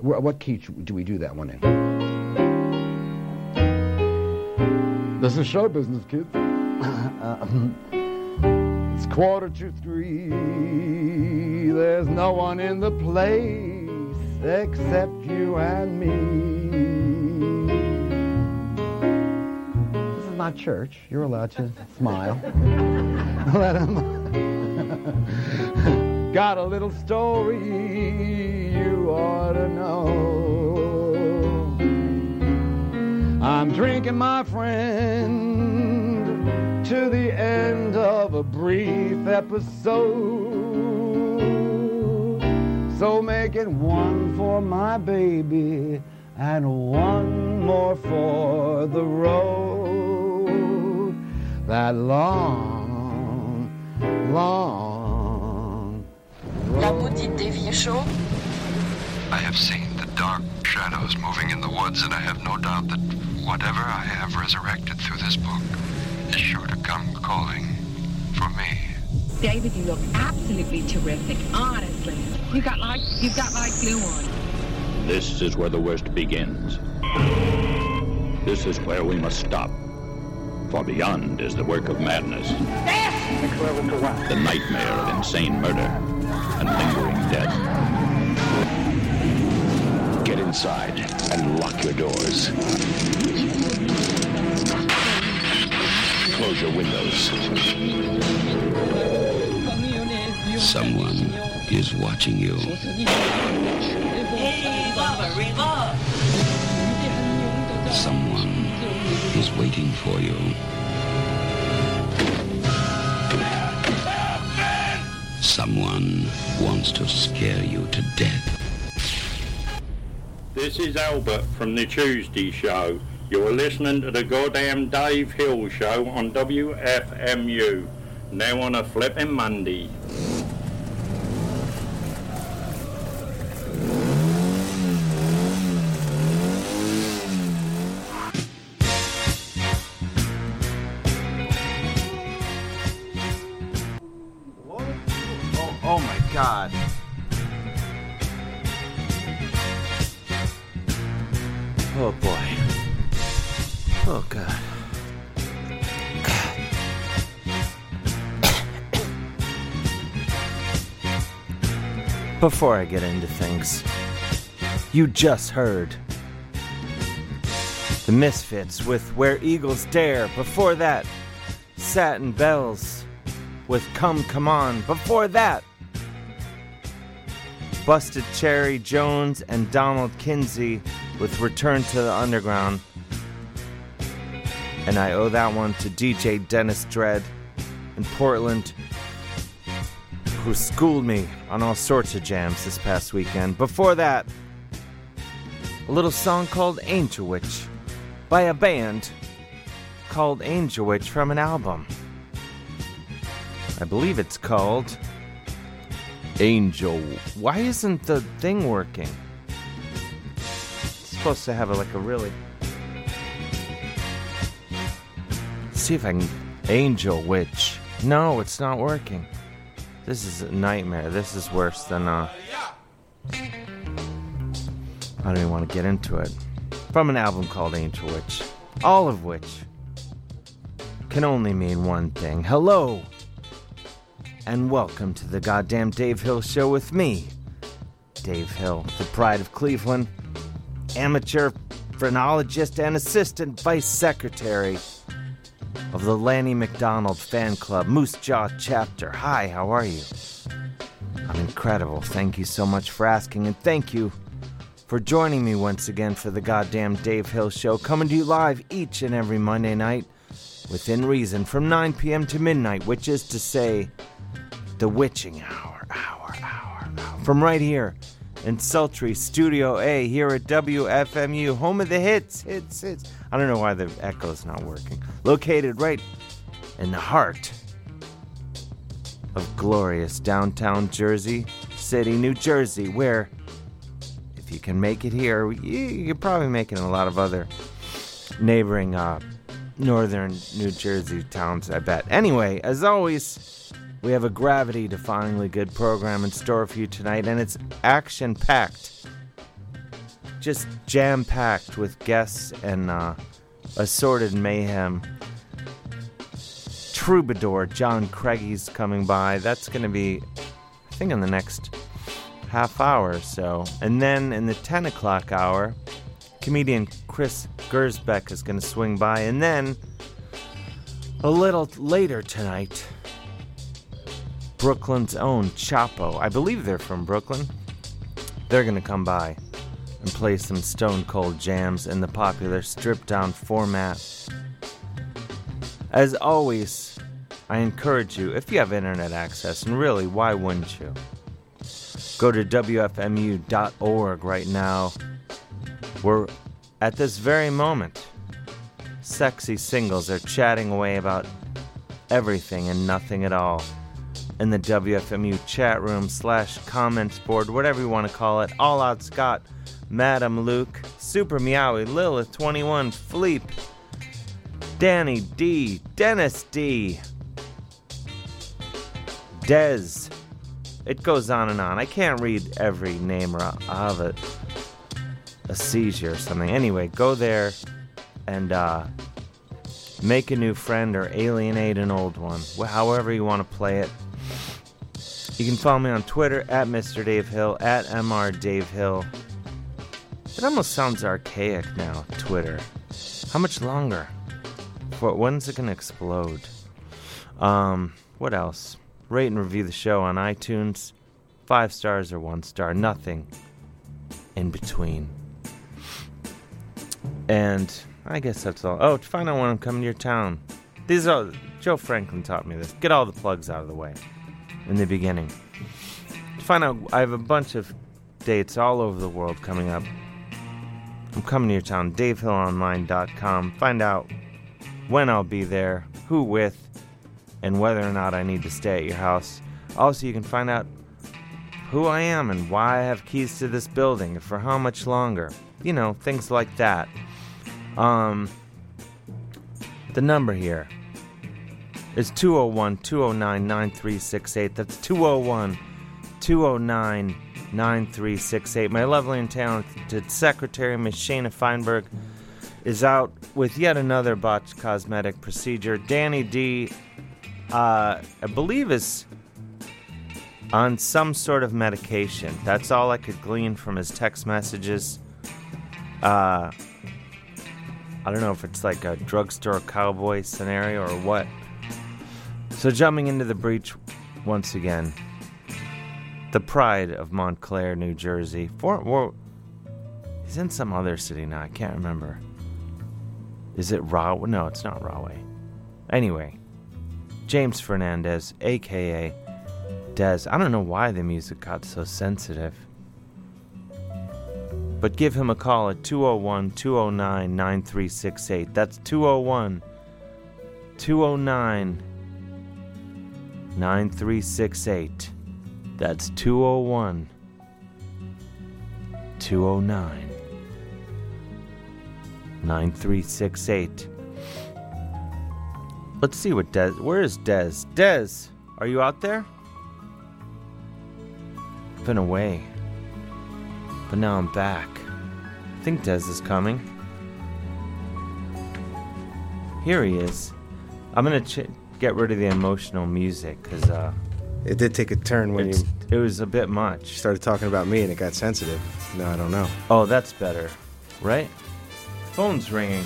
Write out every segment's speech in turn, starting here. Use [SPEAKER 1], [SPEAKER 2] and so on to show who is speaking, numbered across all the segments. [SPEAKER 1] Wh- What key sh- do we do that one in? This is show business, kids. Uh, it's quarter to three. There's no one in the place except you and me. This is not church. You're allowed to smile. Let 'em- Got a little story you ought to know. I'm drinking, my friend, to the end of a brief episode. So make it one for my baby and one more for the road. That long, long
[SPEAKER 2] La maudite des vieux chauds.
[SPEAKER 3] I have seen the dark shadows moving in the woods, and I have no doubt that whatever I have resurrected through this book is sure to come calling for me.
[SPEAKER 4] David, you look absolutely terrific. Honestly, you got like you've got like glue on.
[SPEAKER 5] This is where the worst begins. This is where we must stop. For beyond is the work of madness. The nightmare of insane murder and lingering death. Get inside and lock your doors. Close your windows. Someone is watching you. Someone is waiting for you. Someone wants to scare you to death.
[SPEAKER 6] This is Albert from the Tuesday Show. You're listening to the goddamn Dave Hill Show on WFMU. Now on a flipping Monday.
[SPEAKER 7] Oh, oh my god. Oh boy. Oh god. Before I get into things, you just heard The Misfits with Where Eagles Dare. Before that, Satin Bells with Come Come On. Before that, Busted Cherry Jones and Donald Kinsey with Return to the Underground. And I owe that one to DJ Dennis Dredd in Portland, who schooled me on all sorts of jams this past weekend. Before that, a little song called Angel Witch by a band called Angel Witch from an album. I believe it's called Angel. Why isn't the thing working? It's supposed to have a, like a really. see if I can. Angel Witch. No, it's not working. This is a nightmare. This is worse than uh. I don't even want to get into it. From an album called Angel Witch, all of which can only mean one thing. Hello, and welcome to the goddamn Dave Hill Show with me, Dave Hill, the pride of Cleveland, amateur phrenologist and assistant vice secretary of the Lanny McDonald fan club, Moose Jaw chapter. Hi, how are you? I'm incredible. Thank you so much for asking, and thank you for joining me once again for the goddamn Dave Hill Show, coming to you live each and every Monday night within reason from 9 p.m. to midnight, which is to say, the witching hour, hour, hour, hour. From right here in sultry Studio A here at WFMU, home of the hits, hits, hits. I don't know why the echo's not working. Located right in the heart of glorious downtown Jersey City, New Jersey, where if you can make it here, you, you could probably make it in a lot of other neighboring uh, northern New Jersey towns, I bet. Anyway, as always, we have a gravity defyingly good program in store for you tonight, and it's action packed. just jam packed with guests and uh, assorted mayhem. Troubadour John Craigie's coming by. That's going to be, I think, in the next half hour or so. And then in the 10 o'clock hour, comedian Chris Gersbeck is going to swing by. And then a little later tonight, Brooklyn's own Chapo. I believe they're from Brooklyn. They're going to come by and play some stone cold jams in the popular stripped down format. As always, I encourage you, if you have internet access, and really, why wouldn't you? Go to WFMU.org right now. We're at this very moment. Sexy singles are chatting away about everything and nothing at all in the WFMU chat room slash comments board, whatever you want to call it. All Out Scott, Madam Luke, Super Meowie, Lilith21, Fleep, Danny D, Dennis D, Dez. It goes on and on. I can't read every name or I have a, a seizure or something. Anyway, go there and uh, make a new friend or alienate an old one. Wh- However, you want to play it. You can follow me on Twitter at Mr. Dave Hill, at Mr. Dave Hill. It almost sounds archaic now, Twitter. How much longer? For, when's it gonna explode? Um, what else? Rate and review the show on iTunes. Five stars or one star, nothing in between. And I guess that's all. Oh, to find out when I'm coming to your town. These are Joe Franklin taught me this. Get all the plugs out of the way in the beginning. To find out, I have a bunch of dates all over the world coming up. I'm coming to your town, DaveHillOnline.com. Find out when I'll be there, who with, and whether or not I need to stay at your house. Also, you can find out who I am and why I have keys to this building and for how much longer. You know, things like that. Um, the number here is 201 209 9368. That's 201 209 9368. My lovely and talented secretary, Miss Shana Feinberg, is out with yet another botched cosmetic procedure. Danny D, uh, I believe, is on some sort of medication. That's all I could glean from his text messages. Uh, I don't know if it's like a drugstore cowboy scenario or what. So, jumping into the breach once again, the pride of Montclair, New Jersey. Fort Worth. He's in some other city now. I can't remember. Is it Rahway? No, it's not Rahway. Anyway, James Fernandez, aka Dez. I don't know why the music got so sensitive. But give him a call at 201 209 9368. That's 201 209 9368. That's 201 209 9368. Let's see what Des. Where is Des? Des, are you out there? Been away. But now I'm back. I think Des is coming. Here he is. I'm gonna ch- get rid of the emotional music because uh,
[SPEAKER 8] It did take a turn when
[SPEAKER 7] it's,
[SPEAKER 8] you
[SPEAKER 7] it was a bit much.
[SPEAKER 8] started talking about me and it got sensitive. No, I don't know.
[SPEAKER 7] Oh, that's better, right? Phone's ringing.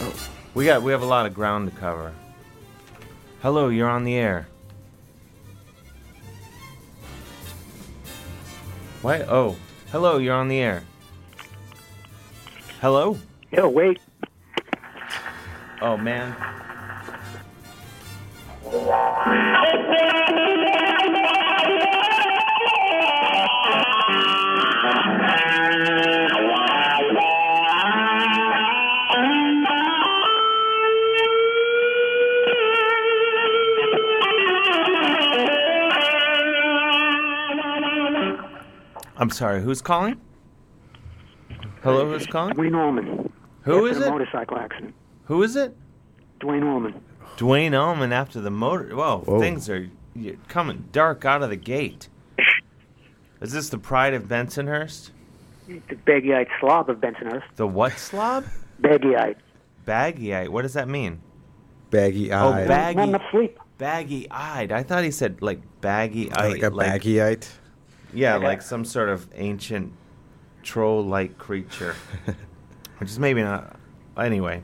[SPEAKER 8] Oh.
[SPEAKER 7] We got we have a lot of ground to cover. Hello, you're on the air. Why? Oh, hello, you're on the air. Hello?
[SPEAKER 9] Yo, wait.
[SPEAKER 7] Oh man. I'm sorry, who's calling? Hello, who's calling?
[SPEAKER 9] Dwayne Allman.
[SPEAKER 7] Who
[SPEAKER 9] After
[SPEAKER 7] is
[SPEAKER 9] the
[SPEAKER 7] it?
[SPEAKER 9] motorcycle accident.
[SPEAKER 7] Who is it?
[SPEAKER 9] Dwayne Allman.
[SPEAKER 7] Dwayne Allman after the motor. Whoa,
[SPEAKER 8] Whoa.
[SPEAKER 7] things are you're coming dark out of the gate. Is this the pride of Bensonhurst?
[SPEAKER 9] The baggy-eyed slob of Bensonhurst.
[SPEAKER 7] The what slob?
[SPEAKER 9] Baggy-eyed.
[SPEAKER 7] Baggy-eyed. What does that mean?
[SPEAKER 8] Baggy
[SPEAKER 7] Oh,
[SPEAKER 8] eyed.
[SPEAKER 7] bag-
[SPEAKER 9] Not
[SPEAKER 7] Baggy.
[SPEAKER 9] enough sleep.
[SPEAKER 7] Baggy-eyed. I thought he said like
[SPEAKER 8] like
[SPEAKER 7] baggy-eyed.
[SPEAKER 8] a baggyite.
[SPEAKER 7] Yeah,
[SPEAKER 9] Okay.
[SPEAKER 7] like some sort of ancient troll-like creature, which is maybe not. Anyway,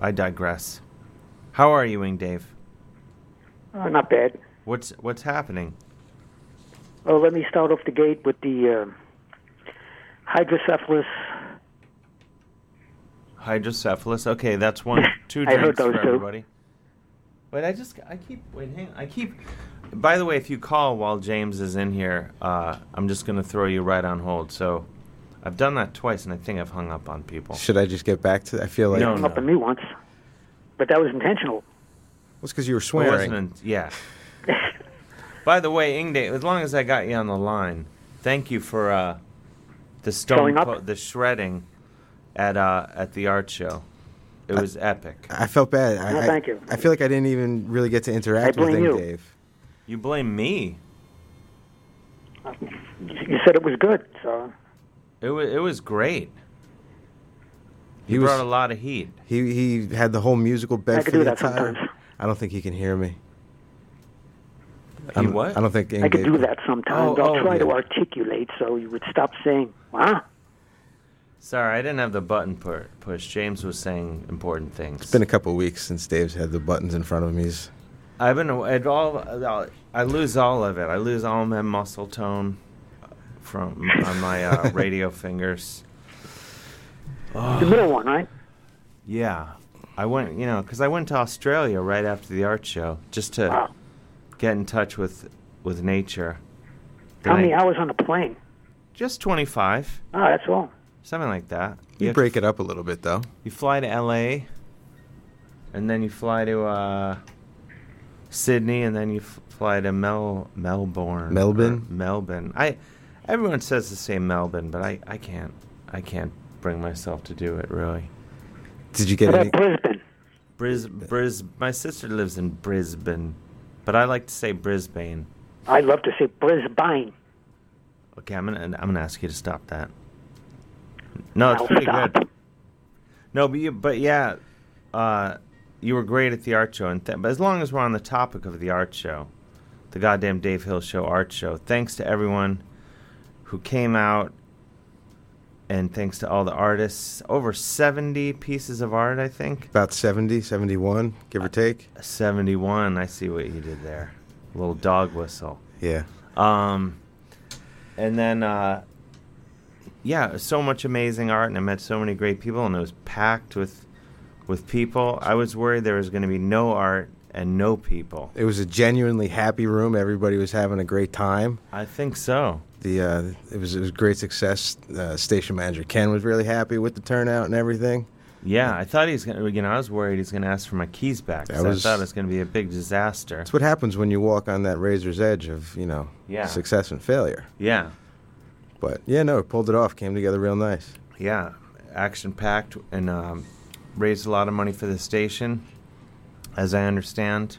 [SPEAKER 7] I digress. How are you, Wing Dave?
[SPEAKER 9] Uh, not bad.
[SPEAKER 7] What's what's happening?
[SPEAKER 9] Oh, let me start off the gate with the uh, hydrocephalus.
[SPEAKER 7] Hydrocephalus. Okay, that's one. Two
[SPEAKER 9] I
[SPEAKER 7] drinks
[SPEAKER 9] heard those
[SPEAKER 7] for
[SPEAKER 9] two.
[SPEAKER 7] everybody. Wait, I just I keep wait. Hang. I keep. By the way, if you call while James is in here, uh, I'm just gonna throw you right on hold. So, I've done that twice, and I think I've hung up on people.
[SPEAKER 8] Should I just get back to? I feel like
[SPEAKER 7] No,
[SPEAKER 8] well,
[SPEAKER 9] Come up on me once, but that was intentional.
[SPEAKER 8] it's because you were
[SPEAKER 7] Well,
[SPEAKER 8] swearing.
[SPEAKER 7] wasn't it- yeah. By the way, Ingday, as long as I got you on the line, thank you for uh, the stone
[SPEAKER 9] Showing up?
[SPEAKER 7] co- the shredding at uh, at the art show. It was epic.
[SPEAKER 8] I felt bad. I,
[SPEAKER 9] No,
[SPEAKER 8] I-
[SPEAKER 9] thank you.
[SPEAKER 8] I feel like I didn't even really get to interact
[SPEAKER 9] I
[SPEAKER 8] with
[SPEAKER 9] blame
[SPEAKER 8] him,
[SPEAKER 9] you.
[SPEAKER 8] Dave.
[SPEAKER 7] You blame me.
[SPEAKER 9] You said it was good, so
[SPEAKER 7] It was it was great.
[SPEAKER 8] He
[SPEAKER 7] you
[SPEAKER 8] was-
[SPEAKER 7] brought a lot of heat.
[SPEAKER 8] He he had the whole musical
[SPEAKER 9] I
[SPEAKER 8] bed for
[SPEAKER 9] could do
[SPEAKER 8] the
[SPEAKER 9] that
[SPEAKER 8] entire-
[SPEAKER 9] sometimes.
[SPEAKER 8] I don't think he can hear me.
[SPEAKER 7] He
[SPEAKER 8] I'm-
[SPEAKER 7] what?
[SPEAKER 8] I don't think.
[SPEAKER 9] I could
[SPEAKER 8] Ingave-
[SPEAKER 9] do that sometimes.
[SPEAKER 7] Oh,
[SPEAKER 9] I'll
[SPEAKER 7] oh,
[SPEAKER 9] try to
[SPEAKER 8] yeah.
[SPEAKER 9] articulate so you would stop saying, "Wow."
[SPEAKER 7] Sorry, I didn't have the button pu- push. James was saying important things.
[SPEAKER 8] It's been a couple weeks since Dave's had the buttons in front of him. He's
[SPEAKER 7] I've been it all. I lose all of it. I lose all my muscle tone from on my uh, radio fingers.
[SPEAKER 9] The middle one, right?
[SPEAKER 7] Yeah, I went. You know, because I went to Australia right after the art show just to
[SPEAKER 9] Wow.
[SPEAKER 7] get in touch with with nature.
[SPEAKER 9] How
[SPEAKER 7] Then
[SPEAKER 9] many
[SPEAKER 7] I-
[SPEAKER 9] hours on the plane?
[SPEAKER 7] Just twenty five,
[SPEAKER 9] Oh, that's all.
[SPEAKER 7] something like that.
[SPEAKER 8] you
[SPEAKER 7] have-
[SPEAKER 8] break it up a little bit though.
[SPEAKER 7] You fly to L.A. and then you fly to uh, Sydney, and then you f- fly to Mel Melbourne.
[SPEAKER 8] Melbourne?
[SPEAKER 7] or Melbourne. I everyone says the same Melbourne, but I, I can't I can't bring myself to do it really.
[SPEAKER 8] Did you get
[SPEAKER 9] What
[SPEAKER 8] any?
[SPEAKER 9] about Brisbane?
[SPEAKER 7] Bris Bris. My sister lives in Brisbane, but I like to say Brisbane.
[SPEAKER 9] I'd love to say Brisbane.
[SPEAKER 7] Okay, I'm gonna I'm gonna ask you to stop that. No, it's
[SPEAKER 9] I'll
[SPEAKER 7] pretty
[SPEAKER 9] stop.
[SPEAKER 7] good. No, but you, but yeah, uh, you were great at the art show, and th- but as long as we're on the topic of the art show, the goddamn Dave Hill Show art show. Thanks to everyone who came out, and thanks to all the artists. Over seventy pieces of art, I think.
[SPEAKER 8] About 70, 71, give or take.
[SPEAKER 7] Seventy-one. I see what you did there. Little dog whistle.
[SPEAKER 8] Yeah.
[SPEAKER 7] Um, and then, uh, yeah, so much amazing art, and I met so many great people, and it was packed with with people. I was worried there was going to be no art and no people.
[SPEAKER 8] It was a genuinely happy room. Everybody was having a great time.
[SPEAKER 7] I think so.
[SPEAKER 8] The uh, it was it was great success. Uh, station manager Ken was really happy with the turnout and everything.
[SPEAKER 7] Yeah, I thought he's gonna. You know, I was worried he's gonna ask for my keys back. 'cause
[SPEAKER 8] That was-
[SPEAKER 7] I thought it was gonna be a big disaster.
[SPEAKER 8] That's what happens when you walk on that razor's edge of you know
[SPEAKER 7] Yeah.
[SPEAKER 8] success and failure.
[SPEAKER 7] Yeah,
[SPEAKER 8] But yeah, no, it pulled it off. Came together real nice.
[SPEAKER 7] yeah, action packed, and um, raised a lot of money for the station, as I understand,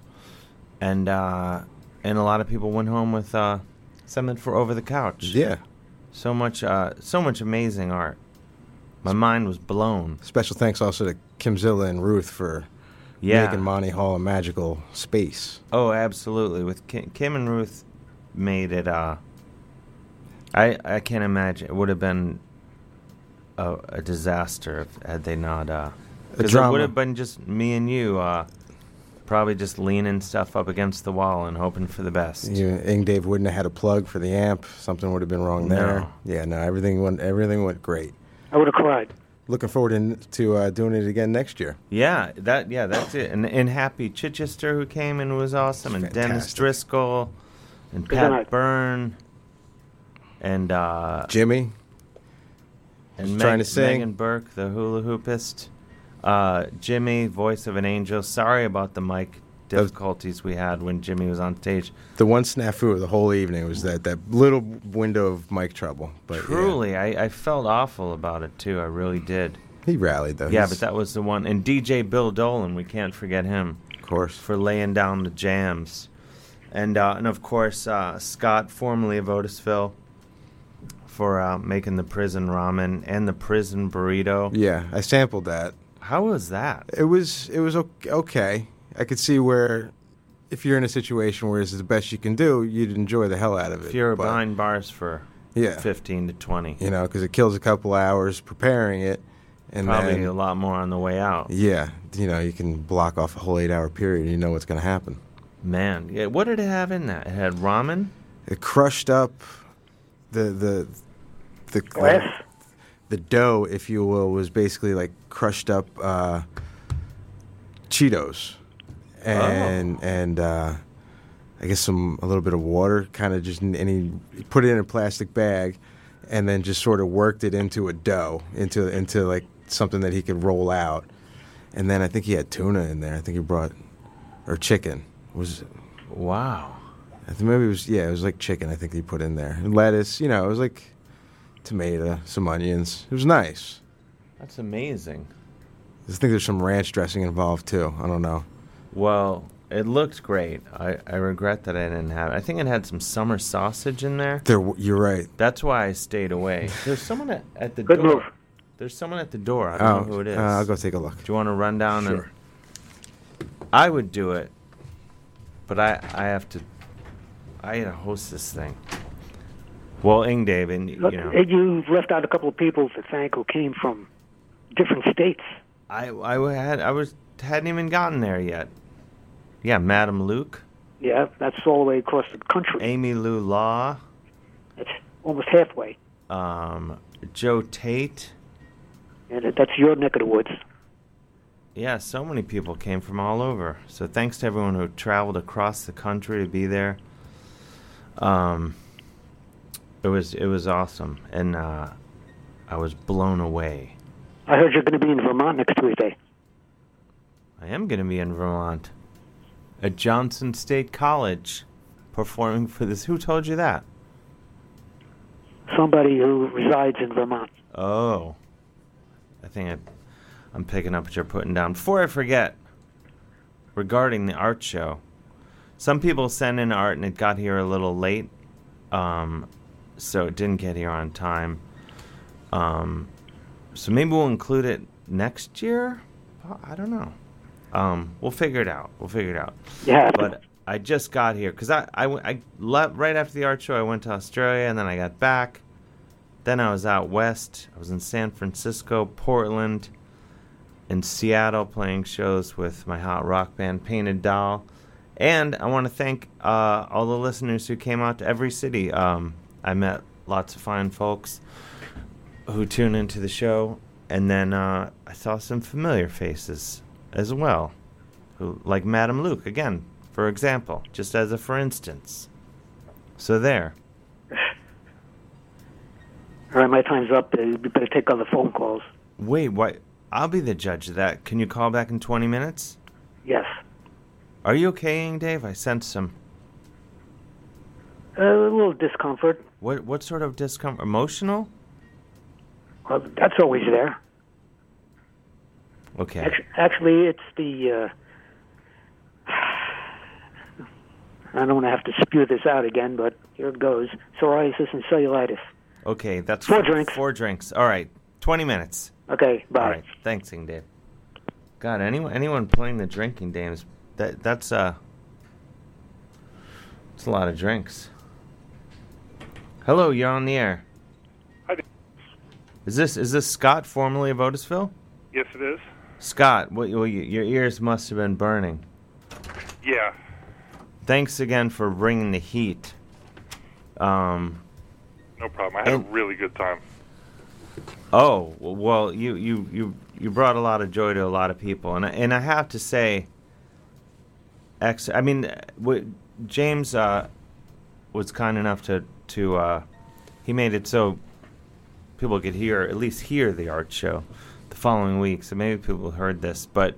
[SPEAKER 7] and uh, and a lot of people went home with uh, something for over the couch.
[SPEAKER 8] Yeah.
[SPEAKER 7] so much, uh, so much amazing art. My mind was blown.
[SPEAKER 8] Special thanks also to Kimzilla and Ruth for
[SPEAKER 7] Yeah.
[SPEAKER 8] making Monty Hall a magical space.
[SPEAKER 7] Oh, absolutely. With Kim, Kim and Ruth, made it. Uh, I I can't imagine. It would have been a, a disaster if, had they not. Uh, 'cause it
[SPEAKER 8] drama.
[SPEAKER 7] would have been just me and you. Uh, probably just leaning stuff up against the wall and hoping for the best.
[SPEAKER 8] You, Ing Dave wouldn't have had a plug for the amp. Something would have been wrong there.
[SPEAKER 7] No.
[SPEAKER 8] Yeah, no, everything went everything went great.
[SPEAKER 9] I would have cried.
[SPEAKER 8] Looking forward in, to uh, doing it again next year.
[SPEAKER 7] Yeah, that yeah, that's it. And and Happy Chichester who came and was awesome, and Dennis
[SPEAKER 8] Fantastic.
[SPEAKER 7] Driscoll, and
[SPEAKER 9] Good
[SPEAKER 7] Pat
[SPEAKER 9] night.
[SPEAKER 7] Byrne, and uh,
[SPEAKER 8] Jimmy,
[SPEAKER 7] and
[SPEAKER 8] Just trying
[SPEAKER 7] Meg-
[SPEAKER 8] to sing.
[SPEAKER 7] Megan Burke, the hula hoopist, uh, Jimmy, voice of an angel. Sorry about the mic
[SPEAKER 8] was-
[SPEAKER 7] difficulties we had when Jimmy was on stage.
[SPEAKER 8] the one snafu of the whole evening was that that little window of mic trouble. But yeah,
[SPEAKER 7] Truly, I, I felt awful about it too. I really did.
[SPEAKER 8] he rallied though.
[SPEAKER 7] Yeah,
[SPEAKER 8] He's-
[SPEAKER 7] but that was the one. And DJ Bill Dolan, we can't forget him.
[SPEAKER 8] of course.
[SPEAKER 7] for laying down the jams. And uh, and of course, uh, Scott, formerly of Otisville, for uh, making the prison ramen and the prison burrito.
[SPEAKER 8] Yeah, I sampled that.
[SPEAKER 7] How was that?
[SPEAKER 8] It was it was o- okay. I could see where if you're in a situation where it's the best you can do, you'd enjoy the hell out of it.
[SPEAKER 7] If you're
[SPEAKER 8] but,
[SPEAKER 7] behind bars for
[SPEAKER 8] Yeah.
[SPEAKER 7] 15 to 20,
[SPEAKER 8] you know, because it kills a couple hours preparing it, and
[SPEAKER 7] probably
[SPEAKER 8] then
[SPEAKER 7] a lot more on the way out.
[SPEAKER 8] yeah, you know, you can block off a whole eight hour period. and You know what's going to happen.
[SPEAKER 7] Man, yeah, what did it have in that? It had ramen.
[SPEAKER 8] It crushed up the the the
[SPEAKER 9] Glass?
[SPEAKER 8] the dough, if you will, was basically like crushed up uh, Cheetos and and uh, I guess some a little bit of water, kind of just in any put it in a plastic bag, and then just sort of worked it into a dough, into into like something that he could roll out, and then I think he had tuna in there. I think he brought or chicken was.
[SPEAKER 7] Wow.
[SPEAKER 8] I think maybe it was yeah, it was like chicken. I think he put in there And lettuce. You know, it was like tomato, some onions. It was nice.
[SPEAKER 7] That's amazing.
[SPEAKER 8] I think there's some ranch dressing involved too. I don't know.
[SPEAKER 7] Well, it looked great. I, I regret that I didn't have it. I think it had some summer sausage in there.
[SPEAKER 8] There, w- you're right.
[SPEAKER 7] That's why I stayed away. There's someone at, at the
[SPEAKER 9] Good
[SPEAKER 7] door.
[SPEAKER 9] move.
[SPEAKER 7] There's someone at the door. I don't know who it is.
[SPEAKER 8] uh, I'll go take a look.
[SPEAKER 7] Do you want to run down?
[SPEAKER 8] Sure.
[SPEAKER 7] And I would do it, but I I have to. I had to host this thing. Well, Ing Dave, and you
[SPEAKER 9] Look,
[SPEAKER 7] know,
[SPEAKER 9] you left out a couple of people to thank who came from different states.
[SPEAKER 7] I I had I was hadn't even gotten there yet. Yeah, Madam Luke,
[SPEAKER 9] Yeah, that's all the way across the country.
[SPEAKER 7] Amy Lou Law,
[SPEAKER 9] That's almost halfway,
[SPEAKER 7] um, Joe Tate.
[SPEAKER 9] and that's your neck of the woods.
[SPEAKER 7] Yeah, so many people came from all over. So thanks to everyone who traveled across the country to be there. Um, it was it was awesome, and uh, I was blown away.
[SPEAKER 9] I heard you're going to be in Vermont next Tuesday.
[SPEAKER 7] I am going to be in Vermont at Johnson State College performing for this. Who told you that?
[SPEAKER 9] Somebody who resides in Vermont.
[SPEAKER 7] Oh, I think I, I'm picking up what you're putting down. Before I forget, regarding the art show, some people sent in art and it got here a little late, um, so it didn't get here on time. Um, so maybe we'll include it next year. I- I don't know. Um, we'll figure it out. We'll figure it out.
[SPEAKER 9] Yeah,
[SPEAKER 7] But I just got here because I, I, w- I left right after the art show. I went to Australia and then I got back. Then I was out west. I was in San Francisco, Portland, and Seattle playing shows with my hot rock band Painted Doll. And I want to thank uh, all the listeners who came out to every city. Um, I met lots of fine folks who tune into the show. And then uh, I saw some familiar faces as well, who, like Madam Luke, again, for example, just as a for instance. So there.
[SPEAKER 9] all right, my time's up. Uh, You better take other phone calls.
[SPEAKER 7] Wait, what? I'll be the judge of that. Can you call back in 20 minutes?
[SPEAKER 9] Yes.
[SPEAKER 7] Are you okay, Ing Dave? I sense some.
[SPEAKER 9] Uh, a little discomfort.
[SPEAKER 7] What what sort of discomfort? Emotional?
[SPEAKER 9] Well, that's always there.
[SPEAKER 7] Okay.
[SPEAKER 9] Actu- Actually, it's the. Uh, I don't want to have to spew this out again, but here it goes: psoriasis and cellulitis.
[SPEAKER 7] Okay, that's
[SPEAKER 9] Four drinks.
[SPEAKER 7] Four drinks. All right. 20 minutes.
[SPEAKER 9] Okay, bye.
[SPEAKER 7] All right. Thanks, Ing Dave. God, anyone anyone playing the drinking games? That that's uh It's a lot of drinks. Hello, you're on the air.
[SPEAKER 10] Hi there.
[SPEAKER 7] Is this is this Scott formerly of Otisville?
[SPEAKER 10] Yes, it is.
[SPEAKER 7] Scott, what, well, you- your ears must have been burning.
[SPEAKER 10] Yeah.
[SPEAKER 7] Thanks again for bringing the heat. Um,
[SPEAKER 10] No problem. I had
[SPEAKER 7] And-
[SPEAKER 10] a really good time.
[SPEAKER 7] oh well, you, you you you brought a lot of joy to a lot of people, and I, and I have to say, ex. I mean, uh, w- James uh, was kind enough to to uh, he made it so people could hear at least hear the art show the following week. So maybe people heard this, but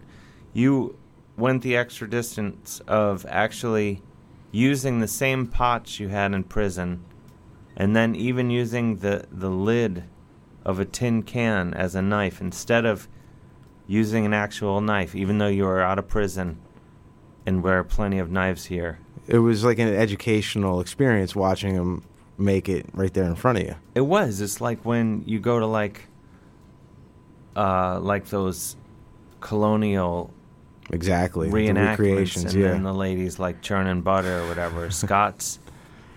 [SPEAKER 7] you went the extra distance of actually using the same pots you had in prison and then even using the the lid of a tin can as a knife instead of using an actual knife even though you are out of prison and where plenty of knives here
[SPEAKER 8] It was like an educational experience watching him make it right there in front of you.
[SPEAKER 7] It was. It's like when you go to like, uh, like those colonial
[SPEAKER 8] Exactly. The
[SPEAKER 7] reenactments,
[SPEAKER 8] recreations,
[SPEAKER 7] and
[SPEAKER 8] yeah.
[SPEAKER 7] then the ladies like churning butter or whatever. Scott's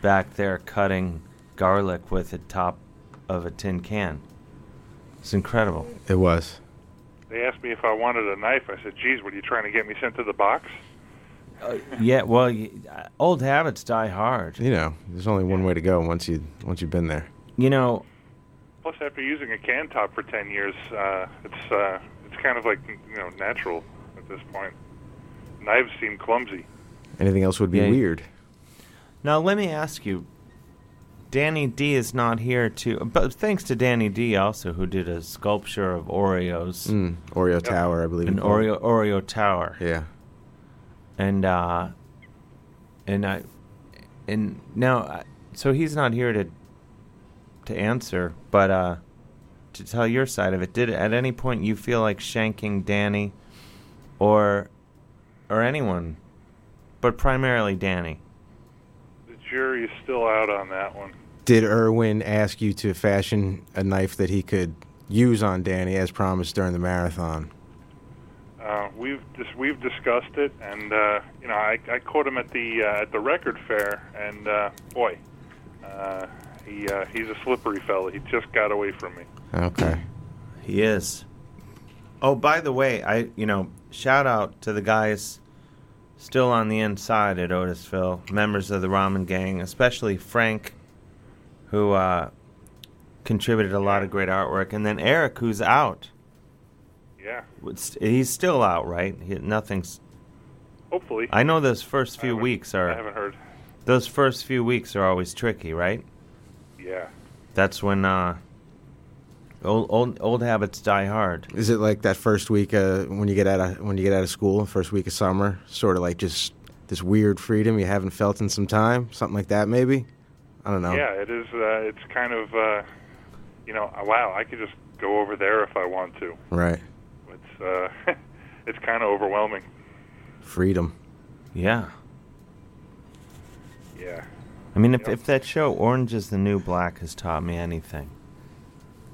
[SPEAKER 7] back there cutting garlic with the top of a tin can. It's incredible.
[SPEAKER 8] It was.
[SPEAKER 10] They asked me if I wanted a knife. I said, "Geez, what are you trying to get me sent to the box?"
[SPEAKER 7] Yeah, well, y uh, old habits die hard.
[SPEAKER 8] You know, there's only one way to go once you once you've been there.
[SPEAKER 7] You know,
[SPEAKER 10] Plus, after using a can top for ten years, uh, it's uh, it's kind of like you know natural at this point. Knives seem clumsy.
[SPEAKER 8] Anything else would be
[SPEAKER 7] Yeah.
[SPEAKER 8] weird.
[SPEAKER 7] Now let me ask you. Danny D is not here to, but thanks to Danny D also, who did a sculpture of Oreos,
[SPEAKER 8] Mm, Oreo Tower, I believe.
[SPEAKER 7] an
[SPEAKER 8] you call it.
[SPEAKER 7] Oreo Oreo tower,
[SPEAKER 8] Yeah.
[SPEAKER 7] and uh, and I, and now, I- so he's not here to, to answer, but uh, to tell your side of it. Did at any point you feel like shanking Danny, or, or anyone, but primarily Danny?
[SPEAKER 10] The jury is still out on that one.
[SPEAKER 8] Did Irwin ask you to fashion a knife that he could use on Danny as promised during the marathon?
[SPEAKER 10] Uh, we've dis- we've discussed it, and uh, you know, I, I caught him at the uh, at the record fair, and uh, boy, uh, he uh, he's a slippery fella. He just got away from me.
[SPEAKER 8] Okay.
[SPEAKER 7] He is. Oh, by the way, I you know shout out to the guys still on the inside at Otisville, members of the Ramen Gang, especially Frank, who uh, contributed a lot of great artwork, and then Eric, who's out.
[SPEAKER 10] Yeah,
[SPEAKER 7] It's- He's still out, right? He, nothing's.
[SPEAKER 10] hopefully.
[SPEAKER 7] I know those first few
[SPEAKER 10] haven't-
[SPEAKER 7] weeks
[SPEAKER 10] I
[SPEAKER 7] are
[SPEAKER 10] haven't heard.
[SPEAKER 7] those first few weeks are always tricky, right?
[SPEAKER 10] Yeah,
[SPEAKER 7] That's when uh, old old old habits die hard.
[SPEAKER 8] Is it like that first week uh, when you get out of when you get out of school, first week of summer, sort of like just this weird freedom you haven't felt in some time, something like that maybe? I don't know.
[SPEAKER 10] yeah. It is. Uh, it's kind of uh, you know, uh, wow. I could just go over there if I want to.
[SPEAKER 8] Right.
[SPEAKER 10] It's uh, it's kind of overwhelming.
[SPEAKER 8] Freedom.
[SPEAKER 7] Yeah.
[SPEAKER 10] Yeah.
[SPEAKER 7] I mean, if,
[SPEAKER 10] Yeah.
[SPEAKER 7] if that show Orange is the New Black has taught me anything,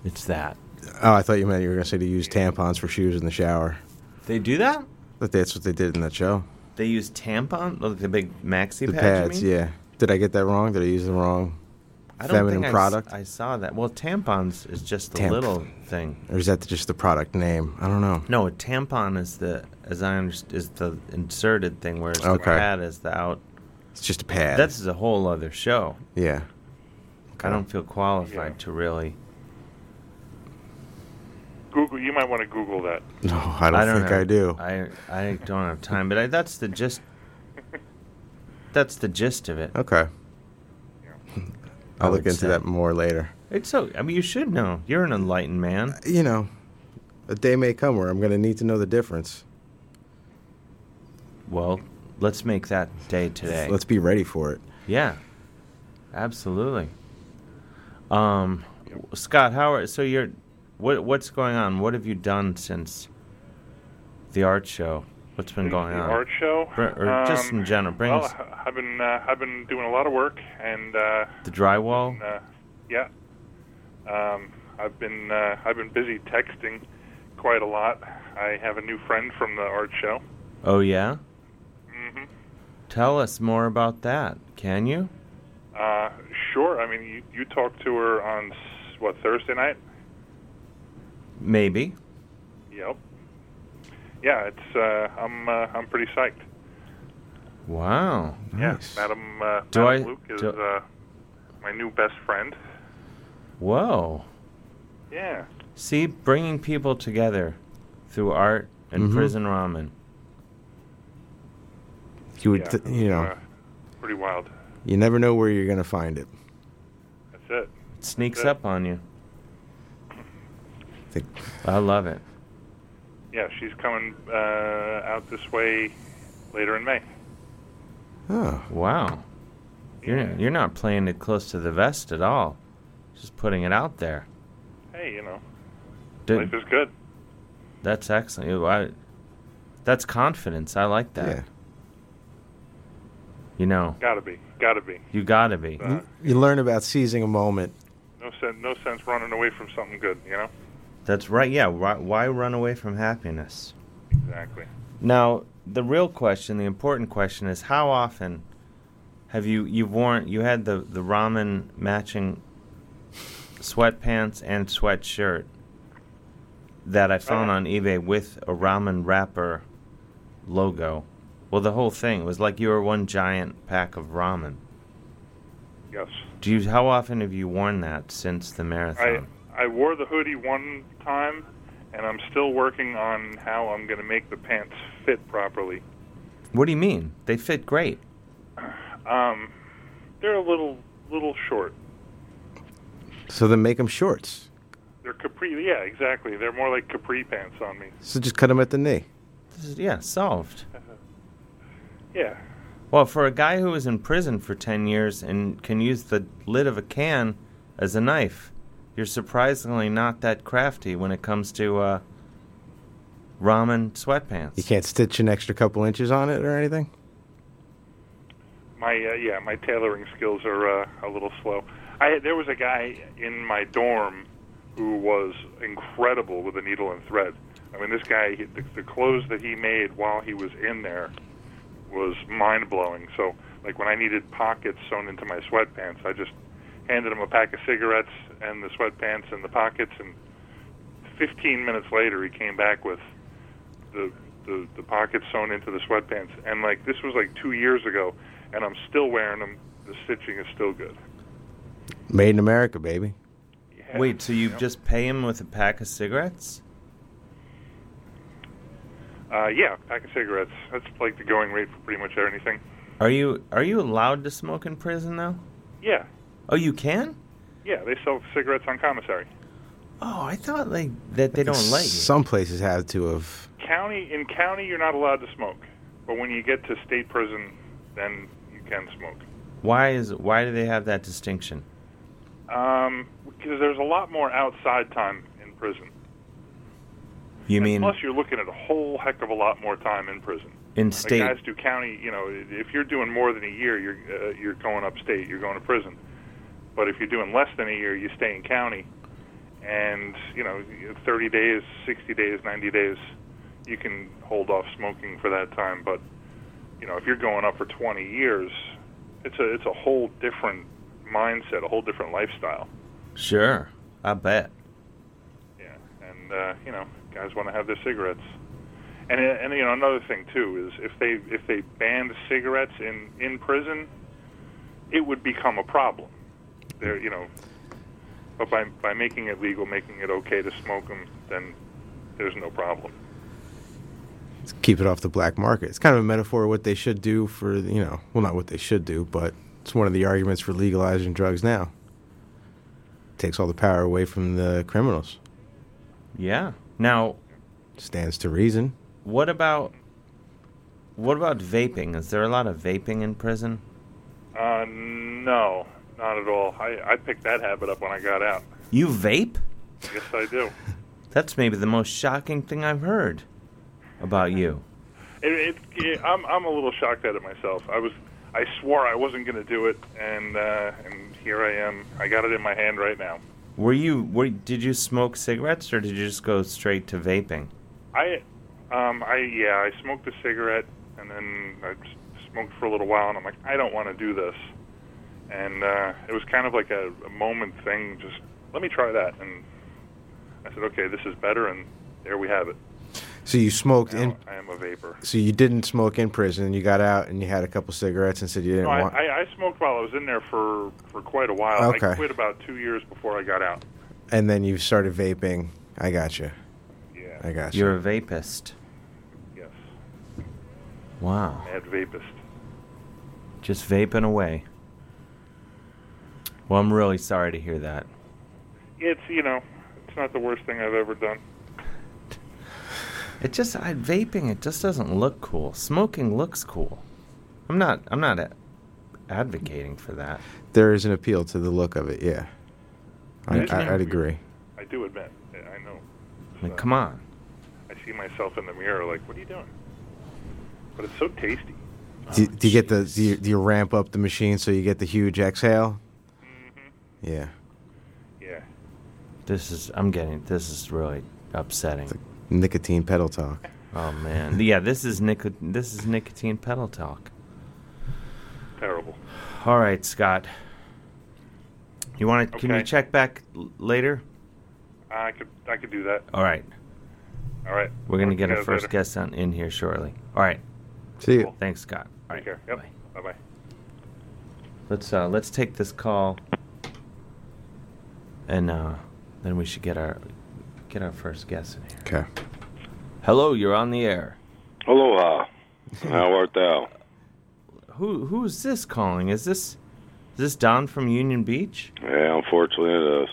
[SPEAKER 7] it's that.
[SPEAKER 8] Oh, I thought you meant you were going to say to use tampons for shoes in the shower.
[SPEAKER 7] They do that?
[SPEAKER 8] But that's what they did in that show.
[SPEAKER 7] They use tampon? Like the big maxi
[SPEAKER 8] The
[SPEAKER 7] pad, you
[SPEAKER 8] pads,
[SPEAKER 7] mean?
[SPEAKER 8] yeah. Did I get that wrong? Did I use the wrong
[SPEAKER 7] I don't
[SPEAKER 8] feminine
[SPEAKER 7] think I s-
[SPEAKER 8] product?
[SPEAKER 7] I, saw that. Well, tampons is just a
[SPEAKER 8] Tamp-
[SPEAKER 7] little thing.
[SPEAKER 8] or is that just the product name? I don't know.
[SPEAKER 7] No, a tampon is the, as I understand, is the inserted thing, whereas the
[SPEAKER 8] Okay.
[SPEAKER 7] pad is the out.
[SPEAKER 8] It's just a pad.
[SPEAKER 7] That's a whole other show.
[SPEAKER 8] yeah.
[SPEAKER 7] I don't feel qualified
[SPEAKER 10] Yeah.
[SPEAKER 7] to really.
[SPEAKER 10] Google. You might want to Google that.
[SPEAKER 8] No, Oh, I don't, think
[SPEAKER 7] know.
[SPEAKER 8] I do.
[SPEAKER 7] I I don't have time, but I, that's the gist. That's the gist of it.
[SPEAKER 8] okay.
[SPEAKER 7] I
[SPEAKER 8] I'll look
[SPEAKER 7] would
[SPEAKER 8] into
[SPEAKER 7] say.
[SPEAKER 8] that more later.
[SPEAKER 7] It's so. I mean, you should know. You're an enlightened man.
[SPEAKER 8] Uh, You know, a day may come where I'm going to need to know the difference.
[SPEAKER 7] Well, let's make that day today.
[SPEAKER 8] Let's be ready for it.
[SPEAKER 7] yeah, absolutely. Um, Scott, how are so? You're what? What's going on? What have you done since the art show? What's been
[SPEAKER 10] Since
[SPEAKER 7] going
[SPEAKER 10] the
[SPEAKER 7] on?
[SPEAKER 10] Art show,
[SPEAKER 7] Br- or just
[SPEAKER 10] um,
[SPEAKER 7] in general, bring
[SPEAKER 10] well,
[SPEAKER 7] us-
[SPEAKER 10] I- I've been uh, I've been doing a lot of work, and uh,
[SPEAKER 7] The drywall.
[SPEAKER 10] uh, yeah, um, I've been uh, I've been busy texting quite a lot. I have a new friend from the art show.
[SPEAKER 7] Oh yeah.
[SPEAKER 10] hmm
[SPEAKER 7] Tell us more about that. Can you?
[SPEAKER 10] Uh, sure. I mean, you you talked to her on s- what Thursday night?
[SPEAKER 7] Maybe.
[SPEAKER 10] Yep. Yeah, it's uh, I'm uh, I'm pretty psyched.
[SPEAKER 7] Wow.
[SPEAKER 8] Nice.
[SPEAKER 10] Yeah, Madam, uh,
[SPEAKER 7] Do
[SPEAKER 10] Madam
[SPEAKER 7] I-
[SPEAKER 10] Luke is
[SPEAKER 7] do-
[SPEAKER 10] uh, my new best friend.
[SPEAKER 7] Whoa.
[SPEAKER 10] Yeah.
[SPEAKER 7] See, bringing people together through art and
[SPEAKER 8] Mhm.
[SPEAKER 7] prison ramen.
[SPEAKER 8] You would,
[SPEAKER 10] yeah
[SPEAKER 8] th- you know,
[SPEAKER 10] uh, pretty wild.
[SPEAKER 8] you never know where you're going to find it.
[SPEAKER 10] That's it.
[SPEAKER 7] It sneaks
[SPEAKER 10] Yeah.
[SPEAKER 7] up on you.
[SPEAKER 8] I think
[SPEAKER 7] I love it.
[SPEAKER 10] Yeah, she's coming uh, out this way later in May.
[SPEAKER 8] oh,
[SPEAKER 7] Wow. You're, you're not playing it close to the vest at all. Just putting it out there.
[SPEAKER 10] Hey, you know,
[SPEAKER 7] Dude,
[SPEAKER 10] life is good.
[SPEAKER 7] that's excellent. Ew, I- that's confidence. I like that.
[SPEAKER 8] yeah.
[SPEAKER 7] You know,
[SPEAKER 10] Gotta be, gotta be.
[SPEAKER 7] you gotta be.
[SPEAKER 10] Uh,
[SPEAKER 8] You learn about seizing a moment.
[SPEAKER 10] No sense, no sense running away from something good. You know,
[SPEAKER 7] That's right. Yeah. Why, why run away from happiness?
[SPEAKER 10] exactly.
[SPEAKER 7] Now, the real question, the important question, is how often have you you've worn you had the the ramen matching sweatpants and sweatshirt that I found on eBay with a ramen wrapper logo. Well, the whole thing was like you were one giant pack of ramen.
[SPEAKER 10] Yes.
[SPEAKER 7] Do you? How often have you worn that since the
[SPEAKER 10] I
[SPEAKER 7] marathon?
[SPEAKER 10] I wore the hoodie one time, and I'm still working on how I'm gonna make the pants fit properly.
[SPEAKER 7] what do you mean? They fit great.
[SPEAKER 10] Um, they're a little little short.
[SPEAKER 8] So then make them shorts.
[SPEAKER 10] They're capri. Yeah, exactly. They're more like capri pants on me.
[SPEAKER 8] So just cut them at the knee.
[SPEAKER 7] This is- Yeah, solved.
[SPEAKER 10] Yeah.
[SPEAKER 7] Well, for a guy who was in prison for 10 years and can use the lid of a can as a knife, you're surprisingly not that crafty when it comes to uh, ramen sweatpants.
[SPEAKER 8] You can't stitch an extra couple inches on it or anything.
[SPEAKER 10] My uh, yeah, my tailoring skills are uh, a little slow. I there was a guy in my dorm who was incredible with a needle and thread. I mean, this guy, he- the, the clothes that he made while he was in there was mind blowing. So, like when I needed pockets sewn into my sweatpants, I just handed him a pack of cigarettes and the sweatpants and the pockets, and 15 minutes later, he came back with the the, the pockets sewn into the sweatpants. And like this was like two years ago, and I'm still wearing them. The stitching is still good.
[SPEAKER 8] Made in America, baby.
[SPEAKER 7] Wait, so you just pay him with a pack of cigarettes?
[SPEAKER 10] Uh, yeah, pack of cigarettes. That's like the going rate for pretty much anything.
[SPEAKER 7] Are you are you allowed to smoke in prison though?
[SPEAKER 10] Yeah,
[SPEAKER 7] Oh, you can?
[SPEAKER 10] yeah, they sell cigarettes on commissary.
[SPEAKER 7] Oh, I thought like that they don't let you.
[SPEAKER 8] Some places have to have.
[SPEAKER 10] County in county, you're not allowed to smoke, but when you get to state prison, then you can smoke.
[SPEAKER 7] Why is why do they have that distinction?
[SPEAKER 10] Um, because there's a lot more outside time in prison.
[SPEAKER 7] You mean
[SPEAKER 10] Plus, you're looking at a whole heck of a lot more time in prison.
[SPEAKER 7] in
[SPEAKER 10] Like
[SPEAKER 7] state?
[SPEAKER 10] guys do county, you know, if you're doing more than a year, you're uh, you're going upstate, you're going to prison. But if you're doing less than a year, you stay in county, and you know, 30 days, 60 days, 90 days, you can hold off smoking for that time. But you know, if you're going up for 20 years, it's a it's a whole different mindset, a whole different lifestyle.
[SPEAKER 7] Sure. I bet.
[SPEAKER 10] Yeah, and uh, you know, guys want to have their cigarettes. And uh, and you know, another thing too is if they if they banned cigarettes in in prison, it would become a problem. There, you know, but by by making it legal, making it okay to smoke them, then there's no problem.
[SPEAKER 8] keep it off the black market. It's kind of a metaphor of what they should do for, you know, well, not what they should do, but it's one of the arguments for legalizing drugs now. Takes all the power away from the criminals.
[SPEAKER 7] Yeah. Now,
[SPEAKER 8] Stands to reason.
[SPEAKER 7] What about what about vaping? Is there a lot of vaping in prison?
[SPEAKER 10] Uh, no, not at all. I I picked that habit up when I got out.
[SPEAKER 7] You vape?
[SPEAKER 10] Yes, I do.
[SPEAKER 7] That's maybe the most shocking thing I've heard about you.
[SPEAKER 10] It, it, it, I'm I'm a little shocked at it myself. I was I swore I wasn't going to do it, and uh, and here I am. I got it in my hand right now.
[SPEAKER 7] Were you were did you smoke cigarettes or did you just go straight to vaping?
[SPEAKER 10] I um I yeah I smoked a cigarette, and then I s- smoked for a little while, and I'm like I don't want to do this, and uh, it was kind of like a, a moment thing. Just let me try that, and I said okay, this is better, and there we have it.
[SPEAKER 8] So you smoked in.
[SPEAKER 10] I am a vapor.
[SPEAKER 8] So you didn't smoke in prison. You got out and you had a couple cigarettes and said you didn't
[SPEAKER 10] No, I,
[SPEAKER 8] want.
[SPEAKER 10] I, I smoked while I was in there for, for quite a while. I
[SPEAKER 8] Okay.
[SPEAKER 10] quit about two years before I got out.
[SPEAKER 8] and then you started vaping. I got you.
[SPEAKER 10] Yeah.
[SPEAKER 8] I got you.
[SPEAKER 7] You're a vapist.
[SPEAKER 10] Yes,
[SPEAKER 7] Wow.
[SPEAKER 10] mad vapist.
[SPEAKER 7] Just vaping away. Well, I'm really sorry to hear that.
[SPEAKER 10] It's you know, it's not the worst thing I've ever done.
[SPEAKER 7] It just I vaping it just doesn't look cool. Smoking looks cool. I'm not I'm not a- advocating for that.
[SPEAKER 8] There is an appeal to the look of it. Yeah, I,
[SPEAKER 10] There's an
[SPEAKER 8] I, I'd agree.
[SPEAKER 10] I do admit, I know.
[SPEAKER 7] I mean, come on.
[SPEAKER 10] I see myself in the mirror like, what are you doing? But it's so tasty.
[SPEAKER 8] Do, do you get the do you, do you ramp up the machine so you get the huge exhale? Yeah.
[SPEAKER 10] Yeah.
[SPEAKER 7] Mm-hmm. This is I'm getting this is really upsetting.
[SPEAKER 8] Nicotine pedal talk.
[SPEAKER 7] Oh man. yeah, this is nico- this is nicotine pedal talk.
[SPEAKER 10] Terrible.
[SPEAKER 7] All right, Scott. You want to can you
[SPEAKER 10] Okay.
[SPEAKER 7] check back l- later?
[SPEAKER 10] I could I could do that.
[SPEAKER 7] All right.
[SPEAKER 10] All right.
[SPEAKER 7] We're going to
[SPEAKER 10] Talk to
[SPEAKER 7] get
[SPEAKER 10] you
[SPEAKER 7] our
[SPEAKER 10] guys
[SPEAKER 7] first
[SPEAKER 10] later.
[SPEAKER 7] guest on in here shortly. All right.
[SPEAKER 8] See you.
[SPEAKER 7] Thanks, Scott. All right.
[SPEAKER 10] Take care. Yep. Bye bye.
[SPEAKER 7] Let's uh let's take this call. And uh then we should get our get our first guest in here.
[SPEAKER 8] Okay.
[SPEAKER 7] Hello, you're on the air.
[SPEAKER 11] Aloha. How art thou?
[SPEAKER 7] Who who is this calling? Is this is this Don from Union Beach?
[SPEAKER 11] Yeah, unfortunately it is.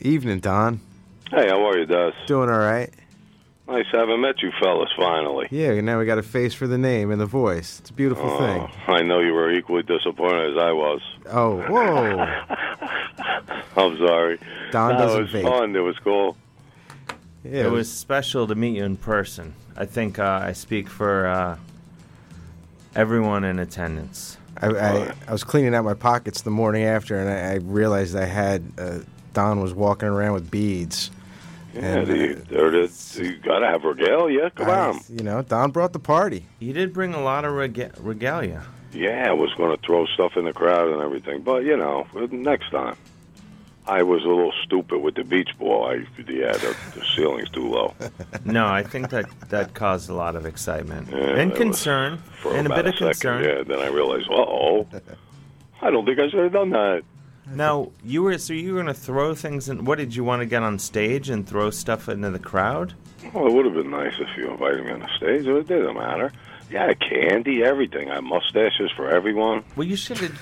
[SPEAKER 8] Evening, Don.
[SPEAKER 11] Hey, how are you, Des?
[SPEAKER 8] Doing all right.
[SPEAKER 11] Nice having met you fellas finally.
[SPEAKER 8] Yeah. Now we got a face for the name and the voice. It's a beautiful
[SPEAKER 11] Oh,
[SPEAKER 8] thing.
[SPEAKER 11] I know you were equally disappointed as I was.
[SPEAKER 8] Oh, whoa.
[SPEAKER 11] I'm sorry.
[SPEAKER 8] Don
[SPEAKER 11] No,
[SPEAKER 8] doesn't
[SPEAKER 11] It was
[SPEAKER 7] vape.
[SPEAKER 11] fun. It was cool.
[SPEAKER 7] it, was, special to meet you in person. I think uh, I speak for uh, everyone in attendance.
[SPEAKER 8] I, I, I was cleaning out my pockets the morning after, and I, I realized I had uh, Don was walking around with beads.
[SPEAKER 11] Yeah,
[SPEAKER 8] And, uh,
[SPEAKER 11] the- there it is. You gotta have regalia. Come
[SPEAKER 8] I-
[SPEAKER 11] on.
[SPEAKER 8] You know, Don brought the party.
[SPEAKER 7] You did bring a lot of rega- regalia.
[SPEAKER 11] Yeah, I was going to throw stuff in the crowd and everything, but you know, next time. I was a little stupid with the beach ball. I yeah, the, the ceiling's too low.
[SPEAKER 7] No, I think that that caused a lot of excitement
[SPEAKER 11] that
[SPEAKER 7] and
[SPEAKER 11] was
[SPEAKER 7] concern
[SPEAKER 11] for
[SPEAKER 7] and a
[SPEAKER 11] about
[SPEAKER 7] bit of
[SPEAKER 11] second.
[SPEAKER 7] concern.
[SPEAKER 11] Yeah, then I realized, uh oh, I don't think I should have done that.
[SPEAKER 7] Now you were so you were gonna throw things in. What did you want to get on stage and throw stuff into the crowd?
[SPEAKER 11] Well, it would have been nice if you invited me on the stage, but it didn't matter. Yeah, candy, everything. I have mustaches for everyone.
[SPEAKER 7] Well, you should have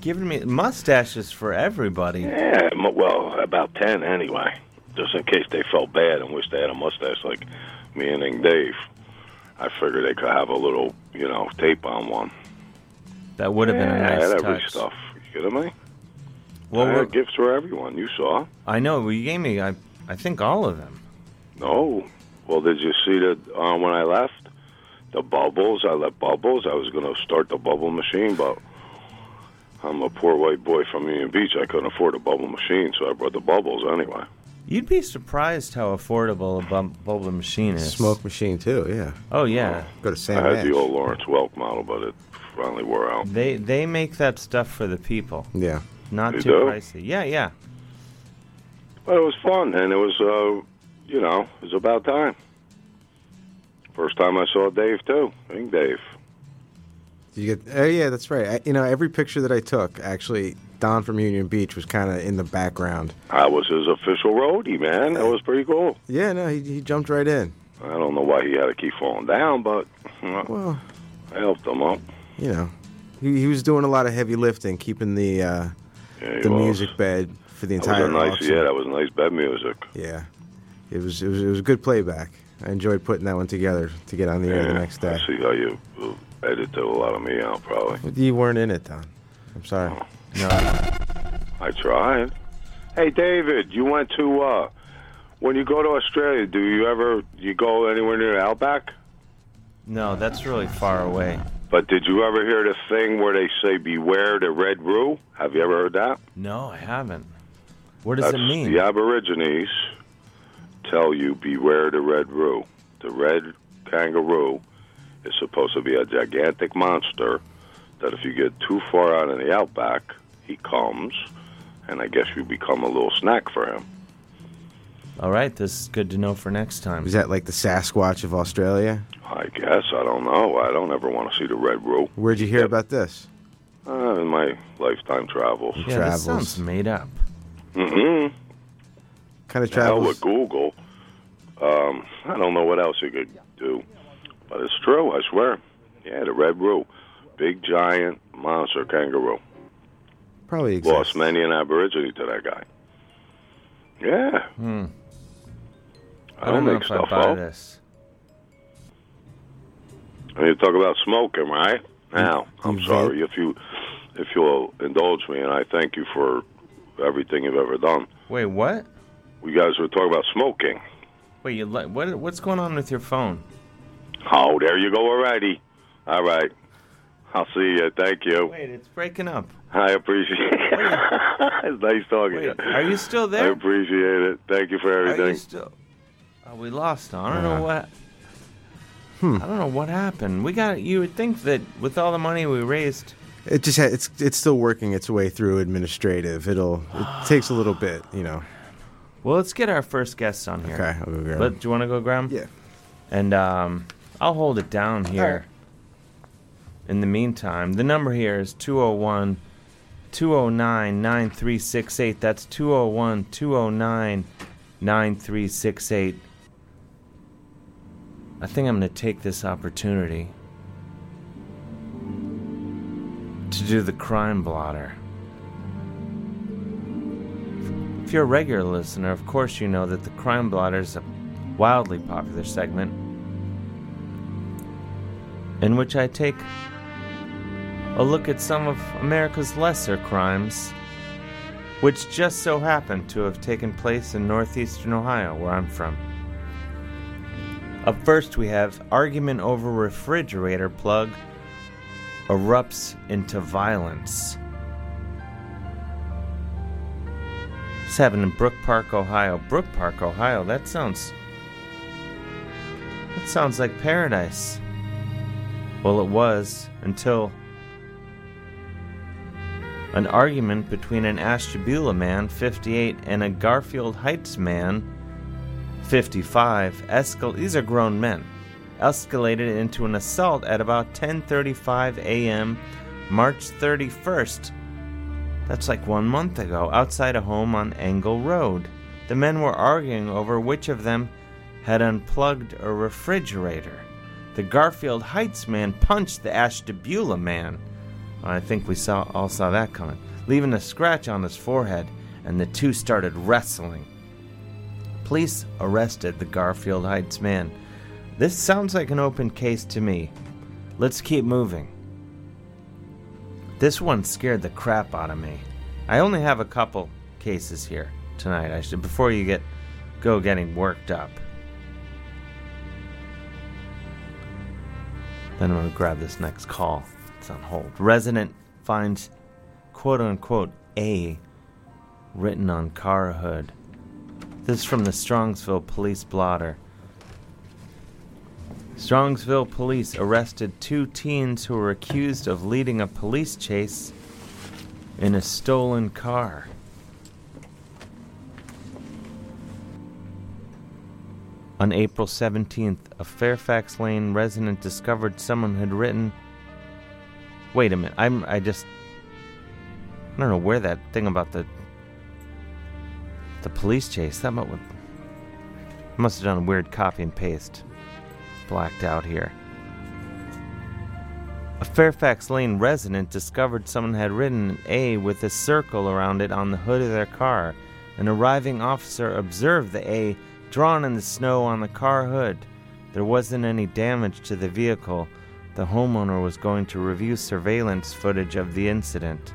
[SPEAKER 7] given me mustaches for everybody.
[SPEAKER 11] Yeah, m- well, about ten anyway, just in case they felt bad and wished they had a mustache like me and Ing Dave. I figured they could have a little, you know, tape on one.
[SPEAKER 7] That would have been a
[SPEAKER 11] Yeah, I
[SPEAKER 7] nice
[SPEAKER 11] had every
[SPEAKER 7] touch.
[SPEAKER 11] stuff. You kidding me?
[SPEAKER 7] Well,
[SPEAKER 11] I had
[SPEAKER 7] we're-
[SPEAKER 11] gifts for everyone. You saw.
[SPEAKER 7] I know. Well, you gave me, I, I think, all of them.
[SPEAKER 11] No. Well, did you see that uh, when I left? The bubbles. I left bubbles. I was going to start the bubble machine, but I'm a poor white boy from Union Beach. I couldn't afford a bubble machine, so I brought the bubbles anyway.
[SPEAKER 7] You'd be surprised how affordable a bum- bubble machine is.
[SPEAKER 8] Smoke machine too. Yeah.
[SPEAKER 7] Oh yeah,
[SPEAKER 8] Go to
[SPEAKER 11] I
[SPEAKER 8] Sam.
[SPEAKER 11] had the old Lawrence Welk model, but it finally wore out.
[SPEAKER 7] they they make that stuff for the people.
[SPEAKER 8] Yeah.
[SPEAKER 7] Not
[SPEAKER 11] They
[SPEAKER 7] too
[SPEAKER 11] do?
[SPEAKER 7] pricey. Yeah, yeah.
[SPEAKER 11] But it was fun, and it was, uh, you know, it was about time. First time I saw Dave too. I think Dave.
[SPEAKER 8] You get. Oh yeah, that's right. I, you know, every picture that I took, actually, Don from Union Beach was kind of in the background.
[SPEAKER 11] I was his official roadie, man. That was pretty cool.
[SPEAKER 8] Yeah. No, he, he jumped right in.
[SPEAKER 11] I don't know why he had to keep falling down, but uh,
[SPEAKER 8] Well,
[SPEAKER 11] I helped him up.
[SPEAKER 8] you know, he, he was doing a lot of heavy lifting, keeping the uh,
[SPEAKER 11] Yeah, he
[SPEAKER 8] the
[SPEAKER 11] was.
[SPEAKER 8] music bed for the
[SPEAKER 11] That
[SPEAKER 8] entire
[SPEAKER 11] was a nice,
[SPEAKER 8] auction.
[SPEAKER 11] yeah, that was nice bed music.
[SPEAKER 8] Yeah, it was it was it was good playback. I enjoyed putting that one together to get on the air the
[SPEAKER 11] Yeah,
[SPEAKER 8] next day.
[SPEAKER 11] I see how you uh, edited a lot of me out, probably.
[SPEAKER 8] You weren't in it, Don. I'm sorry.
[SPEAKER 11] Oh. I tried. Hey, David, you went to uh, when you go to Australia. Do you ever you go anywhere near Outback?
[SPEAKER 7] No, that's really far away.
[SPEAKER 11] But did you ever hear the thing where they say "Beware the red roo"? Have you ever heard that?
[SPEAKER 7] No, I haven't. What does
[SPEAKER 11] That's
[SPEAKER 7] it mean?
[SPEAKER 11] The Aborigines tell you beware the red roo. The red kangaroo is supposed to be a gigantic monster that if you get too far out in the outback, he comes, and I guess you become a little snack for him.
[SPEAKER 7] All right, this is good to know for next time.
[SPEAKER 8] Was that like the Sasquatch of Australia?
[SPEAKER 11] I guess I don't know. I don't ever want to see the red roo
[SPEAKER 8] Where'd you hear about this?
[SPEAKER 11] uh, in my lifetime travels.
[SPEAKER 7] yeah,
[SPEAKER 8] travels.
[SPEAKER 7] this sounds made up.
[SPEAKER 11] Mm-hmm.
[SPEAKER 8] Kind of
[SPEAKER 11] Hell
[SPEAKER 8] travels.
[SPEAKER 11] with Google. Um, I don't know what else you could do, but it's true. I swear. Yeah, the red roo, big giant monster kangaroo.
[SPEAKER 8] Probably exists.
[SPEAKER 11] Lost many an aborigine to that guy. Yeah,
[SPEAKER 7] Hmm.
[SPEAKER 11] I don't,
[SPEAKER 7] know
[SPEAKER 11] make
[SPEAKER 7] if
[SPEAKER 11] stuff
[SPEAKER 7] I buy
[SPEAKER 11] up.
[SPEAKER 7] this.
[SPEAKER 11] And you talk about smoking, right? Now, I'm
[SPEAKER 8] you
[SPEAKER 11] sorry if you if you'll indulge me, and I thank you for everything you've ever done.
[SPEAKER 7] Wait, what?
[SPEAKER 11] We guys were talking about smoking.
[SPEAKER 7] Wait, you li- what? What's going on with your phone?
[SPEAKER 11] Oh, there you go already. All right. I'll see you. Thank you.
[SPEAKER 7] Wait, it's breaking up. Oh,
[SPEAKER 11] I appreciate it. it's nice talking to you.
[SPEAKER 7] Are you still
[SPEAKER 11] I
[SPEAKER 7] there?
[SPEAKER 11] appreciate it. Thank you for everything.
[SPEAKER 7] still- Oh, we lost. him. I don't
[SPEAKER 11] Uh-huh.
[SPEAKER 7] know what. I don't know what happened. We got. You would think that with all the money we raised,
[SPEAKER 8] It just ha- it's it's still working its way through administrative. It'll it takes a little bit, you know.
[SPEAKER 7] Well, let's get our first guest on here.
[SPEAKER 8] Okay, I'll go grab
[SPEAKER 7] Let-
[SPEAKER 8] him.
[SPEAKER 7] do you want to go grab him?
[SPEAKER 8] Yeah.
[SPEAKER 7] And um, I'll hold it down here. In the meantime, the number here is 201 209 9368. That's 201 209 9368. I think I'm going to take this opportunity to do the crime blotter. If you're a regular listener, of course you know that the Crime Blotter is a wildly popular segment in which I take a look at some of America's lesser crimes, which just so happen to have taken place in northeastern Ohio, where I'm from. Up first, we have argument over refrigerator plug erupts into violence. It's happening in Brook Park, Ohio. Brook Park, Ohio. That sounds. That sounds like paradise. Well, it was until an argument between an Ashtabula man, 58, and a Garfield Heights man, 55, escal- these are grown men, escalated into an assault at about 10:35 a.m. March 31st, that's like one month ago, outside a home on Angle Road. The men were arguing over which of them had unplugged a refrigerator. The Garfield Heights man punched the Ashtabula man. I think we saw all saw that coming, leaving a scratch on his forehead, and the two started wrestling. Police arrested the Garfield Heights man. This sounds like an open case to me. Let's keep moving. This one scared the crap out of me. I only have a couple cases here tonight. I should before you get go getting worked up. Then I'm gonna grab this next call. It's on hold. Resident finds quote unquote A written on car hood. This is from the Strongsville Police Blotter. Strongsville police arrested two teens who were accused of leading a police chase in a stolen car. On April 17th, a Fairfax Lane resident discovered someone had written. Wait a minute, I'm. I just. I don't know where that thing about the. The police chase. That must. Must have done a weird copy and paste blacked out here. A Fairfax Lane resident discovered someone had written an A with a circle around it on the hood of their car. An arriving officer observed the A drawn in the snow on the car hood. There wasn't any damage to the vehicle. The homeowner was going to review surveillance footage of the incident,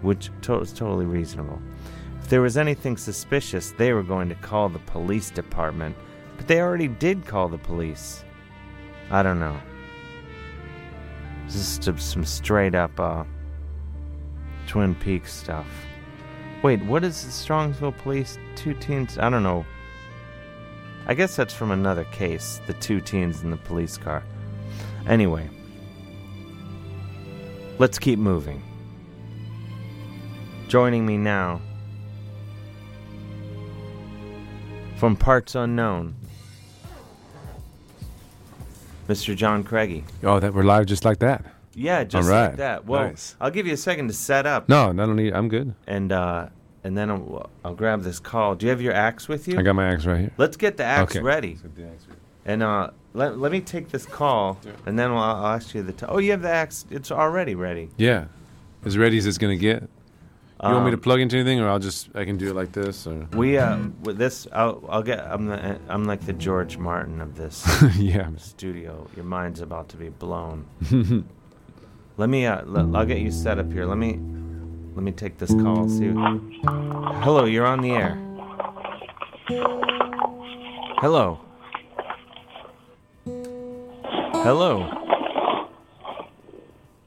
[SPEAKER 7] which to- was totally reasonable. If there was anything suspicious, they were going to call the police department, but they already did call the police. I don't know. This is just some straight up uh, Twin Peaks stuff. Wait, what is the Strongsville Police? Two teens? I don't know. I guess that's from another case the two teens in the police car. Anyway, let's keep moving. Joining me now from parts unknown, Mr. John Craigie.
[SPEAKER 12] Oh, that we're live just like that.
[SPEAKER 7] Yeah, just
[SPEAKER 12] All right.
[SPEAKER 7] like that. Well,
[SPEAKER 12] nice.
[SPEAKER 7] I'll give you a second to set up,
[SPEAKER 12] no, no, I don't need. I'm good.
[SPEAKER 7] and uh, and then I'll, I'll grab this call. Do you have your axe with you?
[SPEAKER 12] I got my axe right here.
[SPEAKER 7] Let's get the axe
[SPEAKER 12] Okay.
[SPEAKER 7] ready. And uh, let, let me take this call, and then I'll, I'll ask you the. T- oh, you have the axe. It's already ready.
[SPEAKER 12] Yeah, as ready as it's gonna get. You want me to
[SPEAKER 7] Um,
[SPEAKER 12] plug into anything, or I'll just I can do it like this, or
[SPEAKER 7] We uh, with this, I'll, I'll get. I'm the, I'm like the George Martin of this
[SPEAKER 12] Yeah.
[SPEAKER 7] studio. Your mind's about to be blown. Let me. Uh, l- I'll get you set up here. Let me. Let me take this call. See. Hello, you're on the air. Hello.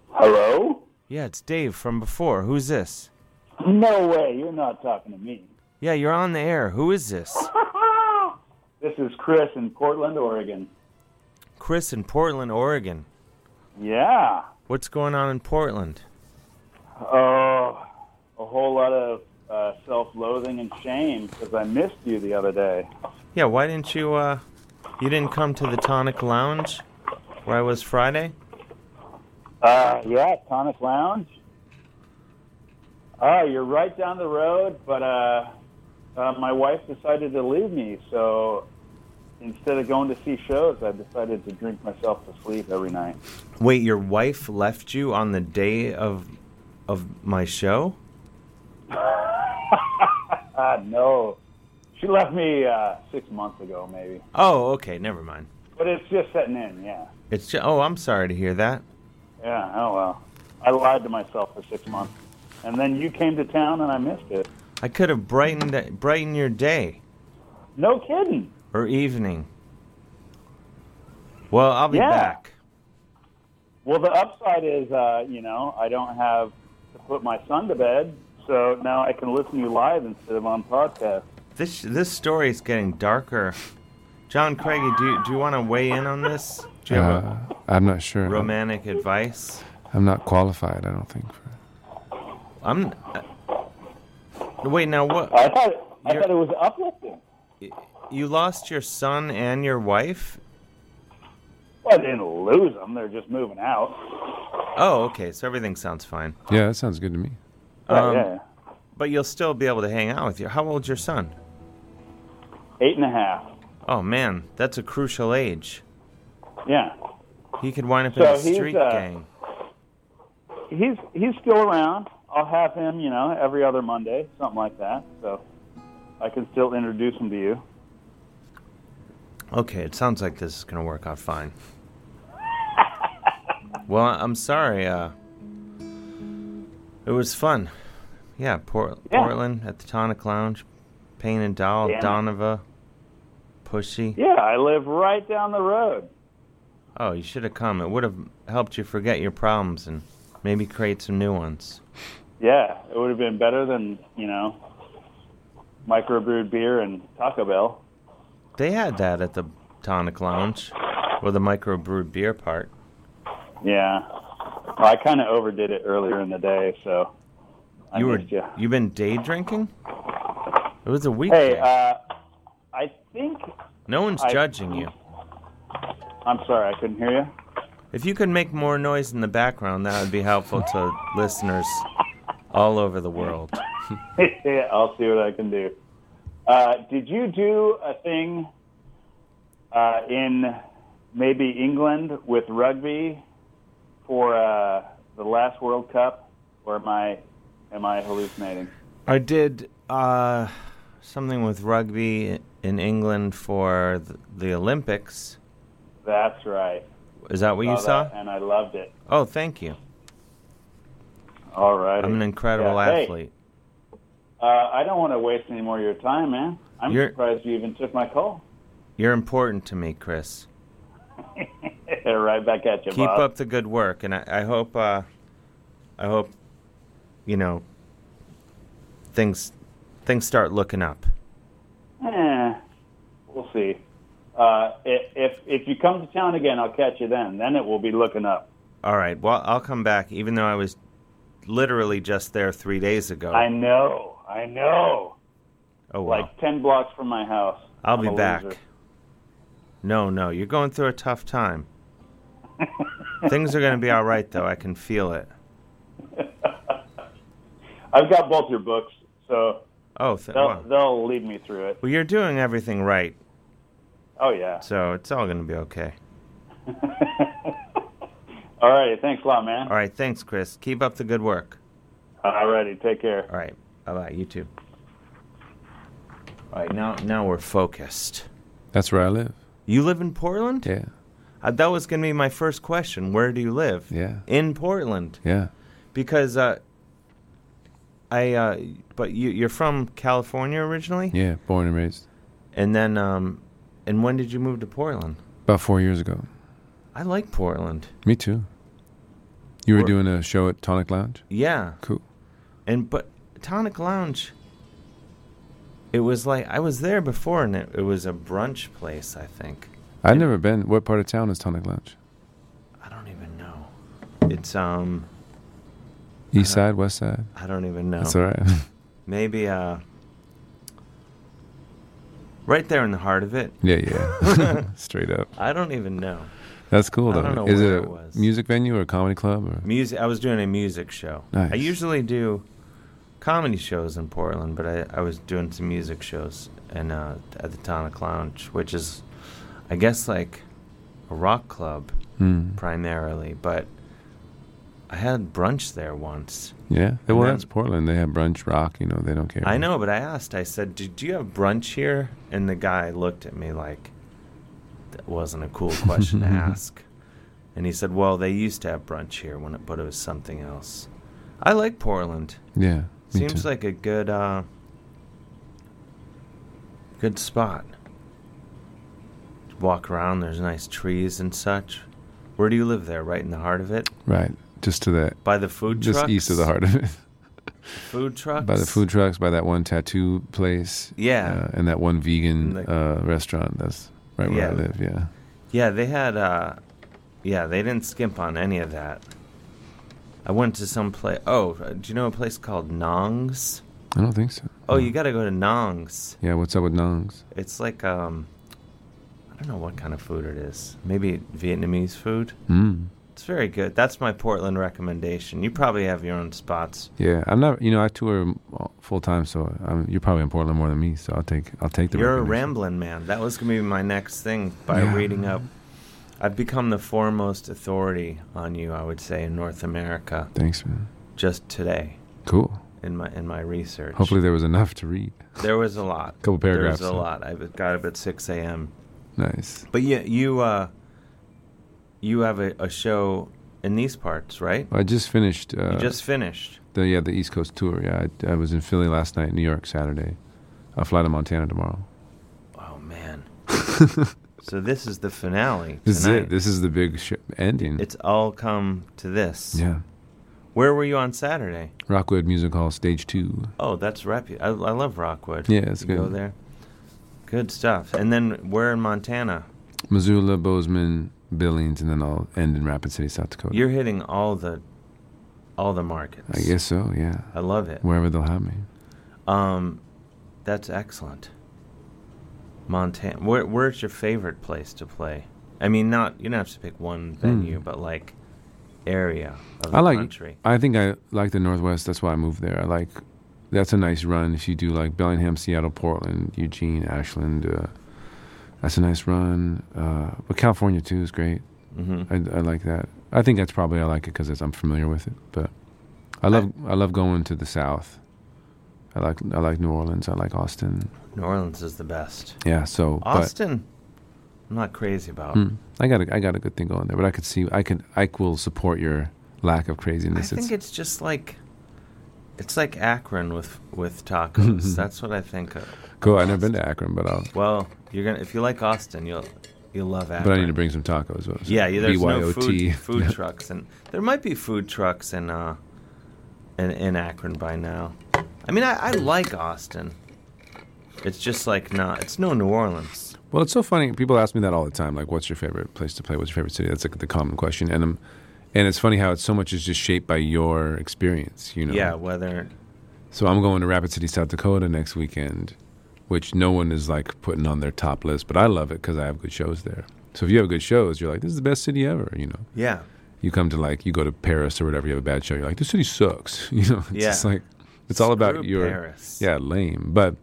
[SPEAKER 7] Hello. Yeah, it's Dave from before. Who's this?
[SPEAKER 13] No way, you're not talking to me.
[SPEAKER 7] Yeah, you're on the air. Who is this?
[SPEAKER 13] This is Chris in Portland, Oregon.
[SPEAKER 7] Chris in Portland, Oregon.
[SPEAKER 13] Yeah.
[SPEAKER 7] What's going on in Portland?
[SPEAKER 13] Oh, a whole lot of uh, self-loathing and shame because I missed you the other day.
[SPEAKER 7] Yeah, why didn't you uh you didn't come to the Tonic Lounge where I was Friday?
[SPEAKER 13] Uh, yeah, Thomas Lounge. Oh, you're right down the road, but uh, uh, my wife decided to leave me, so instead of going to see shows, I decided to drink myself to sleep every night.
[SPEAKER 7] Wait, your wife left you on the day of of my show?
[SPEAKER 13] Ah, no. She left me uh, six months ago, maybe.
[SPEAKER 7] Oh, okay, never mind.
[SPEAKER 13] But it's just setting in, yeah.
[SPEAKER 7] It's ju- oh, I'm sorry to hear that.
[SPEAKER 13] Yeah, oh well. I lied to myself for six months. And then you came to town and I missed it.
[SPEAKER 7] I could have brightened it- brightened your day
[SPEAKER 13] No kidding.
[SPEAKER 7] or evening. Well, I'll be
[SPEAKER 13] Yeah.
[SPEAKER 7] back.
[SPEAKER 13] Well, the upside is, uh, you know, I don't have to put my son to bed, so now I can listen to you live instead of on podcast.
[SPEAKER 7] This this story is getting darker. John Craigie, do you, do you want to weigh in on this? Do you have
[SPEAKER 12] Uh, I'm not sure.
[SPEAKER 7] romantic advice?
[SPEAKER 12] I'm not qualified. I don't think.
[SPEAKER 7] I'm. uh, wait, now what?
[SPEAKER 13] I thought I thought it was uplifting.
[SPEAKER 7] You lost your son and your wife?
[SPEAKER 13] Well, I didn't lose them; they're just moving out.
[SPEAKER 7] Oh, okay. So everything sounds fine. Um,
[SPEAKER 12] Yeah, that sounds good to me.
[SPEAKER 13] Oh, yeah.
[SPEAKER 7] But you'll still be able to hang out with your. How old's your son?
[SPEAKER 13] Eight and a half.
[SPEAKER 7] Oh man, that's a crucial age.
[SPEAKER 13] Yeah.
[SPEAKER 7] He could wind up
[SPEAKER 13] So
[SPEAKER 7] in a
[SPEAKER 13] he's,
[SPEAKER 7] street
[SPEAKER 13] uh,
[SPEAKER 7] gang.
[SPEAKER 13] He's he's still around. I'll have him, you know, every other Monday, something like that. So I can still introduce him to you.
[SPEAKER 7] Okay, it sounds like this is gonna work out fine. well, I- I'm sorry. Uh, it was fun. Yeah, Port-
[SPEAKER 13] Yeah.
[SPEAKER 7] Portland at the Tonic Lounge, Payne and Doll,
[SPEAKER 13] Damn it.
[SPEAKER 7] Donova, Pushy.
[SPEAKER 13] Yeah, I live right down the road.
[SPEAKER 7] Oh, you should have come. It would have helped you forget your problems and maybe create some new ones.
[SPEAKER 13] Yeah, it would have been better than you know, microbrewed beer and Taco Bell.
[SPEAKER 7] They had that at the Tonic Lounge, or the microbrewed beer part.
[SPEAKER 13] Yeah, well, I kind of overdid it earlier in the day, so I
[SPEAKER 7] you were
[SPEAKER 13] missed you.
[SPEAKER 7] have been day drinking? It was a weekday.
[SPEAKER 13] Hey, uh, I think
[SPEAKER 7] no one's
[SPEAKER 13] I-
[SPEAKER 7] judging you.
[SPEAKER 13] I'm sorry I couldn't hear you.
[SPEAKER 7] If you could make more noise in the background, that would be helpful to listeners all over the world.
[SPEAKER 13] yeah, I'll see what I can do. Uh, did you do a thing uh, in maybe England with rugby for uh, the last World Cup, or am I am I hallucinating?
[SPEAKER 7] I did uh, something with rugby in England for the, the Olympics.
[SPEAKER 13] That's right.
[SPEAKER 7] Is that what you
[SPEAKER 13] Saw
[SPEAKER 7] saw?
[SPEAKER 13] that, and I loved it.
[SPEAKER 7] Oh, thank you.
[SPEAKER 13] All right.
[SPEAKER 7] I'm an incredible
[SPEAKER 13] Yeah, hey.
[SPEAKER 7] athlete.
[SPEAKER 13] Uh, I don't want to waste any more of your time, man. I'm
[SPEAKER 7] You're-
[SPEAKER 13] surprised you even took my call.
[SPEAKER 7] You're important to me, Chris.
[SPEAKER 13] right back at you,
[SPEAKER 7] keep
[SPEAKER 13] boss.
[SPEAKER 7] up the good work and i, I hope uh, i hope you know things things start looking up
[SPEAKER 13] Eh, we'll see. Uh, i- if if you come to town again, I'll catch you then. Then it will be looking up.
[SPEAKER 7] all right well i'll come back even though i was literally just there three days ago
[SPEAKER 13] I know. I know.
[SPEAKER 7] oh well
[SPEAKER 13] Like ten blocks from my house.
[SPEAKER 7] i'll
[SPEAKER 13] I'm
[SPEAKER 7] be
[SPEAKER 13] a
[SPEAKER 7] back
[SPEAKER 13] loser.
[SPEAKER 7] no no you're going through a tough time things are going to be all right though i can feel it
[SPEAKER 13] I've got both your books, so
[SPEAKER 7] oh th-
[SPEAKER 13] they'll,
[SPEAKER 7] well,
[SPEAKER 13] they'll lead me through it.
[SPEAKER 7] well you're doing everything right
[SPEAKER 13] Oh yeah.
[SPEAKER 7] so it's all going to be okay
[SPEAKER 13] All righty. Thanks a lot, man.
[SPEAKER 7] all right thanks chris keep up the good work
[SPEAKER 13] All righty. Take care.
[SPEAKER 7] All right. Bye bye. You too. All right. Now, now we're focused.
[SPEAKER 12] That's where I live.
[SPEAKER 7] You live in Portland?
[SPEAKER 12] Yeah.
[SPEAKER 7] Uh, that was going to be my first question. Where do you live?
[SPEAKER 12] Yeah.
[SPEAKER 7] In Portland.
[SPEAKER 12] Yeah.
[SPEAKER 7] Because uh, I, uh, but you, you're from California originally?
[SPEAKER 12] Yeah. Born and raised.
[SPEAKER 7] And then, um, and when did you move to Portland?
[SPEAKER 12] About four years ago.
[SPEAKER 7] I like Portland.
[SPEAKER 12] Me too. You were doing a show at Tonic Lounge?
[SPEAKER 7] Yeah.
[SPEAKER 12] Cool.
[SPEAKER 7] And but Tonic Lounge it was like I was there before and it, it was a brunch place, I think.
[SPEAKER 12] I've never been. What part of town is Tonic Lounge?
[SPEAKER 7] It's um
[SPEAKER 12] East side, west side?
[SPEAKER 7] I don't even know.
[SPEAKER 12] That's all right.
[SPEAKER 7] Maybe uh right there in the heart of it.
[SPEAKER 12] yeah, yeah. Straight up.
[SPEAKER 7] I don't even know.
[SPEAKER 12] That's cool,
[SPEAKER 7] I
[SPEAKER 12] though.
[SPEAKER 7] don't know
[SPEAKER 12] is
[SPEAKER 7] where
[SPEAKER 12] it
[SPEAKER 7] it
[SPEAKER 12] a music venue or a comedy club? Or?
[SPEAKER 7] Music I was doing a music show. I
[SPEAKER 12] Nice.
[SPEAKER 7] usually do comedy shows in Portland, but I, I was doing some music shows and uh at the Tonic Lounge, which is I guess like a rock club
[SPEAKER 12] Hmm.
[SPEAKER 7] primarily, but I had brunch there once.
[SPEAKER 12] Yeah.
[SPEAKER 7] And
[SPEAKER 12] well,
[SPEAKER 7] then-
[SPEAKER 12] that's Portland. They have brunch rock. You know, they don't care.
[SPEAKER 7] I know, but I asked. I said, "Do, do you have brunch here?" And the guy looked at me like that wasn't a cool question to ask. And he said, "Well, they used to have brunch here when it, but it was something else." I like Portland.
[SPEAKER 12] Yeah, me
[SPEAKER 7] seems like a good, uh, good spot. Walk around. There's nice trees and such. Where do you live there? Right in the heart of it,
[SPEAKER 12] Right. Just to that.
[SPEAKER 7] By the food
[SPEAKER 12] Just east of the
[SPEAKER 7] trucks?
[SPEAKER 12] heart of it.
[SPEAKER 7] food trucks.
[SPEAKER 12] By the food trucks, by that one tattoo place.
[SPEAKER 7] Yeah.
[SPEAKER 12] uh, and that one vegan
[SPEAKER 7] And
[SPEAKER 12] uh, restaurant. That's right where I
[SPEAKER 7] Yeah.
[SPEAKER 12] live. Yeah.
[SPEAKER 7] Yeah, they had. Uh, yeah, they didn't skimp on any of that. I went to some place. Oh, uh, do you know a place called Nong's?
[SPEAKER 12] I don't think so.
[SPEAKER 7] Oh, you got to go to Nong's.
[SPEAKER 12] Yeah. What's up with Nongs?
[SPEAKER 7] It's like um, I don't know what kind of food it is. Maybe Vietnamese food.
[SPEAKER 12] Mm.
[SPEAKER 7] It's very good. That's my Portland recommendation. You probably have your own spots.
[SPEAKER 12] Yeah. I'm not, you know, I tour full time, so I'm, you're probably in Portland more than me, so I'll take, I'll take the
[SPEAKER 7] You're a
[SPEAKER 12] recommendation.
[SPEAKER 7] rambling man. That was gonna be my next thing by
[SPEAKER 12] Yeah.
[SPEAKER 7] reading up. I've become the foremost authority on you, I would say, in North America.
[SPEAKER 12] Thanks, man.
[SPEAKER 7] Just today.
[SPEAKER 12] Cool.
[SPEAKER 7] in my in my research.
[SPEAKER 12] Hopefully there was enough to read.
[SPEAKER 7] there was a lot.
[SPEAKER 12] Couple paragraphs,
[SPEAKER 7] There was a
[SPEAKER 12] huh?
[SPEAKER 7] lot. I got up at six a.m.
[SPEAKER 12] Nice.
[SPEAKER 7] But yeah, you uh, you have a, a show in these parts, right?
[SPEAKER 12] I just finished. Uh,
[SPEAKER 7] you just finished.
[SPEAKER 12] The yeah, the East Coast tour. Yeah, I, I was in Philly last night, New York Saturday. I'll fly to Montana tomorrow.
[SPEAKER 7] Oh man. so this is the finale.
[SPEAKER 12] This is
[SPEAKER 7] tonight.
[SPEAKER 12] it. This is the big sh- ending.
[SPEAKER 7] It's all come to this.
[SPEAKER 12] Yeah.
[SPEAKER 7] Where were you on Saturday?
[SPEAKER 12] Rockwood Music Hall, stage two.
[SPEAKER 7] Oh, that's repu- I, I love Rockwood.
[SPEAKER 12] Yeah, it's
[SPEAKER 7] you
[SPEAKER 12] good.
[SPEAKER 7] Go there. Good stuff. And then where in Montana?
[SPEAKER 12] Missoula, Bozeman, Billings, and then I'll end in Rapid City, South Dakota.
[SPEAKER 7] You're hitting all the all the markets.
[SPEAKER 12] I guess so. Yeah.
[SPEAKER 7] I love it.
[SPEAKER 12] Wherever they'll have me.
[SPEAKER 7] Um, that's excellent. Montana. Where, where's your favorite place to play? I mean, not you don't have to pick one venue, but like area of the
[SPEAKER 12] Hmm. I like.
[SPEAKER 7] country.
[SPEAKER 12] I think I like the Northwest. That's why I moved there. I like. That's a nice run. If you do like Bellingham, Seattle, Portland, Eugene, Ashland, uh, that's a nice run. Uh, but California too is great.
[SPEAKER 7] Mhm.
[SPEAKER 12] I, I like that. I think that's probably I like it because I'm familiar with it. But I love I, love going to the South. I like I like New Orleans. I like Austin.
[SPEAKER 7] New Orleans is the best.
[SPEAKER 12] Yeah. So but-
[SPEAKER 7] Austin, I'm not crazy about.
[SPEAKER 12] Mm, I got a, I got a good thing going there. But I could see I could I will support your lack of
[SPEAKER 7] I
[SPEAKER 12] craziness.
[SPEAKER 7] think it's just like it's like Akron with with tacos. that's what I think of.
[SPEAKER 12] cool. I've never been to Akron, but I'll
[SPEAKER 7] Well, you're gonna if you like Austin, you'll you'll love Akron.
[SPEAKER 12] But I need to bring some tacos. So
[SPEAKER 7] Yeah, yeah there's
[SPEAKER 12] BYOT.
[SPEAKER 7] no food, food trucks, and there might be food trucks in uh, in, in Akron by now. I mean, I, I like Austin. It's just like not. It's no New Orleans.
[SPEAKER 12] Well, it's so funny. People ask me that all the time. Like, what's your favorite place to play? What's your favorite city? That's like the common question. And I'm, and it's funny how it's so much is just shaped by your experience. You know.
[SPEAKER 7] Yeah, whether
[SPEAKER 12] So I'm going to Rapid City, South Dakota next weekend, which no one is like putting on their top list, but I love it because I have good shows there. So if you have good shows, you're like, this is the best city ever. You know.
[SPEAKER 7] yeah,
[SPEAKER 12] You come to like you go to Paris or whatever, you have a bad show. You're like, this city sucks. You know. It's
[SPEAKER 7] Yeah.
[SPEAKER 12] just like it's all about
[SPEAKER 7] Screw
[SPEAKER 12] your
[SPEAKER 7] Paris.
[SPEAKER 12] yeah lame, but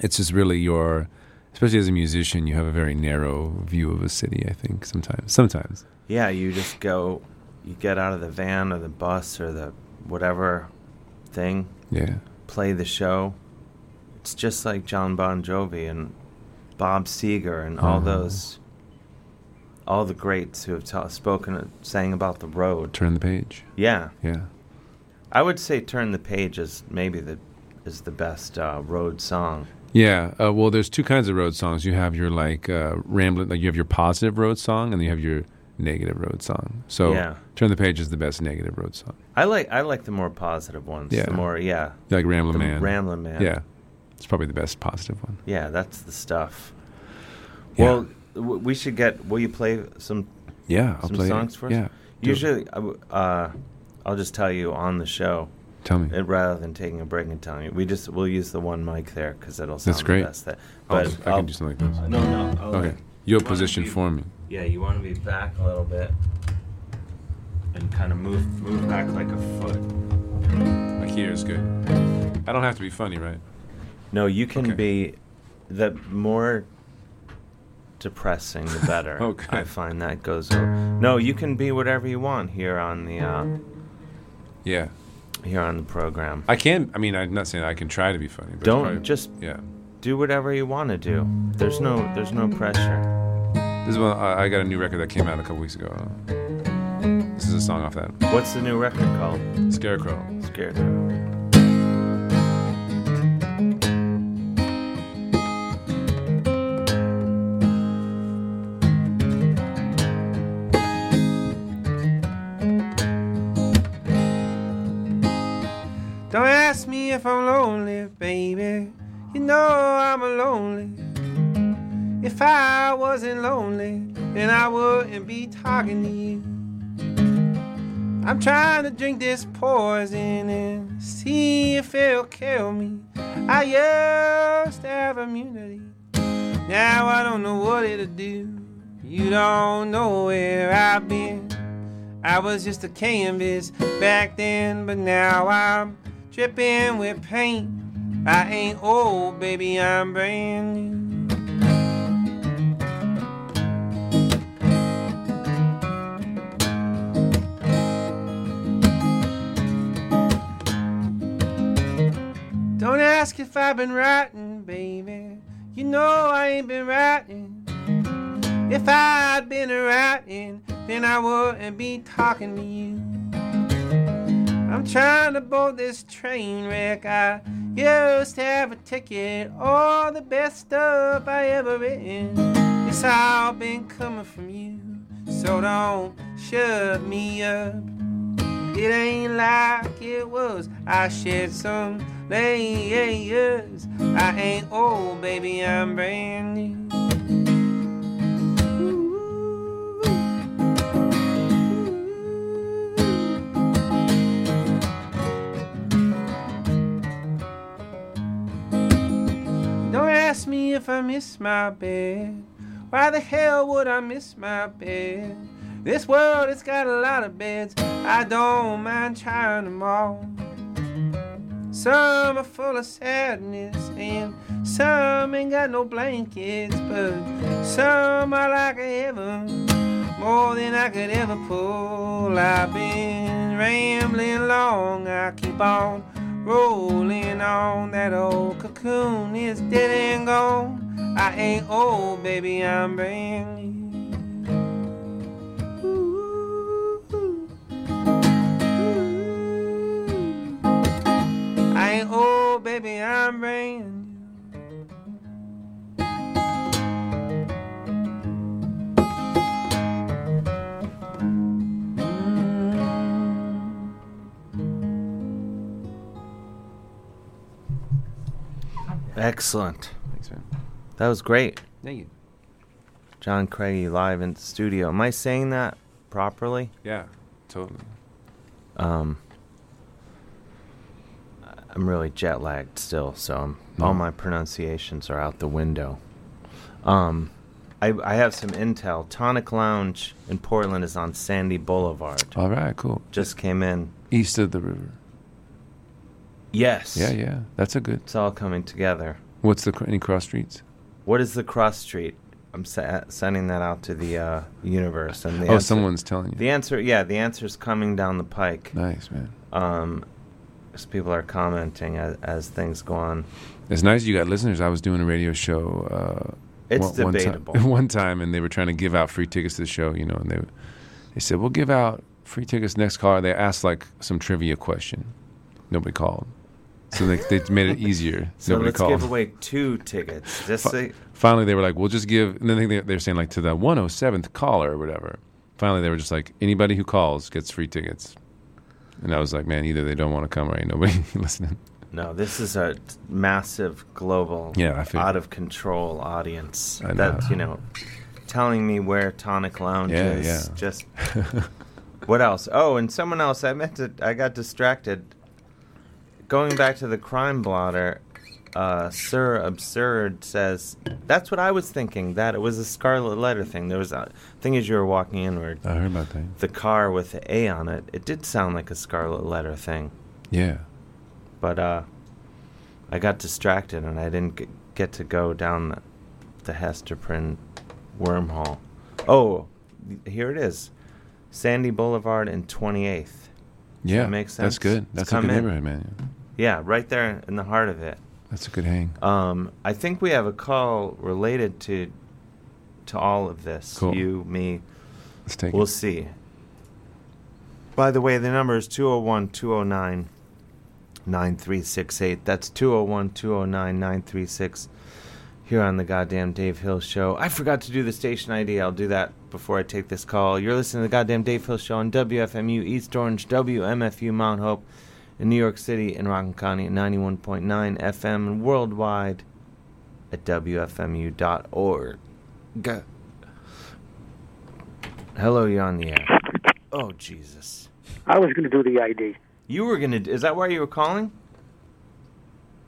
[SPEAKER 12] it's just really your. Especially as a musician, you have a very narrow view of a city. I think sometimes, sometimes
[SPEAKER 7] yeah, you just go, you get out of the van or the bus or the whatever thing,
[SPEAKER 12] Yeah.
[SPEAKER 7] play the show. It's just like John Bon Jovi and Bob Seger and all
[SPEAKER 12] Mhm.
[SPEAKER 7] those, all the greats who have ta- spoken, sang about the road.
[SPEAKER 12] turn the page.
[SPEAKER 7] Yeah,
[SPEAKER 12] Yeah,
[SPEAKER 7] I would say "Turn the Page" is maybe the is the best uh, road song.
[SPEAKER 12] yeah. Uh, well, there's two kinds of road songs. You have your like uh, rambling, like you have your positive road song, and you have your negative road song. So
[SPEAKER 7] Yeah.
[SPEAKER 12] Turn the Page is the best negative road song.
[SPEAKER 7] I like I like the more positive ones.
[SPEAKER 12] Yeah.
[SPEAKER 7] The more yeah.
[SPEAKER 12] Like Ramblin'
[SPEAKER 7] The
[SPEAKER 12] Man.
[SPEAKER 7] Ramblin' Man.
[SPEAKER 12] Yeah. It's probably the best positive one.
[SPEAKER 7] Yeah, that's the stuff.
[SPEAKER 12] Yeah.
[SPEAKER 7] Well, w- we should get. Will you play some?
[SPEAKER 12] Yeah, I'll
[SPEAKER 7] some
[SPEAKER 12] play it.
[SPEAKER 7] songs for us.
[SPEAKER 12] Yeah, do it.
[SPEAKER 7] Usually, I w- uh, I'll just tell you on the show.
[SPEAKER 12] Tell me.
[SPEAKER 7] uh, rather than taking a break and telling you. We just we'll use the one mic there because it'll sound
[SPEAKER 12] That's great.
[SPEAKER 7] the best. That,
[SPEAKER 12] I'll
[SPEAKER 7] but
[SPEAKER 12] just- I can do something like this.
[SPEAKER 7] No, no. I'll-
[SPEAKER 12] okay. You have
[SPEAKER 7] wanna
[SPEAKER 12] position
[SPEAKER 7] be-
[SPEAKER 12] for me.
[SPEAKER 7] Yeah, you want to be back a little bit and kind of move move back like a foot.
[SPEAKER 12] Like here is good. I don't have to be funny, right?
[SPEAKER 7] No, you can be the more depressing the better. okay. I find that goes over. No, you can be whatever you want here on the uh,
[SPEAKER 12] Yeah.
[SPEAKER 7] here on the program.
[SPEAKER 12] I can. I mean, I'm not saying I can try to be funny. But it's
[SPEAKER 7] Don't
[SPEAKER 12] probably-
[SPEAKER 7] just
[SPEAKER 12] yeah.
[SPEAKER 7] do whatever you want to do. There's no there's no pressure.
[SPEAKER 12] This is one. I I got a new record that came out a couple weeks ago. This is a song off that.
[SPEAKER 7] What's the new record called?
[SPEAKER 12] Scarecrow.
[SPEAKER 7] Scarecrow.
[SPEAKER 14] Don't ask me if I'm lonely, baby. You know I'm a lonely. If I wasn't lonely, then I wouldn't be talking to you. I'm trying to drink this poison and see if it'll kill me. I used to have immunity. Now I don't know what it'll do. You don't know where I've been. I was just a canvas back then, but now I'm dripping with paint. I ain't old, baby, I'm brand new. Don't ask if I've been writing, baby. You know I ain't been writing. If I'd been writing, then I wouldn't be talking to you. I'm trying to board this train wreck. I used to have a ticket. All the best stuff I ever written. It's all been coming from you. So don't shut me up. It ain't like it was. I shed some layers. I ain't old, baby. I'm brand new. Don't ask me if I miss my bed. Why the hell would I miss my bed? This world has got a lot of beds. I don't mind trying them all. Some are full of sadness, and some ain't got no blankets, but some are like heaven, more than I could ever pull. I've been rambling long, I keep on rolling on. That old cocoon is dead and gone. I ain't old, baby, I'm brand new. I ain't old, baby, I'm brand new.
[SPEAKER 7] Excellent.
[SPEAKER 12] Thanks, man.
[SPEAKER 7] That was great.
[SPEAKER 12] Thank you.
[SPEAKER 7] John Craigie live in the studio. Am I saying that properly?
[SPEAKER 12] Yeah. Totally.
[SPEAKER 7] Um, I'm really jet lagged still, so I'm,
[SPEAKER 12] Mm-hmm.
[SPEAKER 7] all my pronunciations are out the window. Um, I, I have some intel. Tonic Lounge in Portland is on Sandy Boulevard.
[SPEAKER 12] All right. Cool.
[SPEAKER 7] Just came in.
[SPEAKER 12] East of the river.
[SPEAKER 7] Yes.
[SPEAKER 12] Yeah. Yeah. That's a good.
[SPEAKER 7] It's all coming together.
[SPEAKER 12] What's the cr- any cross streets?
[SPEAKER 7] What is the cross street? I'm se- sending that out to the uh, universe. And the
[SPEAKER 12] oh,
[SPEAKER 7] answer-
[SPEAKER 12] someone's telling you.
[SPEAKER 7] The answer, yeah, the answer's coming down the pike.
[SPEAKER 12] Nice, man.
[SPEAKER 7] Um, as people are commenting as, as things go on.
[SPEAKER 12] It's nice you got listeners. I was doing a radio show. Uh,
[SPEAKER 7] It's
[SPEAKER 12] one,
[SPEAKER 7] debatable.
[SPEAKER 12] One time, one time, and they were trying to give out free tickets to the show, you know, and they they said we'll give out free tickets next caller. They asked like some trivia question. Nobody called, so they they made it easier.
[SPEAKER 7] So
[SPEAKER 12] Nobody
[SPEAKER 7] let's
[SPEAKER 12] called.
[SPEAKER 7] give away two tickets. Just say,
[SPEAKER 12] Finally, they were like, "We'll just give." And then they, they're saying like to the 107th caller or whatever. finally they were just like, anybody who calls gets free tickets. And I was like, man, either they don't want to come or ain't nobody listening.
[SPEAKER 7] No, this is a massive global,
[SPEAKER 12] Yeah, I figured.
[SPEAKER 7] out of control audience.
[SPEAKER 12] I know.
[SPEAKER 7] That you know, telling me where Tonic Lounge
[SPEAKER 12] Yeah,
[SPEAKER 7] is.
[SPEAKER 12] yeah.
[SPEAKER 7] Just what else? Oh, and someone else. I meant to. I got distracted. Going back to the crime blotter, uh, Sir Absurd says that's what I was thinking. That it was a Scarlet Letter thing. There was a thing as you were walking inward.
[SPEAKER 12] I heard about that.
[SPEAKER 7] The car with the A on it. It did sound like a Scarlet Letter thing
[SPEAKER 12] Yeah.
[SPEAKER 7] but uh, I got distracted and I didn't g- get to go down the, the Hesterprin wormhole. Oh, here it is, Sandy Boulevard and 28th. Does
[SPEAKER 12] Yeah,
[SPEAKER 7] that makes sense.
[SPEAKER 12] that's good.
[SPEAKER 7] It's
[SPEAKER 12] That's a
[SPEAKER 7] come
[SPEAKER 12] good
[SPEAKER 7] in.
[SPEAKER 12] neighborhood, man.
[SPEAKER 7] Yeah, right there in the heart of it.
[SPEAKER 12] That's a good hang.
[SPEAKER 7] Um, I think we have a call related to to all of this.
[SPEAKER 12] Cool.
[SPEAKER 7] You, me.
[SPEAKER 12] Let's take
[SPEAKER 7] We'll see. By the way, the number is 201 209 9368. That's 201 209 9368 here on the Goddamn Dave Hill Show. I forgot to do the station ID. I'll do that before I take this call. You're listening to the Goddamn Dave Hill Show on WFMU East Orange, WMFU Mount Hope in New York City and Rockland County at 91.9 FM and worldwide at WFMU.org. Hello, you're on the air. Oh, Jesus.
[SPEAKER 9] I was going to do the ID.
[SPEAKER 7] You were going to. Is that why you were calling?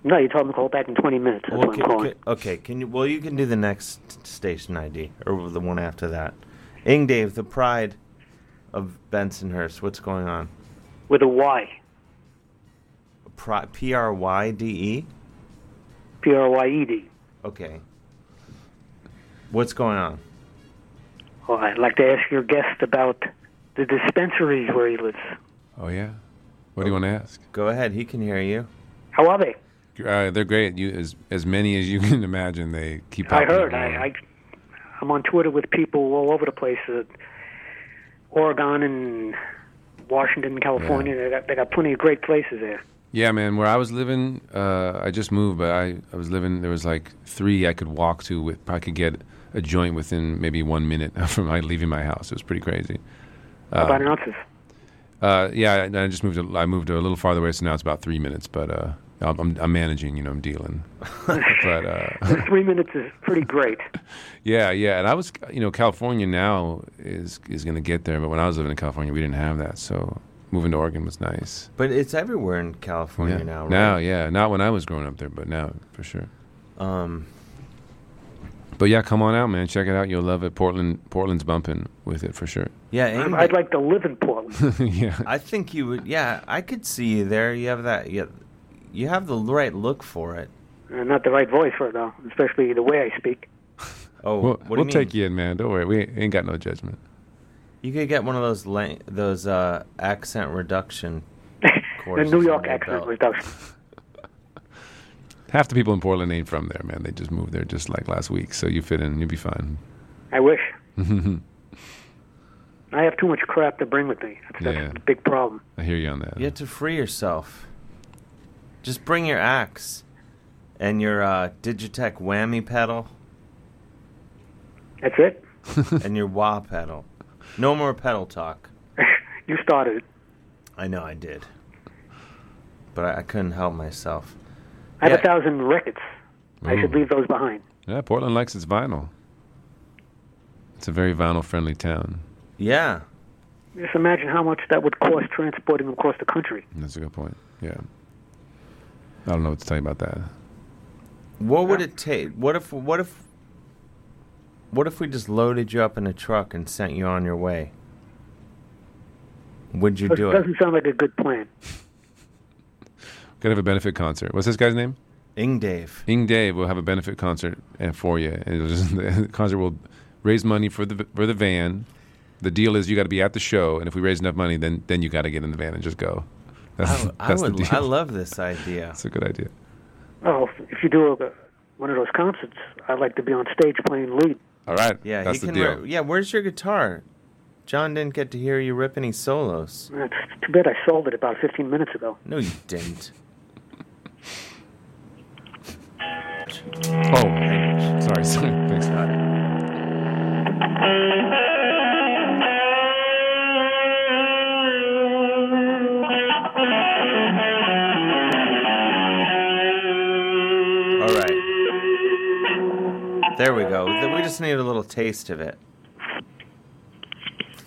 [SPEAKER 9] No, you told me to call back in 20 minutes. That's
[SPEAKER 7] Well,
[SPEAKER 9] why I'm
[SPEAKER 7] ca-
[SPEAKER 9] calling.
[SPEAKER 7] ca- okay, can you? Well, you can do the next station ID or the one after that. Ing Dave, the pride of Bensonhurst. What's going on?
[SPEAKER 9] With a Y.
[SPEAKER 7] Pri- P R Y D E.
[SPEAKER 9] P R Y E D.
[SPEAKER 7] Okay. What's going on?
[SPEAKER 9] All right, Oh, I'd like to ask your guest about the dispensaries where he lives.
[SPEAKER 12] Oh yeah. What do you want to ask?
[SPEAKER 7] Oh, Go ahead. He can hear you.
[SPEAKER 9] How are they?
[SPEAKER 12] Uh, they're great. You as as many as you can imagine. They keep.
[SPEAKER 9] I
[SPEAKER 12] popping up.
[SPEAKER 9] heard. I, I, I'm on Twitter with people all over the place, uh, Oregon and Washington, California. They, got, they got plenty of great places there.
[SPEAKER 12] Yeah, man. Where I was living, uh, I just moved, but I, I was living. There was like three I could walk to. With I could get a joint within maybe one minute from my leaving my house. It was pretty crazy. Uh,
[SPEAKER 9] about ounces.
[SPEAKER 12] uh, yeah, and I just moved. To, I moved a little farther away, so now it's about three minutes. But uh, I'm, I'm- I'm managing. You know, I'm dealing. but uh,
[SPEAKER 9] Three minutes is pretty great.
[SPEAKER 12] yeah, yeah. And I was, you know, California now is is going to get there. But when I was living in California, we didn't have that. So moving to Oregon was nice.
[SPEAKER 7] But it's everywhere in California
[SPEAKER 12] yeah.
[SPEAKER 7] now, right?
[SPEAKER 12] Now, yeah, not when I was growing up there, but now for sure.
[SPEAKER 7] Um,
[SPEAKER 12] But yeah, come on out, man. Check it out. You'll love it. Portland, Portland's bumping with it for sure.
[SPEAKER 7] Yeah,
[SPEAKER 9] I'm-
[SPEAKER 7] Ing-
[SPEAKER 9] I'd like to live in Portland.
[SPEAKER 12] yeah.
[SPEAKER 7] I think you would. Yeah, I could see you there. You have that. You, you have the right look for it.
[SPEAKER 9] Uh, not the right voice for it, though, especially the way I speak.
[SPEAKER 7] Oh,
[SPEAKER 12] we'll,
[SPEAKER 7] what do
[SPEAKER 12] we'll
[SPEAKER 7] you mean?
[SPEAKER 12] take you in, man. Don't worry. We ain't ain't got no judgment.
[SPEAKER 7] You could get one of those lang- those uh, accent reduction
[SPEAKER 9] The
[SPEAKER 7] courses.
[SPEAKER 9] New York
[SPEAKER 7] under your
[SPEAKER 9] accent
[SPEAKER 7] belt.
[SPEAKER 9] reduction.
[SPEAKER 12] Half the people in Portland ain't from there, man. They just moved there just like last week. So you fit in. You'll be fine.
[SPEAKER 9] I wish.
[SPEAKER 12] I
[SPEAKER 9] I have too much crap to bring with me. That's, that's
[SPEAKER 12] Yeah.
[SPEAKER 9] a big problem.
[SPEAKER 12] hear you on that.
[SPEAKER 7] You have to free yourself. Just bring your axe and your uh, Digitech whammy pedal
[SPEAKER 9] That's it.
[SPEAKER 7] and your wah pedal. No more pedal talk.
[SPEAKER 9] You started it.
[SPEAKER 7] I know I did, but I, I couldn't help myself.
[SPEAKER 9] I have
[SPEAKER 7] Yeah.
[SPEAKER 9] a thousand records. I should
[SPEAKER 12] Ooh.
[SPEAKER 9] leave those behind.
[SPEAKER 12] Yeah, Portland likes its vinyl. It's a very vinyl friendly town.
[SPEAKER 7] Yeah,
[SPEAKER 9] Just imagine how much that would cost transporting them across the country.
[SPEAKER 12] That's a good point. Yeah. I don't know what to tell you about that.
[SPEAKER 7] What would it take? What if? What if? What if we just loaded you up in a truck and sent you on your way? Would you
[SPEAKER 9] It
[SPEAKER 7] do it?
[SPEAKER 9] doesn't sound like a good plan.
[SPEAKER 12] Gonna have a benefit concert. What's this guy's name?
[SPEAKER 7] Ing Dave.
[SPEAKER 12] Ing Dave will have a benefit concert uh, for you, and it'll just, the concert will raise money for the for the van. The deal is you got to be at the show, and if we raise enough money, then then you got to get in the van and just go.
[SPEAKER 7] I, w- I would. I love this idea.
[SPEAKER 12] That's a good idea.
[SPEAKER 9] Oh, if you do a, one of those concerts, I'd like to be on stage playing lead.
[SPEAKER 12] All right.
[SPEAKER 7] Yeah,
[SPEAKER 12] that's
[SPEAKER 7] he
[SPEAKER 12] the
[SPEAKER 7] can.
[SPEAKER 12] deal.
[SPEAKER 7] ri- yeah, where's your guitar? John didn't get to hear you rip any solos.
[SPEAKER 9] That's too bad I sold it about 15 minutes ago.
[SPEAKER 7] No, you didn't.
[SPEAKER 12] oh, sorry, sorry. Thanks.
[SPEAKER 7] God. th- we just need a little taste of it.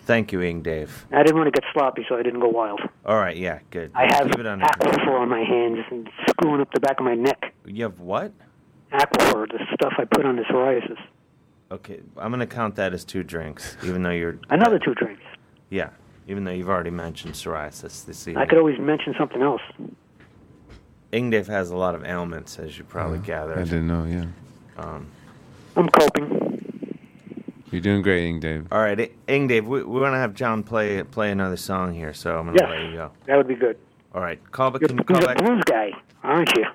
[SPEAKER 7] Thank you, Ing Dave.
[SPEAKER 9] I didn't want to get sloppy, so I didn't go wild.
[SPEAKER 7] All right, yeah, good.
[SPEAKER 9] I have
[SPEAKER 7] Keep it under control.
[SPEAKER 9] aquaphor on my hands and screwing up the back of my neck.
[SPEAKER 7] You have what?
[SPEAKER 9] Aquaphor, the stuff I put on the psoriasis.
[SPEAKER 7] Okay, I'm gonna count that as two drinks, even though you're
[SPEAKER 9] Another two drinks.
[SPEAKER 7] yeah, even though you've already mentioned psoriasis this evening.
[SPEAKER 9] I could always mention something else.
[SPEAKER 7] Ingdave has a lot of ailments, as you probably gathered.
[SPEAKER 12] Mm-hmm. I didn't know. Yeah,
[SPEAKER 7] Um,
[SPEAKER 9] I'm coping.
[SPEAKER 12] you're doing great, Ing Dave.
[SPEAKER 7] All right, I- Ingdave, we, we want to have John play play another song here, so I'm gonna
[SPEAKER 9] Yes.
[SPEAKER 7] let you go.
[SPEAKER 9] That would be good.
[SPEAKER 7] All right, call back.
[SPEAKER 9] You're,
[SPEAKER 7] Can you
[SPEAKER 9] you're
[SPEAKER 7] call
[SPEAKER 9] a
[SPEAKER 7] back?
[SPEAKER 9] blues guy, aren't you?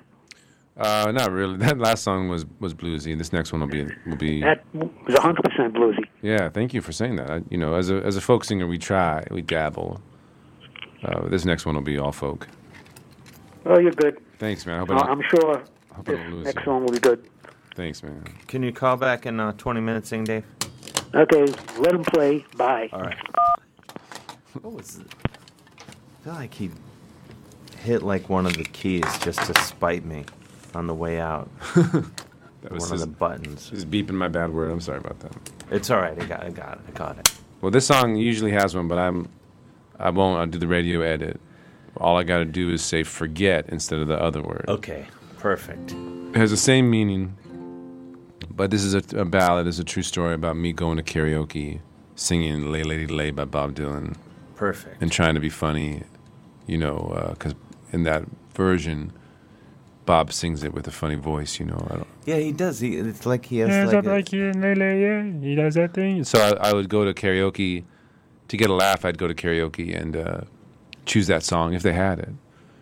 [SPEAKER 12] Uh, not really. That last song was was bluesy. This next one will be will be.
[SPEAKER 9] That was 100% bluesy.
[SPEAKER 12] Yeah, thank you for saying that. I, you know, as a as a folk singer, we try, we dabble. Uh, this next one will be all folk.
[SPEAKER 9] Oh, you're good.
[SPEAKER 12] Thanks, man. I hope I
[SPEAKER 9] Uh,
[SPEAKER 12] don't-
[SPEAKER 9] I'm sure
[SPEAKER 12] hope I
[SPEAKER 9] this
[SPEAKER 12] don't lose
[SPEAKER 9] next
[SPEAKER 12] you.
[SPEAKER 9] song will be good.
[SPEAKER 12] Thanks, man.
[SPEAKER 7] Can you call back in uh, 20 minutes, Ingdave?
[SPEAKER 9] Okay, let him play. Bye.
[SPEAKER 7] All right. What was it? I feel like he hit like one of the keys just to spite me on the way out.
[SPEAKER 12] That was
[SPEAKER 7] one
[SPEAKER 12] his-
[SPEAKER 7] of the buttons.
[SPEAKER 12] Just beeping my bad word. I'm sorry about that.
[SPEAKER 7] It's all right. I got, I got it. I caught it.
[SPEAKER 12] Well, this song usually has one, but I'm I won't. I'll do the radio edit. All I got to do is say forget instead of the other word.
[SPEAKER 7] Okay. Perfect.
[SPEAKER 12] It has the same meaning, but this is a, a ballad. It's a true story about me going to karaoke, singing "Lay Lady Lay" by Bob Dylan.
[SPEAKER 7] Perfect.
[SPEAKER 12] And trying to be funny, you know, because in that version, Bob sings it with a funny voice. You know, I don't.
[SPEAKER 7] Yeah, he does. He, it's like he
[SPEAKER 12] Yeah,
[SPEAKER 7] has
[SPEAKER 12] it's
[SPEAKER 7] like a,
[SPEAKER 12] like He does that thing. So I, I would go to karaoke to get a laugh. I'd go to karaoke and uh, choose that song if they had it,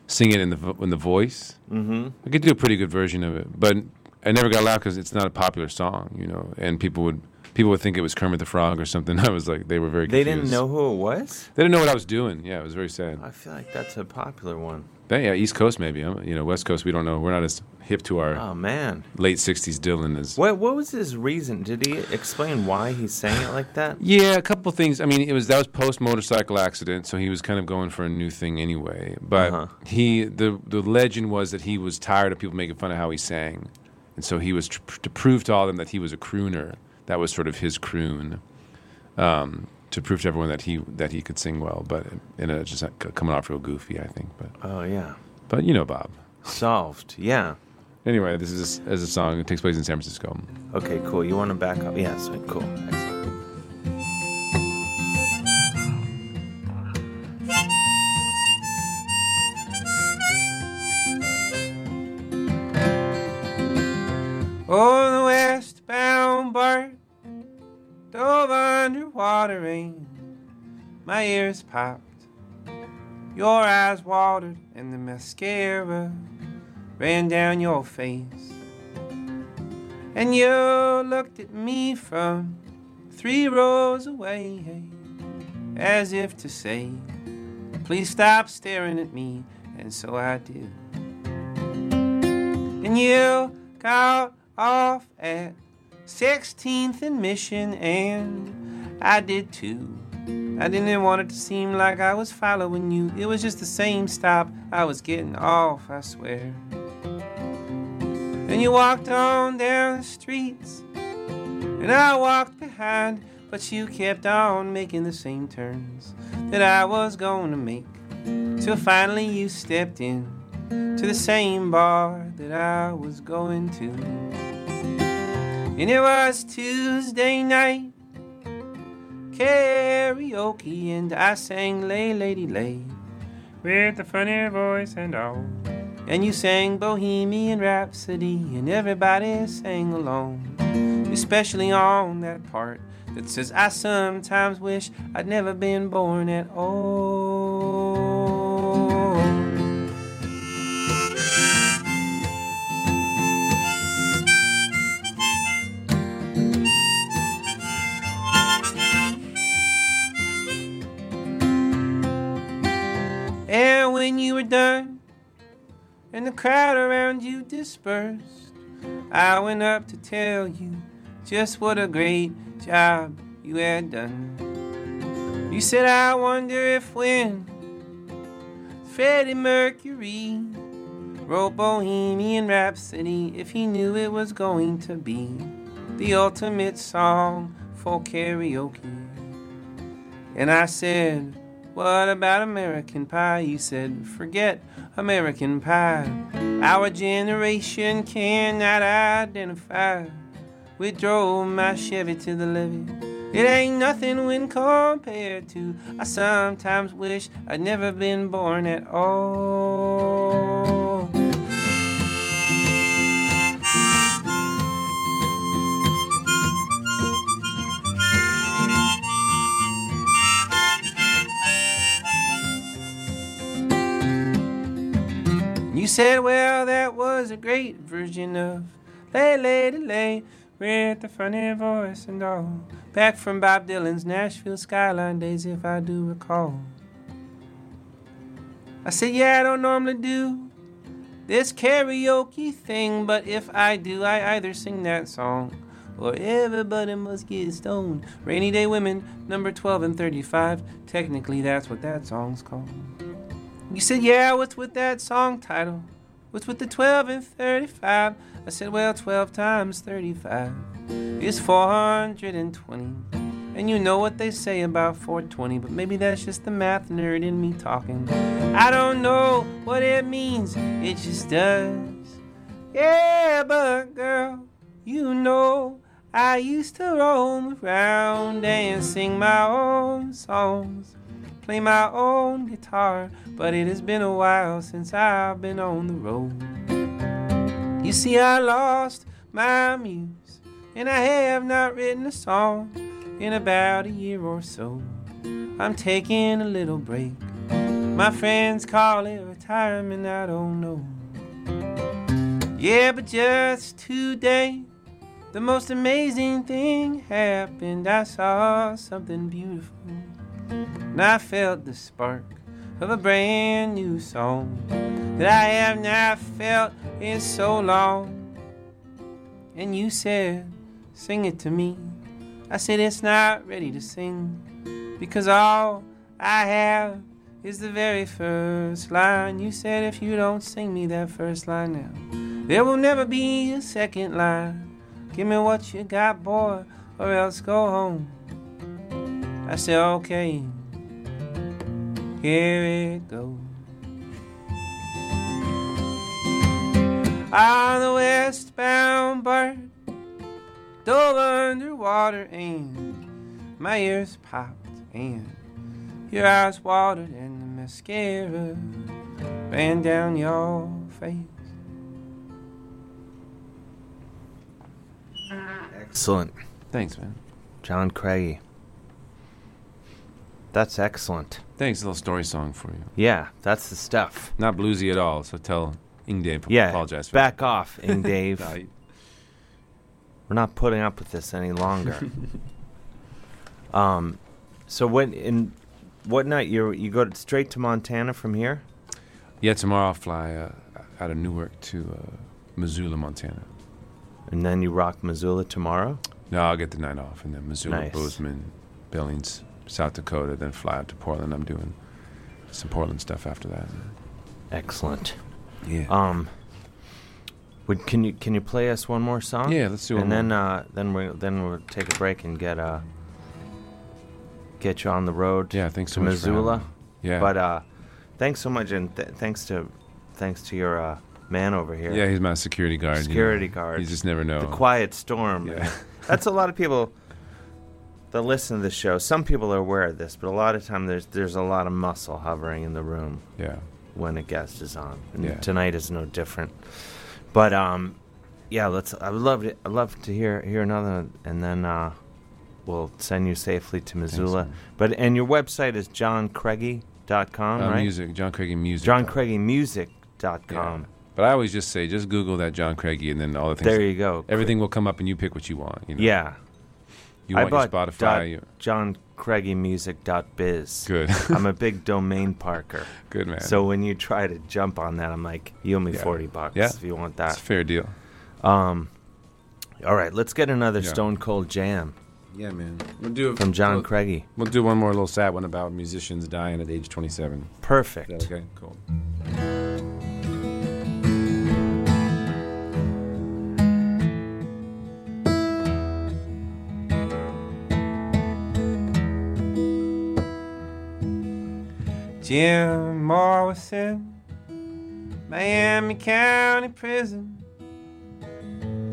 [SPEAKER 12] sing it in the vo- in the voice.
[SPEAKER 7] Mhm.
[SPEAKER 12] I could do a pretty good version of it, but I never got a laugh because it's not a popular song, you know. And people would people would think it was Kermit the Frog or something. I was like, they were very.
[SPEAKER 7] They
[SPEAKER 12] Confused.
[SPEAKER 7] didn't know who it was.
[SPEAKER 12] They didn't know what I was doing. Yeah, it was very sad.
[SPEAKER 7] I feel like that's a popular one.
[SPEAKER 12] But yeah, East Coast maybe. huh? You know, West Coast we don't know. We're not as hip to our
[SPEAKER 7] Oh man.
[SPEAKER 12] late '60s Dylan as
[SPEAKER 7] What What was his reason? Did he explain why he sang it like that?
[SPEAKER 12] Yeah, a couple things. I mean, it was that was post motorcycle accident, so he was kind of going for a new thing anyway. But
[SPEAKER 7] Uh-huh.
[SPEAKER 12] he the the legend was that he was tired of people making fun of how he sang, and so he was tr- to prove to all of them that he was a crooner. That was sort of his croon, um, to prove to everyone that he that he could sing well. But and it just uh, c- coming off real goofy, I think. But
[SPEAKER 7] Oh yeah.
[SPEAKER 12] but you know, Bob.
[SPEAKER 7] Solved. Yeah.
[SPEAKER 12] Anyway, this is as a song. It takes place in San Francisco.
[SPEAKER 7] Okay, cool. You want to back up? Yeah, so cool.
[SPEAKER 14] On the westbound bird dove underwater rain. My ears popped, your eyes watered, and the mascara ran down your face. And you looked at me from three rows away, as if to say, Please stop staring at me, and so I did. And you got off at 16th and Mission, and I did too. I didn't want it to seem like I was following you. It was just the same stop I was getting off, I swear. And you walked on down the streets, and I walked behind, but you kept on making the same turns that I was going to make. Till finally you stepped in to the same bar that I was going to. And it was Tuesday night, karaoke, and I sang Lay Lady Lay with a funny voice and all. And you sang Bohemian Rhapsody, and everybody sang along, especially on that part that says, I sometimes wish I'd never been born at all. And when you were done, and the crowd around you dispersed, I went up to tell you just what a great job you had done. You said, I wonder if when Freddie Mercury wrote Bohemian Rhapsody, if he knew it was going to be the ultimate song for karaoke. And I said, What about American Pie? You said, Forget American Pie. Our generation cannot identify. We drove my Chevy to the levee. It ain't nothing when compared to. I sometimes wish I'd never been born at all. You said, well, that was a great version of Lay Lady Lay with the funny voice and all. Back from Bob Dylan's Nashville skyline days, if I do recall. I said, yeah, I don't normally do this karaoke thing, but if I do, I either sing that song or everybody must get stoned. Rainy Day Women, number 12 and 35. Technically, that's what that song's called. You said, yeah, what's with that song title? What's with the 12 and 35? I said, well, 12 times 35 is 420. And you know what they say about 420, but maybe that's just the math nerd in me talking. I don't know what it means, it just does. Yeah, but girl, you know I used to roam around and sing my own songs, play my own guitar, but it has been a while since I've been on the road. You see, I lost my muse, and I have not written a song in about a year or so. I'm taking a little break. My friends call it retirement, I don't know. Yeah, but just today, the most amazing thing happened. I saw something beautiful, and I felt the spark of a brand new song that I have not felt in so long. And you said, Sing it to me. I said, It's not ready to sing because all I have is the very first line. You said, If you don't sing me that first line now, there will never be a second line. Give me what you got, boy, or else go home. I said, Okay, here it goes. on the westbound bird dove underwater and my ears popped and your eyes watered and the mascara ran down your face.
[SPEAKER 7] Excellent.
[SPEAKER 12] Thanks, man.
[SPEAKER 7] John Craigie. That's excellent.
[SPEAKER 12] Thanks, a little story song for you.
[SPEAKER 7] Yeah, that's the stuff.
[SPEAKER 12] Not bluesy at all, so tell Ing Dave,
[SPEAKER 7] Yeah,
[SPEAKER 12] apologize for
[SPEAKER 7] back off, Ing Dave.
[SPEAKER 12] No, you-
[SPEAKER 7] We're not putting up with this any longer. um, so what in what night you you go straight to Montana from here?
[SPEAKER 12] Yeah, tomorrow I'll fly uh, out of Newark to uh, Missoula, Montana.
[SPEAKER 7] And then you rock Missoula tomorrow?
[SPEAKER 12] No, I'll get the night off, and then Missoula,
[SPEAKER 7] Nice.
[SPEAKER 12] Bozeman, Billings, South Dakota, then fly out to Portland. I'm doing some Portland stuff after that.
[SPEAKER 7] Excellent.
[SPEAKER 12] Yeah.
[SPEAKER 7] Um. Would can you can you play us one more song?
[SPEAKER 12] Yeah, let's do
[SPEAKER 7] And
[SPEAKER 12] one
[SPEAKER 7] then uh, then we then we'll take a break and get uh get you on the road. Yeah, thanks
[SPEAKER 12] so
[SPEAKER 7] to
[SPEAKER 12] much for
[SPEAKER 7] Missoula.
[SPEAKER 12] having me. Yeah.
[SPEAKER 7] But uh, thanks so much, and th- thanks to thanks to your uh, man over here.
[SPEAKER 12] Yeah, he's my security guard. you know.
[SPEAKER 7] Security guard.
[SPEAKER 12] You just never know.
[SPEAKER 7] The quiet storm. That's a lot of people that listen to the show. Some people are aware of this, but a lot of time there's there's a lot of muscle hovering in the room.
[SPEAKER 12] Yeah.
[SPEAKER 7] When a guest is on, and
[SPEAKER 12] Yeah.
[SPEAKER 7] tonight is no different. But um, yeah, let's. I would love to. I'd love to hear hear another, and then uh, we'll send you safely to Missoula. but and your website is johncraigie.com,
[SPEAKER 12] Uh,
[SPEAKER 7] right?
[SPEAKER 12] Music, John Craigie Music.
[SPEAKER 7] John Craigie Music.com.
[SPEAKER 12] But I always just say, just Google that John Craigie, and then all the things.
[SPEAKER 7] There you go.
[SPEAKER 12] Everything will come up, and you pick what you want. You know?
[SPEAKER 7] Yeah.
[SPEAKER 12] You
[SPEAKER 7] I
[SPEAKER 12] want your
[SPEAKER 7] bought
[SPEAKER 12] Spotify,
[SPEAKER 7] dot
[SPEAKER 12] your-
[SPEAKER 7] John Craigie Music.biz.
[SPEAKER 12] Good.
[SPEAKER 7] I'm a big domain parker.
[SPEAKER 12] Good man.
[SPEAKER 7] So when you try to jump on that, I'm like, you owe me 40 bucks
[SPEAKER 12] Yeah.
[SPEAKER 7] if you want that.
[SPEAKER 12] It's a fair deal.
[SPEAKER 7] Um, all right, let's get another
[SPEAKER 12] Yeah.
[SPEAKER 7] Stone Cold Jam.
[SPEAKER 12] Yeah, man. We'll do
[SPEAKER 7] From John
[SPEAKER 12] we'll-
[SPEAKER 7] Craigie.
[SPEAKER 12] We'll do one more little sad one about musicians dying at age 27.
[SPEAKER 7] Perfect.
[SPEAKER 12] Is that okay, cool.
[SPEAKER 14] Jim Morrison, Miami County Prison.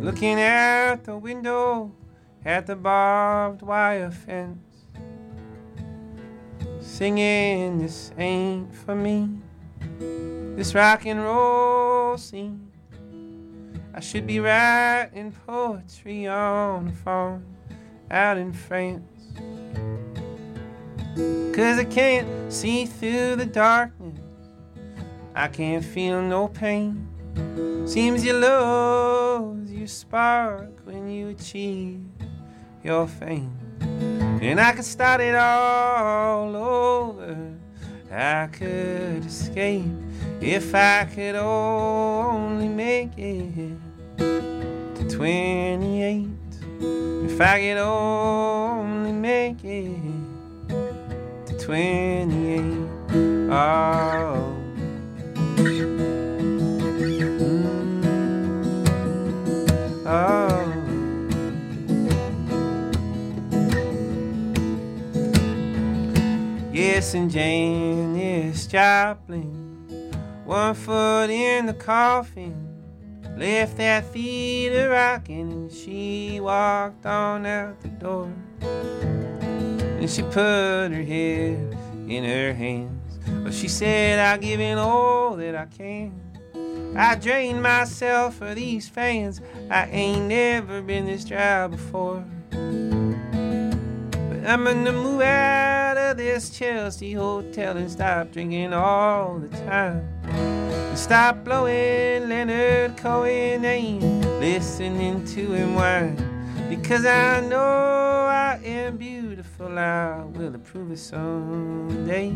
[SPEAKER 14] Looking out the window at the barbed wire fence. Singing, this ain't for me. This rock and roll scene. I should be writing poetry on the phone out in France. Cause I can't see through the darkness. I can't feel no pain. Seems you lose your spark when you achieve your fame. And I could start it all over. I could escape if I could only make it to 28. If I could only make it to 28. Oh. Mm. Oh. Yes, and Jane is Joplin. One foot in the coffin. Left that theater rocking, and she walked on out the door. And she put her head in her hands. But she said, I've given all that I can. I drained myself for these fans. I ain't never been this dry before. But I'm gonna move out of this Chelsea hotel and stop drinking all the time. And stop blowing Leonard Cohen and listening to him whine. Because I know I am beautiful, I will approve it someday.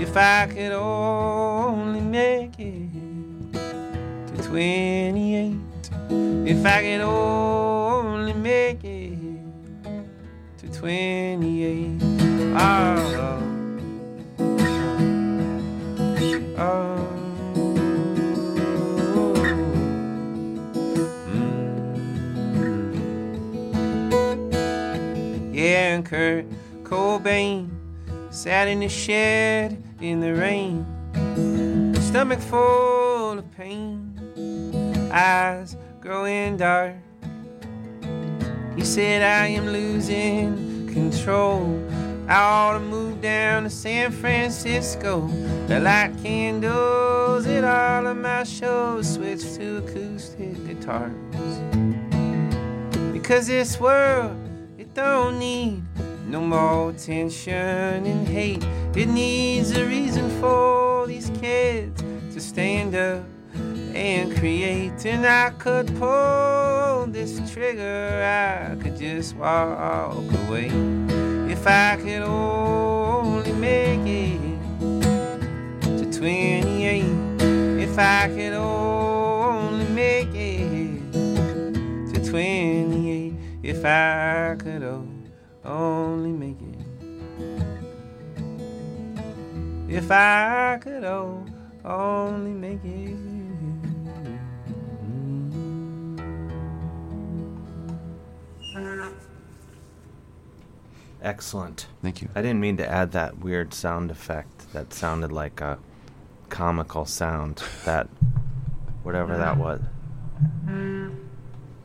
[SPEAKER 14] If I could only make it to 28. If I could only make it to 28. Oh. Oh. Yeah, and Kurt Cobain sat in the shed in the rain, stomach full of pain, eyes growing dark. He said, I am losing control. I ought to move down to San Francisco. The light candles at all of my shows switch to acoustic guitars. Because this world, it don't need no more tension and hate. It needs a reason for these kids to stand up and create. And I could pull this trigger, I could just walk away. If I could only make it to 28. If I could only make it to 28. If I could o- only make it. If I could o- only make it.
[SPEAKER 7] Excellent.
[SPEAKER 12] Thank you.
[SPEAKER 7] I didn't mean to add that weird sound effect that sounded like a comical sound. That, whatever that was.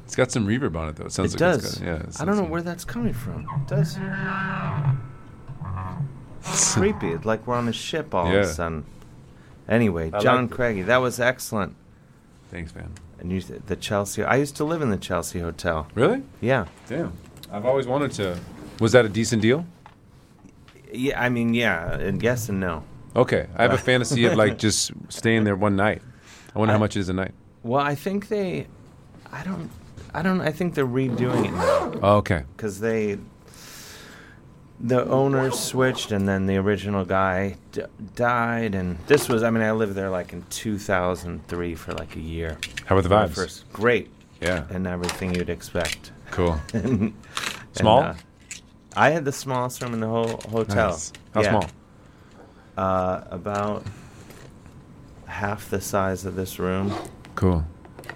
[SPEAKER 12] It's got some reverb on it though. It sounds
[SPEAKER 7] it
[SPEAKER 12] like
[SPEAKER 7] does.
[SPEAKER 12] it's got, yeah. it
[SPEAKER 7] I
[SPEAKER 12] sounds
[SPEAKER 7] don't know
[SPEAKER 12] good.
[SPEAKER 7] where that's coming from. It does. It's creepy. It's like we're on a ship all
[SPEAKER 12] Yeah.
[SPEAKER 7] of a sudden. Anyway,
[SPEAKER 12] I
[SPEAKER 7] John
[SPEAKER 12] liked it.
[SPEAKER 7] Craigie, that was excellent.
[SPEAKER 12] Thanks, man.
[SPEAKER 7] And you, s- the Chelsea. I used to live in the Chelsea Hotel.
[SPEAKER 12] Really?
[SPEAKER 7] Yeah.
[SPEAKER 12] Damn. I've always wanted to. Was that a decent deal?
[SPEAKER 7] Yeah. I mean, yeah, and yes and no.
[SPEAKER 12] Okay. I have a fantasy of like just staying there one night. I wonder how much it is a night.
[SPEAKER 7] Well, I think they. I don't. I don't. I think they're redoing it now.
[SPEAKER 12] Oh, okay.
[SPEAKER 7] because they the owner switched and then the original guy d- died and this was i mean i lived there like in 2003 for like a year
[SPEAKER 12] How were the
[SPEAKER 7] When I
[SPEAKER 12] vibes?
[SPEAKER 7] great
[SPEAKER 12] yeah
[SPEAKER 7] and everything you'd expect
[SPEAKER 12] Cool.
[SPEAKER 7] And, uh,
[SPEAKER 12] Small?
[SPEAKER 7] i had the smallest room in the whole hotel
[SPEAKER 12] Nice. How small?
[SPEAKER 7] uh, about half the size of this room
[SPEAKER 12] Cool.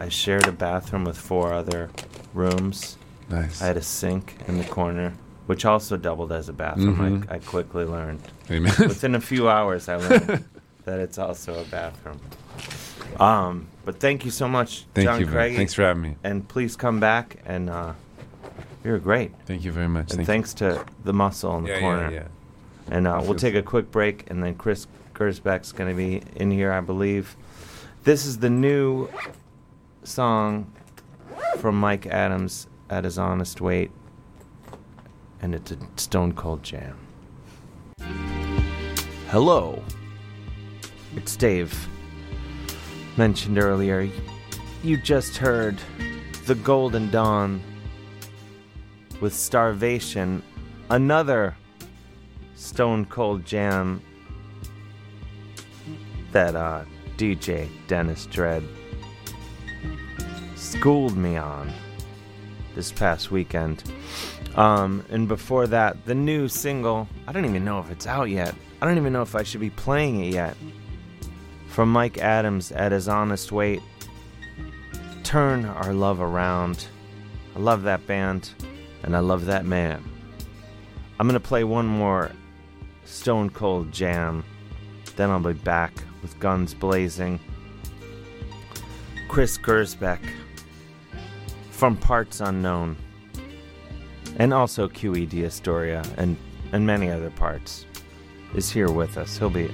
[SPEAKER 7] I shared a bathroom with four other rooms.
[SPEAKER 12] Nice.
[SPEAKER 7] I had a sink in the corner. which also doubled as a bathroom.
[SPEAKER 12] Mhm.
[SPEAKER 7] I, I quickly learned.
[SPEAKER 12] Amen.
[SPEAKER 7] Within a few hours, I learned that it's also a bathroom. Um, but thank you so much,
[SPEAKER 12] Thank
[SPEAKER 7] John
[SPEAKER 12] you, man.
[SPEAKER 7] Craigie.
[SPEAKER 12] Thanks for having me.
[SPEAKER 7] And please come back. And uh, you're great.
[SPEAKER 12] Thank you very much.
[SPEAKER 7] And
[SPEAKER 12] Thank you.
[SPEAKER 7] thanks to the muscle in the
[SPEAKER 12] Yeah, yeah,
[SPEAKER 7] corner.
[SPEAKER 12] yeah.
[SPEAKER 7] And uh, we'll take a quick break, and then Chris Gersbeck's going to be in here, I believe. This is the new song from Mike Adams at his honest weight, and it's a stone cold jam. Hello, it's Dave. Mentioned earlier, you just heard The Golden Dawn with Starvation, another Stone Cold Jam that uh, DJ Dennis Dredd schooled me on this past weekend. Um, and before that, the new single, I don't even know if it's out yet. I don't even know if I should be playing it yet. From Mike Adams at his honest weight, Turn Our Love Around. I love that band, and I love that man. I'm gonna play one more Stone Cold Jam, then I'll be back with guns blazing. Chris Gersbeck from Parts Unknown, and also QED Astoria and and many other parts is here with us. He'll be.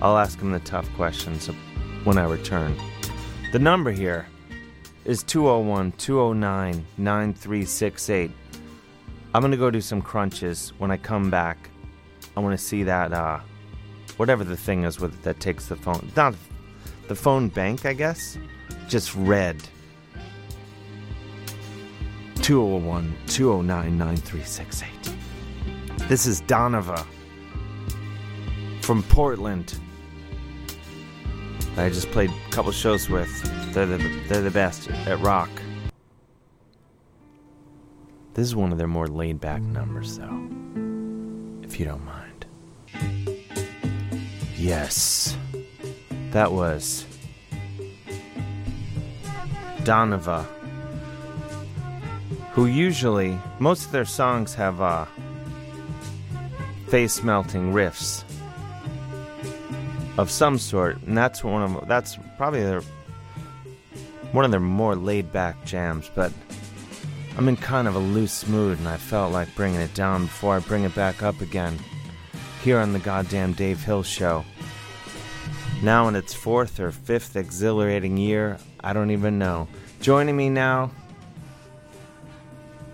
[SPEAKER 7] I'll ask him the tough questions when I return. The number here is 201 209 9368. I'm gonna go do some crunches. When I come back, I want to see that uh, whatever the thing is with that takes the phone, not the phone bank, I guess, just red. 201 209 9368. This is Donova from Portland. that I just played a couple shows with. They're the, they're the best at rock. This is one of their more laid back numbers, though, if you don't mind. Yes, that was Donova, who usually, most of their songs have uh, face melting riffs of some sort, and that's one of that's probably their one of their more laid back jams, but I'm in kind of a loose mood and I felt like bringing it down before I bring it back up again here on the goddamn Dave Hill show. Now in its fourth or fifth exhilarating year, I don't even know. Joining me now,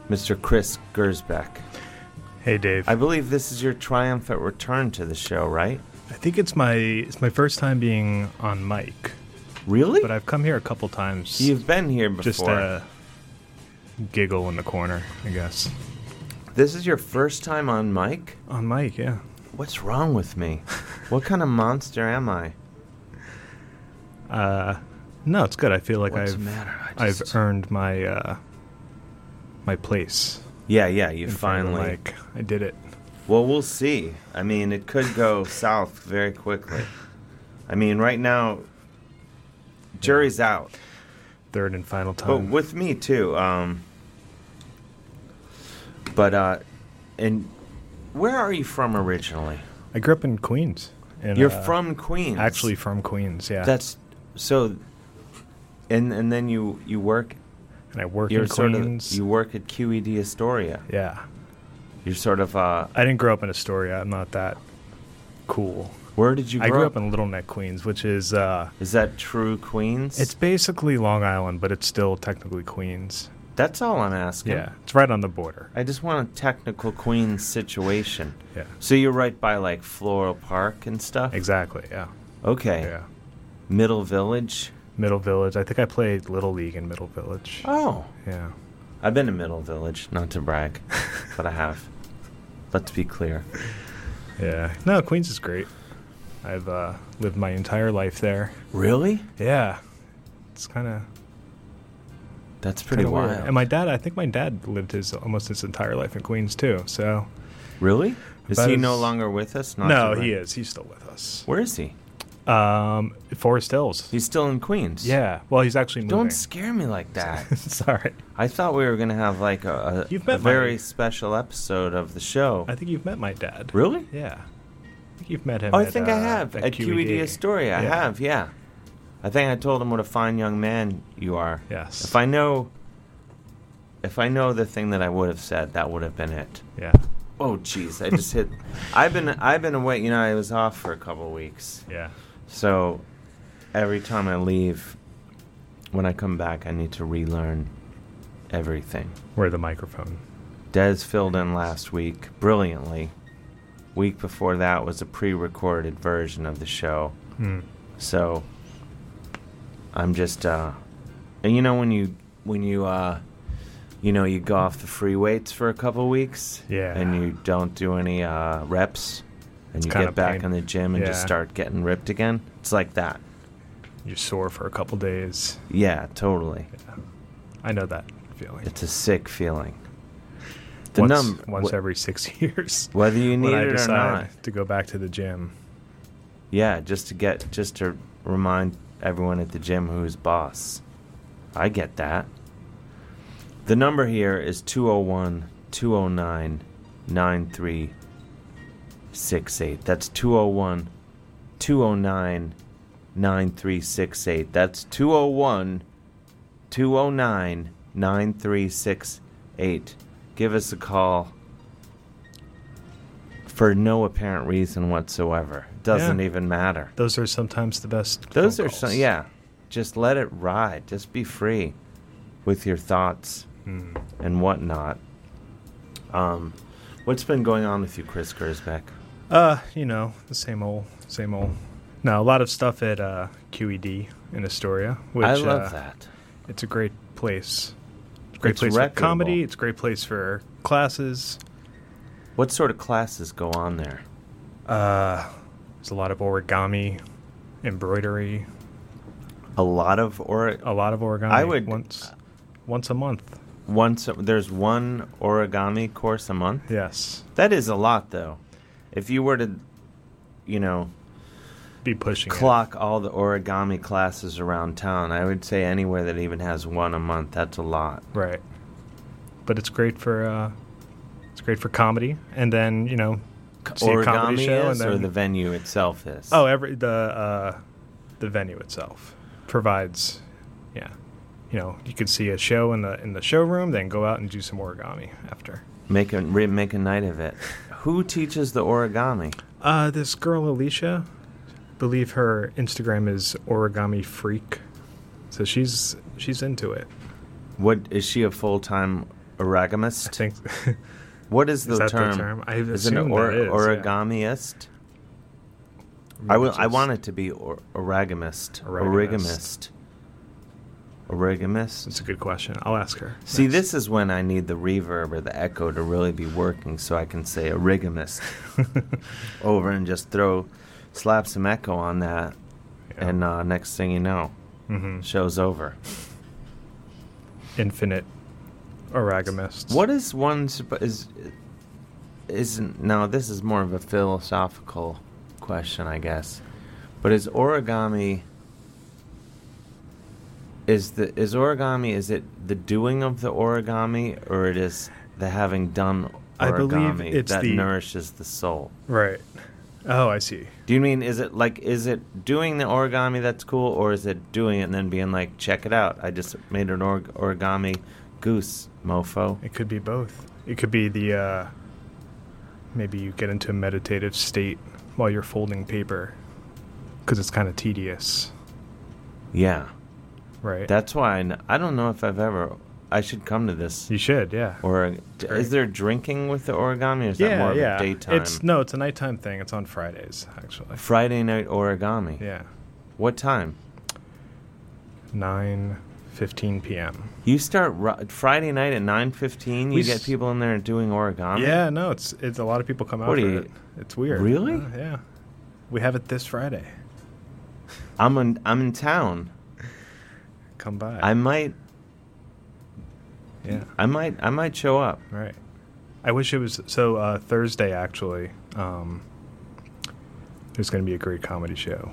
[SPEAKER 7] Mr. Chris Gersbeck.
[SPEAKER 15] Hey, Dave.
[SPEAKER 7] I believe this is your triumphant return to the show, right?
[SPEAKER 15] I think it's my it's my first time being on mic.
[SPEAKER 7] Really?
[SPEAKER 15] But I've come here a couple times.
[SPEAKER 7] You've been here
[SPEAKER 15] Just
[SPEAKER 7] before.
[SPEAKER 15] uh, giggle in the corner, I guess.
[SPEAKER 7] This is your first time on mic?
[SPEAKER 15] On mic, yeah.
[SPEAKER 7] What's wrong with me? what kind of monster am I?
[SPEAKER 15] Uh, no, it's good. I feel like
[SPEAKER 7] What's
[SPEAKER 15] I've
[SPEAKER 7] the matter?
[SPEAKER 15] I've earned my uh, my place.
[SPEAKER 7] Yeah, yeah, you
[SPEAKER 15] in front of the
[SPEAKER 7] finally-
[SPEAKER 15] mic. I did it.
[SPEAKER 7] Well, we'll see. I mean, it could go south very quickly. I mean, right now, jury's out.
[SPEAKER 15] Third and final time.
[SPEAKER 7] But with me too. Um, but uh, and where are you from originally?
[SPEAKER 15] I grew up in Queens. in,
[SPEAKER 7] You're
[SPEAKER 15] uh,
[SPEAKER 7] from Queens.
[SPEAKER 15] Actually, from Queens. Yeah.
[SPEAKER 7] That's so. And and then you you work.
[SPEAKER 15] And I work
[SPEAKER 7] you're
[SPEAKER 15] in
[SPEAKER 7] sort of-
[SPEAKER 15] Queens.
[SPEAKER 7] you work at QED Astoria.
[SPEAKER 15] Yeah.
[SPEAKER 7] You're sort of. Uh,
[SPEAKER 15] I didn't grow up in Astoria. I'm not that cool.
[SPEAKER 7] Where did you
[SPEAKER 15] I
[SPEAKER 7] grow
[SPEAKER 15] grew
[SPEAKER 7] up?
[SPEAKER 15] up in Little Neck, Queens, which is uh
[SPEAKER 7] Is that true Queens?
[SPEAKER 15] It's basically Long Island, but it's still technically Queens.
[SPEAKER 7] That's all I'm asking.
[SPEAKER 15] Yeah, it's right on the border.
[SPEAKER 7] I just want a technical Queens situation.
[SPEAKER 15] Yeah.
[SPEAKER 7] So you're right by like Floral Park and stuff.
[SPEAKER 15] Exactly. Yeah.
[SPEAKER 7] Okay.
[SPEAKER 15] Yeah.
[SPEAKER 7] Middle Village.
[SPEAKER 15] Middle Village. I think I played Little League in Middle Village.
[SPEAKER 7] Oh.
[SPEAKER 15] Yeah.
[SPEAKER 7] I've been to Middle Village, not to brag, but I have. Let's be clear.
[SPEAKER 15] Yeah. No, Queens is great. I've uh, lived my entire life there.
[SPEAKER 7] Really?
[SPEAKER 15] Yeah. It's kind of
[SPEAKER 7] That's pretty
[SPEAKER 15] kinda weird.
[SPEAKER 7] wild.
[SPEAKER 15] And my dad, I think my dad lived his almost his entire life in Queens too. So
[SPEAKER 7] Really? Is
[SPEAKER 15] About
[SPEAKER 7] he
[SPEAKER 15] as-
[SPEAKER 7] no longer with us?
[SPEAKER 15] no,
[SPEAKER 7] to brag.
[SPEAKER 15] he is. He's still with us.
[SPEAKER 7] Where is he?
[SPEAKER 15] Um, Forest Hills.
[SPEAKER 7] He's still in Queens.
[SPEAKER 15] Yeah. Well, he's actually moving.
[SPEAKER 7] Don't scare me like that.
[SPEAKER 15] Sorry.
[SPEAKER 7] I thought we were gonna have like a, a,
[SPEAKER 15] You've met
[SPEAKER 7] a very
[SPEAKER 15] my-
[SPEAKER 7] special episode of the show.
[SPEAKER 15] I think you've met my dad.
[SPEAKER 7] Really?
[SPEAKER 15] Yeah. I think you've met him.
[SPEAKER 7] Oh, I
[SPEAKER 15] at,
[SPEAKER 7] think I
[SPEAKER 15] uh,
[SPEAKER 7] have
[SPEAKER 15] at
[SPEAKER 7] at E QED, Astoria. I
[SPEAKER 15] Yeah.
[SPEAKER 7] have, yeah. I think I told him what a fine young man you are.
[SPEAKER 15] Yes.
[SPEAKER 7] If I know, if I know the thing that I would have said, that would have been it.
[SPEAKER 15] Yeah.
[SPEAKER 7] Oh, jeez, I just hit. I've been I've been away. You know, I was off for a couple of weeks.
[SPEAKER 15] Yeah.
[SPEAKER 7] So, every time I leave, when I come back, I need to relearn everything.
[SPEAKER 15] Where the microphone.
[SPEAKER 7] Dez filled in last week brilliantly. Week before that was a pre-recorded version of the show.
[SPEAKER 15] Hmm.
[SPEAKER 7] So I'm just uh and you know when you when you uh you know you go off the free weights for a couple weeks
[SPEAKER 15] Yeah.
[SPEAKER 7] and you don't do any uh reps and
[SPEAKER 15] It's
[SPEAKER 7] you
[SPEAKER 15] kinda
[SPEAKER 7] get back
[SPEAKER 15] pain-
[SPEAKER 7] in the gym and just
[SPEAKER 15] yeah.
[SPEAKER 7] start getting ripped again. It's like that.
[SPEAKER 15] You're sore for a couple days.
[SPEAKER 7] Yeah, totally.
[SPEAKER 15] I know that feeling.
[SPEAKER 7] It's a sick feeling. The
[SPEAKER 15] once,
[SPEAKER 7] number
[SPEAKER 15] once every six years.
[SPEAKER 7] Whether you need
[SPEAKER 15] when I
[SPEAKER 7] it or
[SPEAKER 15] decide
[SPEAKER 7] not.
[SPEAKER 15] to go back to the gym.
[SPEAKER 7] Yeah, just to get just to remind everyone at the gym who's boss. I get that. The number here is 201 209 9368. That's 201 209 9368. That's 201 209 9368. Give us a call for no apparent reason whatsoever. Doesn't
[SPEAKER 15] Yeah.
[SPEAKER 7] even matter.
[SPEAKER 15] Those are sometimes the best.
[SPEAKER 7] Those
[SPEAKER 15] phone
[SPEAKER 7] are
[SPEAKER 15] calls.
[SPEAKER 7] some, yeah. Just let it ride. Just be free with your thoughts
[SPEAKER 15] Mm.
[SPEAKER 7] and whatnot. Um, what's been going on with you, Chris Gersbeck?
[SPEAKER 15] Uh, you know, the same old, same old. No, a lot of stuff at uh, QED in Astoria. Which,
[SPEAKER 7] I love
[SPEAKER 15] uh,
[SPEAKER 7] that.
[SPEAKER 15] It's a great place. It's a great
[SPEAKER 7] It's
[SPEAKER 15] place for
[SPEAKER 7] reputable.
[SPEAKER 15] comedy. It's a great place for classes.
[SPEAKER 7] What sort of classes go on there?
[SPEAKER 15] Uh, there's a lot of origami, embroidery.
[SPEAKER 7] A lot of or
[SPEAKER 15] A lot of origami.
[SPEAKER 7] I would-
[SPEAKER 15] once, once a month.
[SPEAKER 7] once there's one origami course a month.
[SPEAKER 15] Yes,
[SPEAKER 7] that is a lot though. If you were to, you know,
[SPEAKER 15] be pushing it.
[SPEAKER 7] clock all the origami classes around town, I would say anywhere that even has one a month, that's a lot.
[SPEAKER 15] Right. But it's great for uh, it's great for comedy, and then you know, see a comedy
[SPEAKER 7] origami
[SPEAKER 15] show,
[SPEAKER 7] is,
[SPEAKER 15] and
[SPEAKER 7] or
[SPEAKER 15] then
[SPEAKER 7] the venue itself is.
[SPEAKER 15] oh, every the uh, the venue itself provides, yeah, you know, you could see a show in the in the showroom, then go out and do some origami after.
[SPEAKER 7] Make a re- make a night of it. Who teaches the origami?
[SPEAKER 15] Uh, this girl Alicia, believe her Instagram is origami freak, so she's she's into it.
[SPEAKER 7] What is she a full time origamist? I
[SPEAKER 15] think.
[SPEAKER 7] what is the
[SPEAKER 15] Is that the
[SPEAKER 7] term?
[SPEAKER 15] term? I
[SPEAKER 7] is it an
[SPEAKER 15] assume
[SPEAKER 7] or-
[SPEAKER 15] that is, yeah.
[SPEAKER 7] origamiist? I will. I
[SPEAKER 15] Religious.
[SPEAKER 7] want it to be or- origamist.
[SPEAKER 15] Origamist.
[SPEAKER 7] Origamist. Origamist.
[SPEAKER 15] That's a good question. I'll ask her.
[SPEAKER 7] See, this is when I need the reverb or the echo to really be working, so I can say origamist over and just throw, slap some echo on that, and uh, next thing you know,
[SPEAKER 15] Mhm.
[SPEAKER 7] show's over.
[SPEAKER 15] Infinite origamists.
[SPEAKER 7] What is one suppo- is isn't now this is more of a philosophical question, I guess. But is origami is the is origami is it the doing of the origami or it is the having done origami
[SPEAKER 15] I believe it's
[SPEAKER 7] that
[SPEAKER 15] the-
[SPEAKER 7] nourishes the soul?
[SPEAKER 15] Right. Oh, I see.
[SPEAKER 7] Do you mean is it like is it doing the origami that's cool or is it doing it and then being like check it out I just made an org- origami goose mofo?
[SPEAKER 15] It could be both. It could be the uh, maybe you get into a meditative state while you're folding paper because it's kind of tedious,
[SPEAKER 7] Yeah.
[SPEAKER 15] right?
[SPEAKER 7] That's why I, kn- I don't know if I've ever. I should come to this.
[SPEAKER 15] You should, yeah.
[SPEAKER 7] Or d-
[SPEAKER 15] Great.
[SPEAKER 7] is there drinking with the origami? Or is that more of a daytime?
[SPEAKER 15] It's no, it's a nighttime thing. It's on Fridays actually.
[SPEAKER 7] Friday night origami.
[SPEAKER 15] Yeah,
[SPEAKER 7] What time?
[SPEAKER 15] nine fifteen p.m.
[SPEAKER 7] You start ri- Friday night at nine fifteen. You
[SPEAKER 15] We
[SPEAKER 7] get
[SPEAKER 15] s-
[SPEAKER 7] people in there doing origami.
[SPEAKER 15] yeah, no, it's it's a lot of people come out
[SPEAKER 7] What
[SPEAKER 15] for
[SPEAKER 7] do you-
[SPEAKER 15] it. It's weird.
[SPEAKER 7] Really?
[SPEAKER 15] Uh, yeah. We have it this Friday.
[SPEAKER 7] I'm in. I'm in town.
[SPEAKER 15] Come by.
[SPEAKER 7] I might.
[SPEAKER 15] Yeah.
[SPEAKER 7] I might. I might show up.
[SPEAKER 15] Right. I wish it was so uh, Thursday actually. Um, there's going to be a great comedy show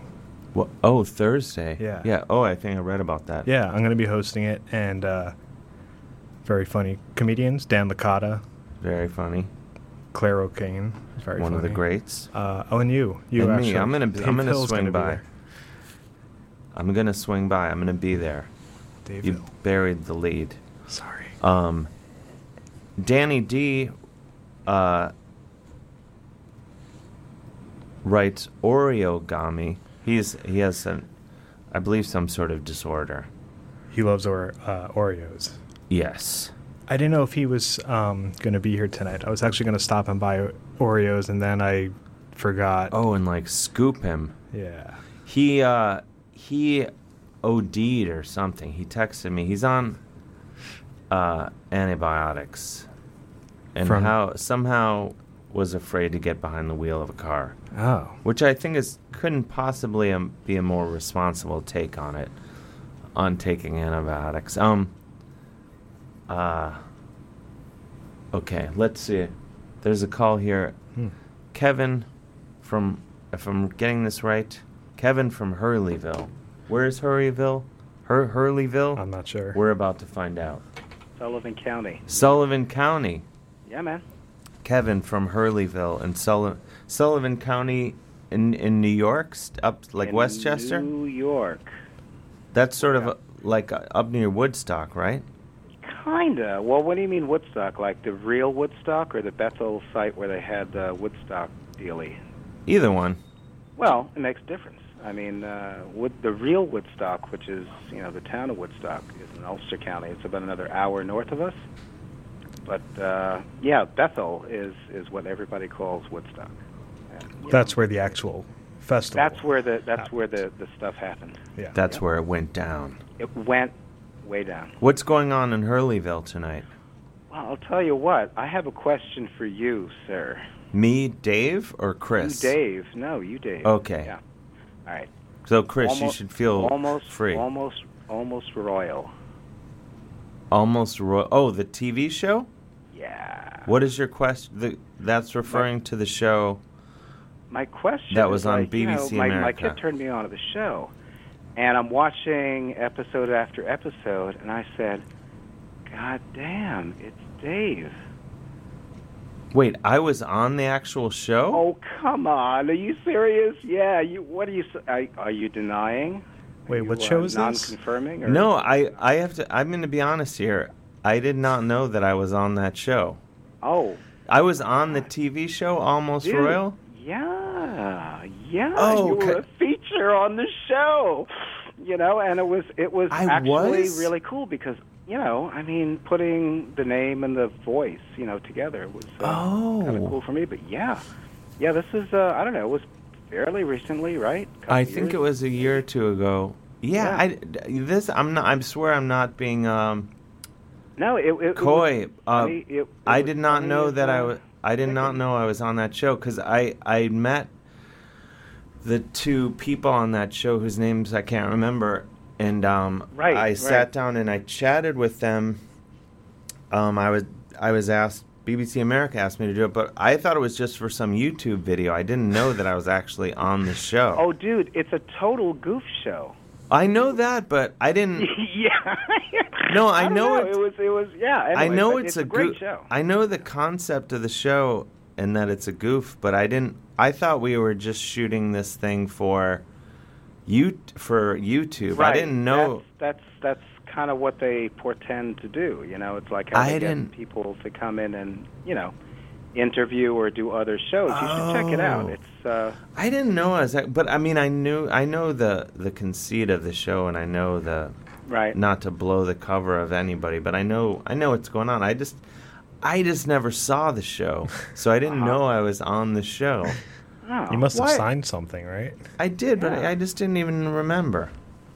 [SPEAKER 7] Well, oh, Thursday.
[SPEAKER 15] Yeah.
[SPEAKER 7] Yeah. Oh, I think I read about that.
[SPEAKER 15] Yeah, I'm going to be hosting it, and uh, very funny comedians Dan Licata.
[SPEAKER 7] Very funny.
[SPEAKER 15] Claire O'Kane. Very
[SPEAKER 7] One of the
[SPEAKER 15] funny.
[SPEAKER 7] greats.
[SPEAKER 15] Uh, oh, and you. You
[SPEAKER 7] and
[SPEAKER 15] actually.
[SPEAKER 7] me. I'm gonna
[SPEAKER 15] Dave
[SPEAKER 7] I'm gonna
[SPEAKER 15] Hill's
[SPEAKER 7] swing
[SPEAKER 15] gonna be
[SPEAKER 7] by.
[SPEAKER 15] there.
[SPEAKER 7] I'm gonna swing by. I'm gonna be there.
[SPEAKER 15] Dave
[SPEAKER 7] you
[SPEAKER 15] Hill.
[SPEAKER 7] buried the lead.
[SPEAKER 15] Sorry.
[SPEAKER 7] Um, Danny D. Uh, writes Oreogami. He's he has an, I believe, some sort of disorder.
[SPEAKER 15] He loves or, uh, Oreos.
[SPEAKER 7] Yes.
[SPEAKER 15] I didn't know if he was um, going to be here tonight. I was actually going to stop and buy Oreos, and then I forgot.
[SPEAKER 7] Oh, and like scoop him.
[SPEAKER 15] Yeah.
[SPEAKER 7] He uh he OD'd or something. He texted me. He's on uh antibiotics. And
[SPEAKER 15] From-
[SPEAKER 7] how somehow was afraid to get behind the wheel of a car.
[SPEAKER 15] Oh.
[SPEAKER 7] Which I think is couldn't possibly um, be a more responsible take on it on taking antibiotics. Um uh Okay, let's see. There's a call here.
[SPEAKER 15] Hmm.
[SPEAKER 7] Kevin from, if I'm getting this right, Kevin from Hurleyville. Where is Hurleyville? Hur- Hurleyville? I'm
[SPEAKER 15] not sure.
[SPEAKER 7] We're about to find out.
[SPEAKER 16] Sullivan County.
[SPEAKER 7] Sullivan County.
[SPEAKER 16] Yeah, man.
[SPEAKER 7] Kevin from Hurleyville in Sullivan, Sullivan County in, in New York, st- up like
[SPEAKER 16] In
[SPEAKER 7] Westchester?
[SPEAKER 16] New York.
[SPEAKER 7] That's sort of uh, like uh, up near Woodstock, right?
[SPEAKER 16] Kinda. Well, what do you mean Woodstock? Like the real Woodstock or the Bethel site where they had the Woodstock dealie?
[SPEAKER 7] Either one.
[SPEAKER 16] Well, it makes a difference. I mean, uh, Wood, the real Woodstock, which is you know the town of Woodstock, is in Ulster County. It's about another hour north of us. But uh, yeah, Bethel is is what everybody calls Woodstock.
[SPEAKER 15] That's where the actual festival.
[SPEAKER 16] That's where the that's where the, the stuff happened.
[SPEAKER 15] Yeah.
[SPEAKER 7] That's where it went down.
[SPEAKER 16] It went way down.
[SPEAKER 7] What's going on in Hurleyville tonight?
[SPEAKER 16] Well, I'll tell you what. I have a question for you, sir.
[SPEAKER 7] Me, Dave, or Chris?
[SPEAKER 16] You, Dave. No, you, Dave.
[SPEAKER 7] Okay.
[SPEAKER 16] Yeah. All right.
[SPEAKER 7] So, Chris, you
[SPEAKER 16] Almo-
[SPEAKER 7] should feel
[SPEAKER 16] almost
[SPEAKER 7] free.
[SPEAKER 16] Almost, almost royal.
[SPEAKER 7] Almost Royal. Oh, the TV show.
[SPEAKER 16] Yeah.
[SPEAKER 7] What is your question? The, that's referring to the show.
[SPEAKER 16] My question.
[SPEAKER 7] That
[SPEAKER 16] is
[SPEAKER 7] was on
[SPEAKER 16] like, you know,
[SPEAKER 7] BBC
[SPEAKER 16] my, my
[SPEAKER 7] America.
[SPEAKER 16] kid turned me on to the show, and I'm watching episode after episode, and I said, "God damn, it's Dave."
[SPEAKER 7] Wait, I was on the actual show.
[SPEAKER 16] Oh come on! Are you serious? Yeah. You. What are you? s- Are, are you denying?
[SPEAKER 15] Wait,
[SPEAKER 16] you,
[SPEAKER 15] what
[SPEAKER 16] uh,
[SPEAKER 15] show is this?
[SPEAKER 16] non-confirming Or?
[SPEAKER 7] No, I I have to. I'm going to be honest here. I did not know that I was on that show.
[SPEAKER 16] Oh.
[SPEAKER 7] I was on the TV show Almost
[SPEAKER 16] Dude,
[SPEAKER 7] Royal.
[SPEAKER 16] Yeah, yeah.
[SPEAKER 7] Oh,
[SPEAKER 16] you were
[SPEAKER 7] okay.
[SPEAKER 16] a feature on the show. You know, and it was it was
[SPEAKER 7] I
[SPEAKER 16] actually
[SPEAKER 7] was?
[SPEAKER 16] really cool because you know, I mean, putting the name and the voice, you know, together was uh, kind of
[SPEAKER 7] Oh.
[SPEAKER 16] cool for me. But yeah, yeah, this is uh, I don't know, it was fairly recently, right?
[SPEAKER 7] I think it was a year or two ago. Yeah,
[SPEAKER 16] Yeah.
[SPEAKER 7] I this I'm not. I swear I'm not being um
[SPEAKER 16] No, it, it
[SPEAKER 7] coy.
[SPEAKER 16] It was,
[SPEAKER 7] uh,
[SPEAKER 16] funny- it- it
[SPEAKER 7] I
[SPEAKER 16] was
[SPEAKER 7] did not
[SPEAKER 16] funny
[SPEAKER 7] know
[SPEAKER 16] as,
[SPEAKER 7] that I
[SPEAKER 16] uh,
[SPEAKER 7] was. I did not know I was on that show because I I met the two people on that show whose names I can't remember, and um,
[SPEAKER 16] Right,
[SPEAKER 7] I
[SPEAKER 16] right.
[SPEAKER 7] sat down and I chatted with them. Um, I was I was asked. BBC America asked me to do it, but I thought it was just for some YouTube video. I didn't know that I was actually on the show.
[SPEAKER 16] Oh, dude, it's a total goof show.
[SPEAKER 7] I know that, but I didn't.
[SPEAKER 16] yeah.
[SPEAKER 7] Hmm. No, I
[SPEAKER 16] don't
[SPEAKER 7] know
[SPEAKER 16] know it was. It was. Yeah.
[SPEAKER 7] I
[SPEAKER 16] anyway,
[SPEAKER 7] know
[SPEAKER 16] but
[SPEAKER 7] it's,
[SPEAKER 16] a, great
[SPEAKER 7] goo-
[SPEAKER 16] show.
[SPEAKER 7] I know the concept of the show and that it's a goof, but I didn't. I thought we were just shooting this thing for you for YouTube. I
[SPEAKER 16] Right.
[SPEAKER 7] didn't know.
[SPEAKER 16] That's that's, that's kind of what they portend to do. You know, it's like how
[SPEAKER 7] I
[SPEAKER 16] they
[SPEAKER 7] didn't-
[SPEAKER 16] get people to come in and you know interview or do other shows. You should check it out.
[SPEAKER 7] Oh.
[SPEAKER 16] It's uh,
[SPEAKER 7] I didn't know. I was, like- but I mean, I knew. I know the the conceit of the show, and I know the
[SPEAKER 16] Right.
[SPEAKER 7] Not to blow the cover of anybody, but I know. I know what's going on. I just. I just never saw the show, so I didn't
[SPEAKER 16] Uh-huh.
[SPEAKER 7] know I was on the show.
[SPEAKER 16] oh,
[SPEAKER 15] You must have
[SPEAKER 16] what?
[SPEAKER 15] signed something, right?
[SPEAKER 7] I did, but
[SPEAKER 16] Yeah.
[SPEAKER 7] I, I just didn't even remember.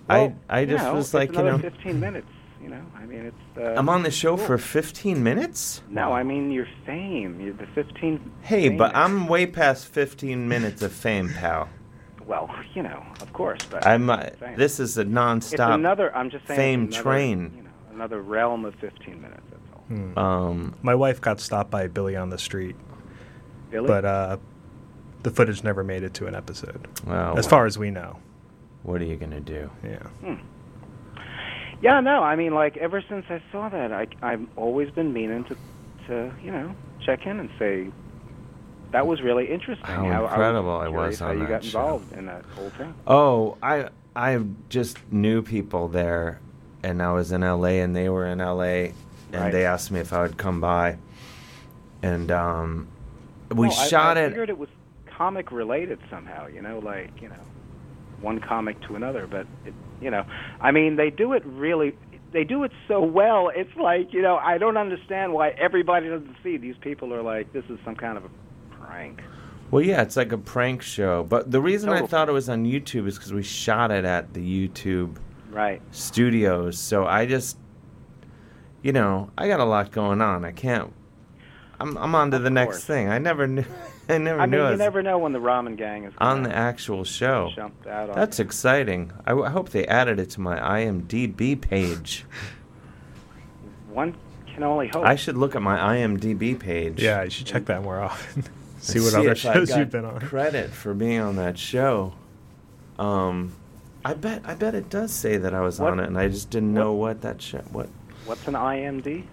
[SPEAKER 7] I I
[SPEAKER 16] You
[SPEAKER 7] just
[SPEAKER 16] know,
[SPEAKER 7] was
[SPEAKER 16] it's
[SPEAKER 7] like, you
[SPEAKER 16] another
[SPEAKER 7] know,
[SPEAKER 16] fifteen minutes. You know, I mean, it's. Uh,
[SPEAKER 7] I'm on the show
[SPEAKER 16] cool.
[SPEAKER 7] for 15 minutes.
[SPEAKER 16] No, I mean your fame. You're the fifteen.
[SPEAKER 7] Hey,
[SPEAKER 16] fame
[SPEAKER 7] but I'm way past 15 minutes of fame, pal.
[SPEAKER 16] Well, you know, of course, but
[SPEAKER 7] I'm. Uh,
[SPEAKER 16] just saying.
[SPEAKER 7] this is a
[SPEAKER 16] It's
[SPEAKER 7] nonstop
[SPEAKER 16] another. I'm just saying.
[SPEAKER 7] fame
[SPEAKER 16] it's another,
[SPEAKER 7] train.
[SPEAKER 16] You know, another realm of fifteen minutes.
[SPEAKER 7] Um,
[SPEAKER 15] Hmm. My wife got stopped by Billy on the street,
[SPEAKER 16] Billy?
[SPEAKER 15] but uh, the footage never made it to an episode,
[SPEAKER 7] Wow.
[SPEAKER 15] as far as we know.
[SPEAKER 7] What are you gonna do?
[SPEAKER 15] Yeah.
[SPEAKER 16] Hmm. Yeah, no, I mean, like ever since I saw that, I I've always been meaning to, to you know, check in and say that was really interesting.
[SPEAKER 7] How
[SPEAKER 16] I- I was
[SPEAKER 7] incredible it was
[SPEAKER 16] curious how
[SPEAKER 7] on
[SPEAKER 16] you
[SPEAKER 7] that
[SPEAKER 16] got
[SPEAKER 7] show.
[SPEAKER 16] involved in that whole thing.
[SPEAKER 7] Oh, I I just knew people there, and I was in L.A. and they were in L.A. and
[SPEAKER 16] Right.
[SPEAKER 7] they asked me if I would come by, and um, we
[SPEAKER 16] No, I-
[SPEAKER 7] shot
[SPEAKER 16] I,
[SPEAKER 7] it.
[SPEAKER 16] figured it was comic related somehow. You know, like you know, one comic to another. But it, you know, I mean, they do it really. They do it so well. It's like you know, I don't understand why everybody doesn't see these people are like this is some kind of a prank.
[SPEAKER 7] Well, yeah, it's like a prank show. But the reason I
[SPEAKER 16] Total
[SPEAKER 7] thought it was on YouTube is because we shot it at the YouTube
[SPEAKER 16] Right.
[SPEAKER 7] studios. So I just, you know, I got a lot going on. I can't. I'm I'm on to the next
[SPEAKER 16] course.
[SPEAKER 7] thing. I never knew. I never
[SPEAKER 16] I
[SPEAKER 7] knew.
[SPEAKER 16] mean,
[SPEAKER 7] I
[SPEAKER 16] you
[SPEAKER 7] was
[SPEAKER 16] never know when the ramen gang is
[SPEAKER 7] on the actual show.
[SPEAKER 16] jumped out on.
[SPEAKER 7] That's exciting. I, w- I hope they added it to my IMDb page.
[SPEAKER 16] One can only hope.
[SPEAKER 7] I should look at my IMDb page.
[SPEAKER 15] Yeah, you should check that more often. see
[SPEAKER 7] and
[SPEAKER 15] what other
[SPEAKER 7] if I
[SPEAKER 15] shows
[SPEAKER 7] got
[SPEAKER 15] you've been on.
[SPEAKER 7] Credit for being on that show. Um, I bet I bet it does say that I was
[SPEAKER 16] What-
[SPEAKER 7] on it, and I just didn't know what that show. What?
[SPEAKER 16] What's an IMD?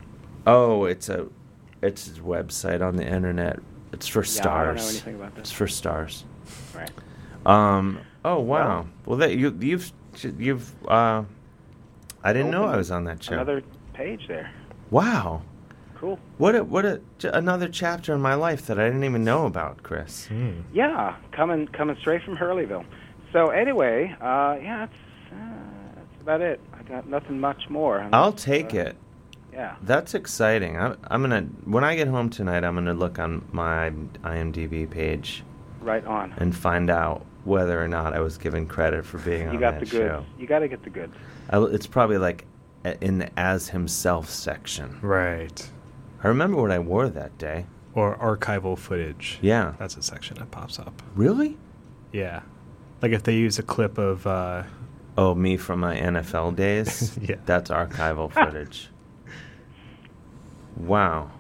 [SPEAKER 7] Oh, it's a it's a website on the internet. It's for
[SPEAKER 16] Yeah, I don't know
[SPEAKER 7] stars.
[SPEAKER 16] anything about that.
[SPEAKER 7] It's for stars.
[SPEAKER 16] Right.
[SPEAKER 7] Um. Oh wow. Well, that you you've you've uh, I didn't know I was on that show.
[SPEAKER 16] Another page there.
[SPEAKER 7] Wow.
[SPEAKER 16] Cool.
[SPEAKER 7] What a what a j- another chapter in my life that I didn't even know about, Chris.
[SPEAKER 16] Hmm. Yeah, coming coming straight from Hurleyville. So anyway, uh, yeah, that's uh, that's about it. I got nothing much more. I'm-
[SPEAKER 7] I'll take
[SPEAKER 16] uh,
[SPEAKER 7] it.
[SPEAKER 16] Yeah.
[SPEAKER 7] That's exciting. I'm, I'm gonna when I get home tonight, I'm gonna look on my IMDb page
[SPEAKER 16] Right on.
[SPEAKER 7] and find out whether or not I was given credit for being on
[SPEAKER 16] You got
[SPEAKER 7] that
[SPEAKER 16] the goods.
[SPEAKER 7] show.
[SPEAKER 16] You got to get the goods.
[SPEAKER 7] I, it's probably like a- in the as himself section.
[SPEAKER 15] Right.
[SPEAKER 7] I remember what I wore that day.
[SPEAKER 15] Or archival footage.
[SPEAKER 7] Yeah.
[SPEAKER 15] That's a section that pops up.
[SPEAKER 7] Really?
[SPEAKER 15] Yeah. Like if they use a clip of uh,
[SPEAKER 7] Oh, me from my NFL days.
[SPEAKER 15] yeah.
[SPEAKER 7] That's archival footage. Wow.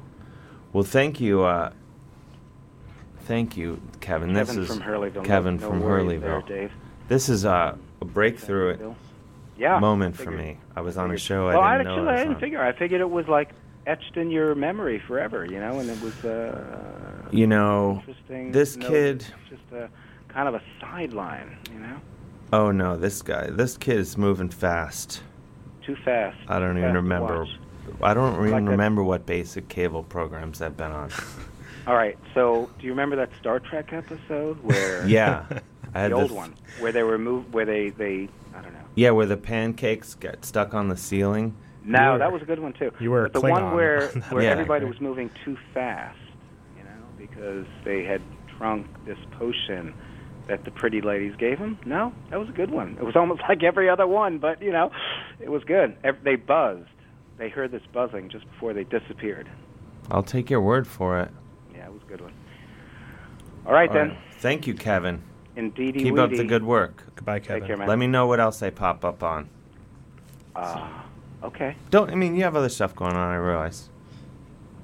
[SPEAKER 7] Well, thank you. Uh, thank you,
[SPEAKER 16] Kevin
[SPEAKER 7] Kevin. this is
[SPEAKER 16] from Hurleyville. No-
[SPEAKER 7] Kevin
[SPEAKER 16] no
[SPEAKER 7] from
[SPEAKER 16] worries
[SPEAKER 7] Hurleyville.
[SPEAKER 16] there, Dave.
[SPEAKER 7] This is uh, a breakthrough
[SPEAKER 16] Bill. Yeah,
[SPEAKER 7] moment
[SPEAKER 16] I
[SPEAKER 7] for
[SPEAKER 16] figured.
[SPEAKER 7] me. I was on a show
[SPEAKER 16] well,
[SPEAKER 7] I
[SPEAKER 16] I
[SPEAKER 7] didn't
[SPEAKER 16] actually
[SPEAKER 7] know. I
[SPEAKER 16] I
[SPEAKER 7] was
[SPEAKER 16] didn't
[SPEAKER 7] on.
[SPEAKER 16] figure. I figured it was like etched in your memory forever, you know, and it was uh,
[SPEAKER 7] You know,
[SPEAKER 16] interesting.
[SPEAKER 7] this
[SPEAKER 16] note.
[SPEAKER 7] kid.
[SPEAKER 16] Just a kind of a sideline, you know,
[SPEAKER 7] Oh no, this guy. This kid is moving fast.
[SPEAKER 16] too fast.
[SPEAKER 7] I don't
[SPEAKER 16] too
[SPEAKER 7] even
[SPEAKER 16] fast to
[SPEAKER 7] remember.
[SPEAKER 16] watch.
[SPEAKER 7] I don't even
[SPEAKER 16] Like that-
[SPEAKER 7] remember what basic cable programs I've been on.
[SPEAKER 16] All right. So, do you remember that Star Trek episode where?
[SPEAKER 7] Yeah, I had
[SPEAKER 16] the old
[SPEAKER 7] this-
[SPEAKER 16] one where they were moved, where they they I don't know.
[SPEAKER 7] Yeah, where the pancakes get stuck on the ceiling.
[SPEAKER 16] No, that was a good one too.
[SPEAKER 7] you were a
[SPEAKER 16] but the one
[SPEAKER 7] Klingon
[SPEAKER 16] where
[SPEAKER 7] on that
[SPEAKER 16] where
[SPEAKER 7] one. Yeah,
[SPEAKER 16] everybody
[SPEAKER 7] right.
[SPEAKER 16] was moving too fast, you know, because they had drunk this potion that the pretty ladies gave them. No, that was a good one. It was almost like every other one, but you know, it was good. Ev- They buzzed. They heard this buzzing just before they disappeared.
[SPEAKER 7] I'll take your word for it.
[SPEAKER 16] Yeah, it was a good one. All right
[SPEAKER 7] All
[SPEAKER 16] then.
[SPEAKER 7] right. Thank you, Kevin.
[SPEAKER 16] Indeedy.
[SPEAKER 7] Keep up the
[SPEAKER 16] weedy.
[SPEAKER 7] good work.
[SPEAKER 15] Goodbye,
[SPEAKER 16] Kevin. care, man.
[SPEAKER 7] Let me know what else I pop up on.
[SPEAKER 16] Ah, okay.
[SPEAKER 7] Don't. I mean, you have other stuff going on. I realize.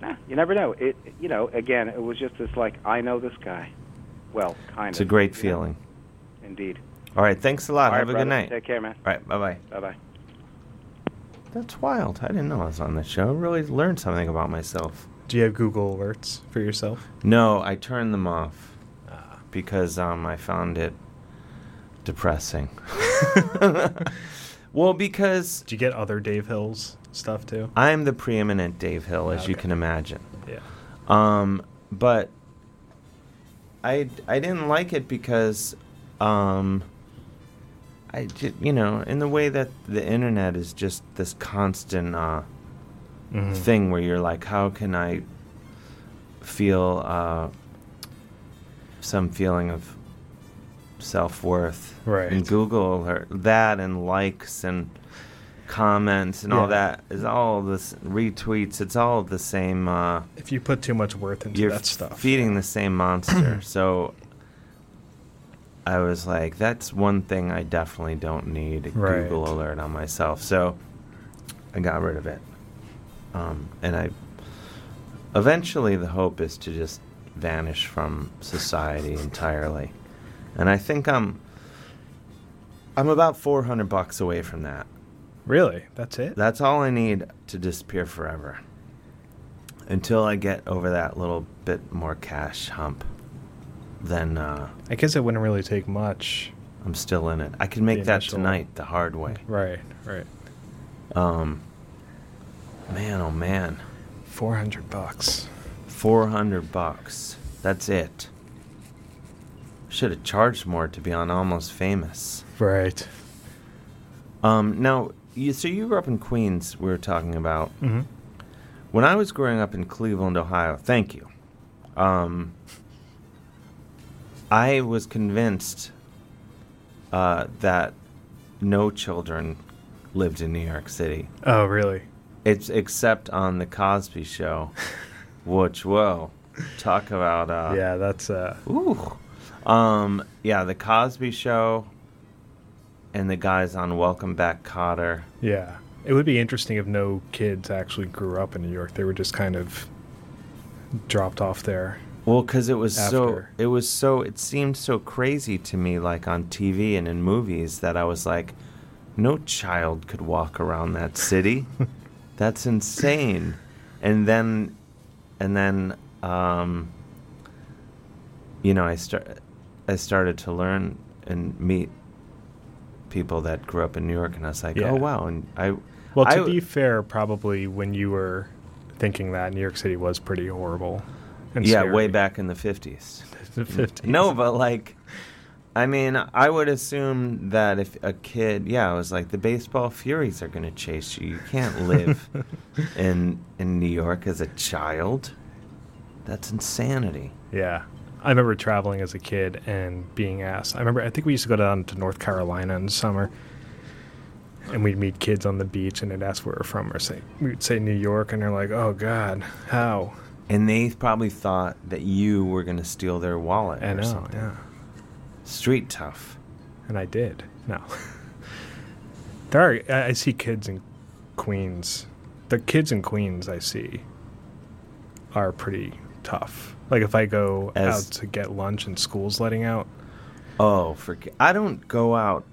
[SPEAKER 16] Nah, you never know. It, you know, again, it was just this like I know this guy. Well, kind
[SPEAKER 7] It's
[SPEAKER 16] of.
[SPEAKER 7] a great feeling.
[SPEAKER 16] Indeed.
[SPEAKER 7] All right. Thanks a lot.
[SPEAKER 16] All right,
[SPEAKER 7] have a
[SPEAKER 16] brother.
[SPEAKER 7] good night.
[SPEAKER 16] Take care, man.
[SPEAKER 7] All right. Bye bye.
[SPEAKER 16] Bye bye.
[SPEAKER 7] That's wild. I didn't know I was on this show. I really learned something about myself.
[SPEAKER 15] Do you have Google alerts for yourself?
[SPEAKER 7] No, I turned them off because um, I found it depressing. well, because
[SPEAKER 15] do you get other Dave Hills stuff too?
[SPEAKER 7] I'm the preeminent Dave Hill, as you can imagine.
[SPEAKER 15] Yeah.
[SPEAKER 7] Um, but I I didn't like it because, um, I ju- you know, in the way that the internet is just this constant uh,
[SPEAKER 15] Mhm.
[SPEAKER 7] thing where you're like, how can I feel uh, some feeling of self worth?
[SPEAKER 15] Right.
[SPEAKER 7] And Google or that and likes and comments and all
[SPEAKER 15] Yeah.
[SPEAKER 7] that is all this retweets. It's all the same. Uh,
[SPEAKER 15] If you put too much worth into
[SPEAKER 7] you're
[SPEAKER 15] that stuff.
[SPEAKER 7] feeding the same monster. so I was like, that's one thing I definitely don't need a
[SPEAKER 15] Right.
[SPEAKER 7] Google alert on myself. So I got rid of it. Um, and I eventually the hope is to just vanish from society entirely. And I think I'm I'm about 400 bucks away from that.
[SPEAKER 15] Really? That's it?
[SPEAKER 7] That's all I need to disappear forever. Until I get over that little bit more cash hump, then uh,
[SPEAKER 15] I guess it wouldn't really take much.
[SPEAKER 7] I'm still in it. I can make
[SPEAKER 15] The
[SPEAKER 7] that
[SPEAKER 15] initial-
[SPEAKER 7] tonight the hard way.
[SPEAKER 15] Right, right.
[SPEAKER 7] Um, man, oh man,
[SPEAKER 15] 400 bucks.
[SPEAKER 7] 400 bucks. That's it. Should have charged more to be on Almost Famous.
[SPEAKER 15] Right.
[SPEAKER 7] Um, now, you, so you grew up in Queens, we were talking about.
[SPEAKER 15] Mhm.
[SPEAKER 7] When I was growing up in Cleveland, Ohio, thank you. Um, I was convinced uh, that no children lived in New York City.
[SPEAKER 15] Oh, really?
[SPEAKER 7] It's except on the Cosby Show, which whoa, talk about uh,
[SPEAKER 15] yeah, that's uh,
[SPEAKER 7] ooh, um, yeah, the Cosby Show, and the guys on Welcome Back, Cotter.
[SPEAKER 15] Yeah. It would be interesting if no kids actually grew up in New York. They were just kind of dropped off there.
[SPEAKER 7] Well, because it was
[SPEAKER 15] After.
[SPEAKER 7] so, it was so, it seemed so crazy to me, like on TV and in movies, that I was like, no child could walk around that city. That's insane. And then, and then, um, you know, I start, I started to learn and meet people that grew up in New York, and I was like,
[SPEAKER 15] Yeah.
[SPEAKER 7] oh wow, and I,
[SPEAKER 15] Well, to
[SPEAKER 7] I,
[SPEAKER 15] be fair, probably when you were thinking that, New York City was pretty horrible. And
[SPEAKER 7] yeah,
[SPEAKER 15] scary.
[SPEAKER 7] way back in the fifties.
[SPEAKER 15] The 50s.
[SPEAKER 7] No, but like, I mean, I would assume that if a kid, yeah, I was like, the baseball furies are going to chase you. You can't live in in New York as a child. That's insanity.
[SPEAKER 15] Yeah. I remember traveling as a kid and being asked. I remember, I think we used to go down to North Carolina in the summer and we'd meet kids on the beach and they'd ask where we're from or say, we'd say New York and they're like, oh God, how?
[SPEAKER 7] And they probably thought that you were going to steal their wallet.
[SPEAKER 15] I
[SPEAKER 7] or
[SPEAKER 15] know,
[SPEAKER 7] something.
[SPEAKER 15] yeah.
[SPEAKER 7] Street tough.
[SPEAKER 15] And I did. No. there are, I, I see kids in Queens. The kids in Queens I see are pretty tough. Like if I go
[SPEAKER 7] As-
[SPEAKER 15] out to get lunch and school's letting out,
[SPEAKER 7] Oh, for I don't go out.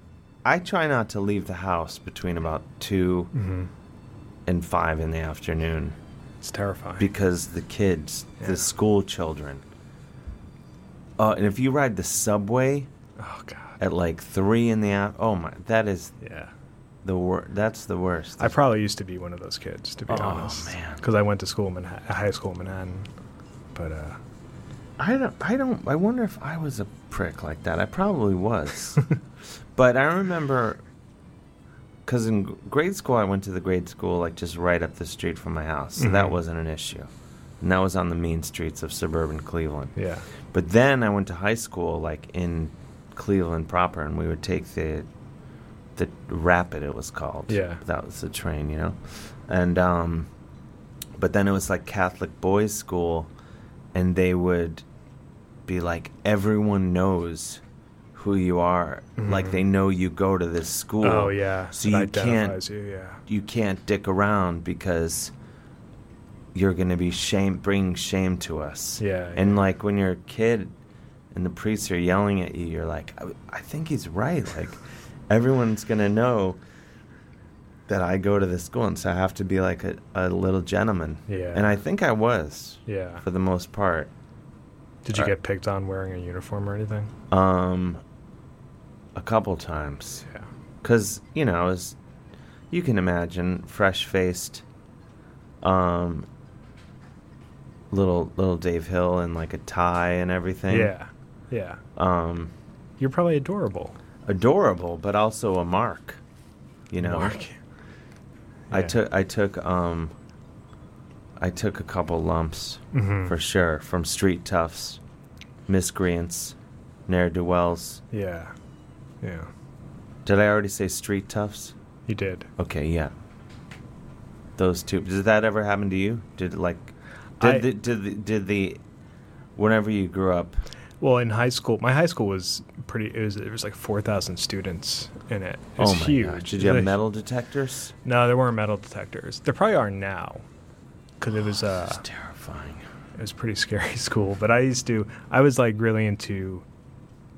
[SPEAKER 7] I try not to leave the house between about 2
[SPEAKER 15] Mhm.
[SPEAKER 7] and five in the afternoon.
[SPEAKER 15] It's terrifying
[SPEAKER 7] because the kids,
[SPEAKER 15] Yeah.
[SPEAKER 7] the school children. Oh, and if you ride the subway,
[SPEAKER 15] oh god,
[SPEAKER 7] at like three in the af- oh my, that is
[SPEAKER 15] yeah,
[SPEAKER 7] the wor- That's the worst.
[SPEAKER 15] I probably used to be one of those kids, to be
[SPEAKER 7] Oh,
[SPEAKER 15] honest. Because I went to school in Manha- high school in Manhattan. But uh,
[SPEAKER 7] I don't. I don't. I wonder if I was a prick like that. I probably was, but I remember because in g- grade school I went to the grade school like just right up the street from my house, so that
[SPEAKER 15] Mhm.
[SPEAKER 7] wasn't an issue, and that was on the mean streets of suburban Cleveland.
[SPEAKER 15] Yeah.
[SPEAKER 7] But then I went to high school like in Cleveland proper, and we would take the the rapid it was called.
[SPEAKER 15] Yeah.
[SPEAKER 7] that was the train, you know, and um, but then it was like Catholic boys' school, and they would be like, everyone knows who you are. Like
[SPEAKER 15] Mhm.
[SPEAKER 7] they know you go to this school.
[SPEAKER 15] Oh, yeah.
[SPEAKER 7] so
[SPEAKER 15] It
[SPEAKER 7] you
[SPEAKER 15] identifies
[SPEAKER 7] can't
[SPEAKER 15] you, yeah.
[SPEAKER 7] you can't dick around because you're gonna be shame bringing shame to us.
[SPEAKER 15] Yeah,
[SPEAKER 7] and like when you're a kid and the priests are yelling at you, you're like, I, I think he's right. Like everyone's gonna know that I go to this school, and so I have to be like a, a little gentleman.
[SPEAKER 15] Yeah.
[SPEAKER 7] and I think I was.
[SPEAKER 15] Yeah.
[SPEAKER 7] for the most part.
[SPEAKER 15] did you
[SPEAKER 7] Uh,
[SPEAKER 15] get picked on wearing a uniform or anything?
[SPEAKER 7] Um, a couple times.
[SPEAKER 15] Yeah.
[SPEAKER 7] Cause you know, I was, you can imagine, fresh faced, um, little little Dave Hill in like a tie and everything.
[SPEAKER 15] Yeah, yeah.
[SPEAKER 7] Um,
[SPEAKER 15] You're probably adorable.
[SPEAKER 7] Adorable, but also a mark. You know.
[SPEAKER 15] Mark.
[SPEAKER 7] I
[SPEAKER 15] Yeah.
[SPEAKER 7] took I took um. I took a couple lumps
[SPEAKER 15] Mhm.
[SPEAKER 7] for sure from street toughs, miscreants, ne'er do wells.
[SPEAKER 15] Yeah, yeah.
[SPEAKER 7] Did I already say street toughs?
[SPEAKER 15] You did.
[SPEAKER 7] Okay, yeah. Those two. Did that ever happen to you? Did like, did
[SPEAKER 15] I-
[SPEAKER 7] the, did the, did the, whenever you grew up?
[SPEAKER 15] Well, in high school, my high school was pretty. It was it was like four thousand students in it. It was
[SPEAKER 7] oh my
[SPEAKER 15] huge.
[SPEAKER 7] gosh! Did
[SPEAKER 15] It
[SPEAKER 7] you
[SPEAKER 15] was
[SPEAKER 7] have
[SPEAKER 15] a-
[SPEAKER 7] metal detectors?
[SPEAKER 15] No, there weren't metal detectors. There probably are now, because it was uh,
[SPEAKER 7] terrifying.
[SPEAKER 15] It was pretty scary school, but I used to. I was like really into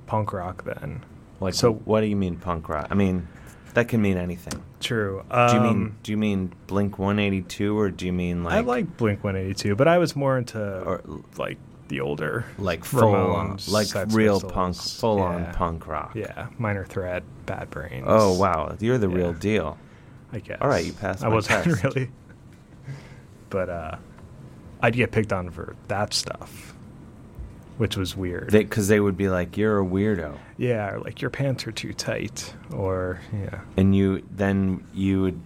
[SPEAKER 15] punk rock then,
[SPEAKER 7] Like, so what do you mean punk rock? I mean, that can mean anything.
[SPEAKER 15] True.
[SPEAKER 7] do you
[SPEAKER 15] Um,
[SPEAKER 7] mean do you mean Blink 182 or do you mean like
[SPEAKER 15] I like Blink 182, but I was more into like the older,
[SPEAKER 7] like full on
[SPEAKER 15] Ramones,
[SPEAKER 7] like
[SPEAKER 15] Sex
[SPEAKER 7] real
[SPEAKER 15] Pistols.
[SPEAKER 7] punk, full on
[SPEAKER 15] Yeah.
[SPEAKER 7] punk rock?
[SPEAKER 15] Yeah, Minor Threat, Bad Brains.
[SPEAKER 7] Oh wow, you're the real deal.
[SPEAKER 15] I guess.
[SPEAKER 7] All right, you passed.
[SPEAKER 15] I
[SPEAKER 7] my
[SPEAKER 15] wasn't
[SPEAKER 7] test.
[SPEAKER 15] really, but uh, I'd get picked on for that stuff, which was weird.
[SPEAKER 7] because they, would be like, "You're a weirdo,"
[SPEAKER 15] yeah, or like your pants are too tight, or yeah,
[SPEAKER 7] and you then you would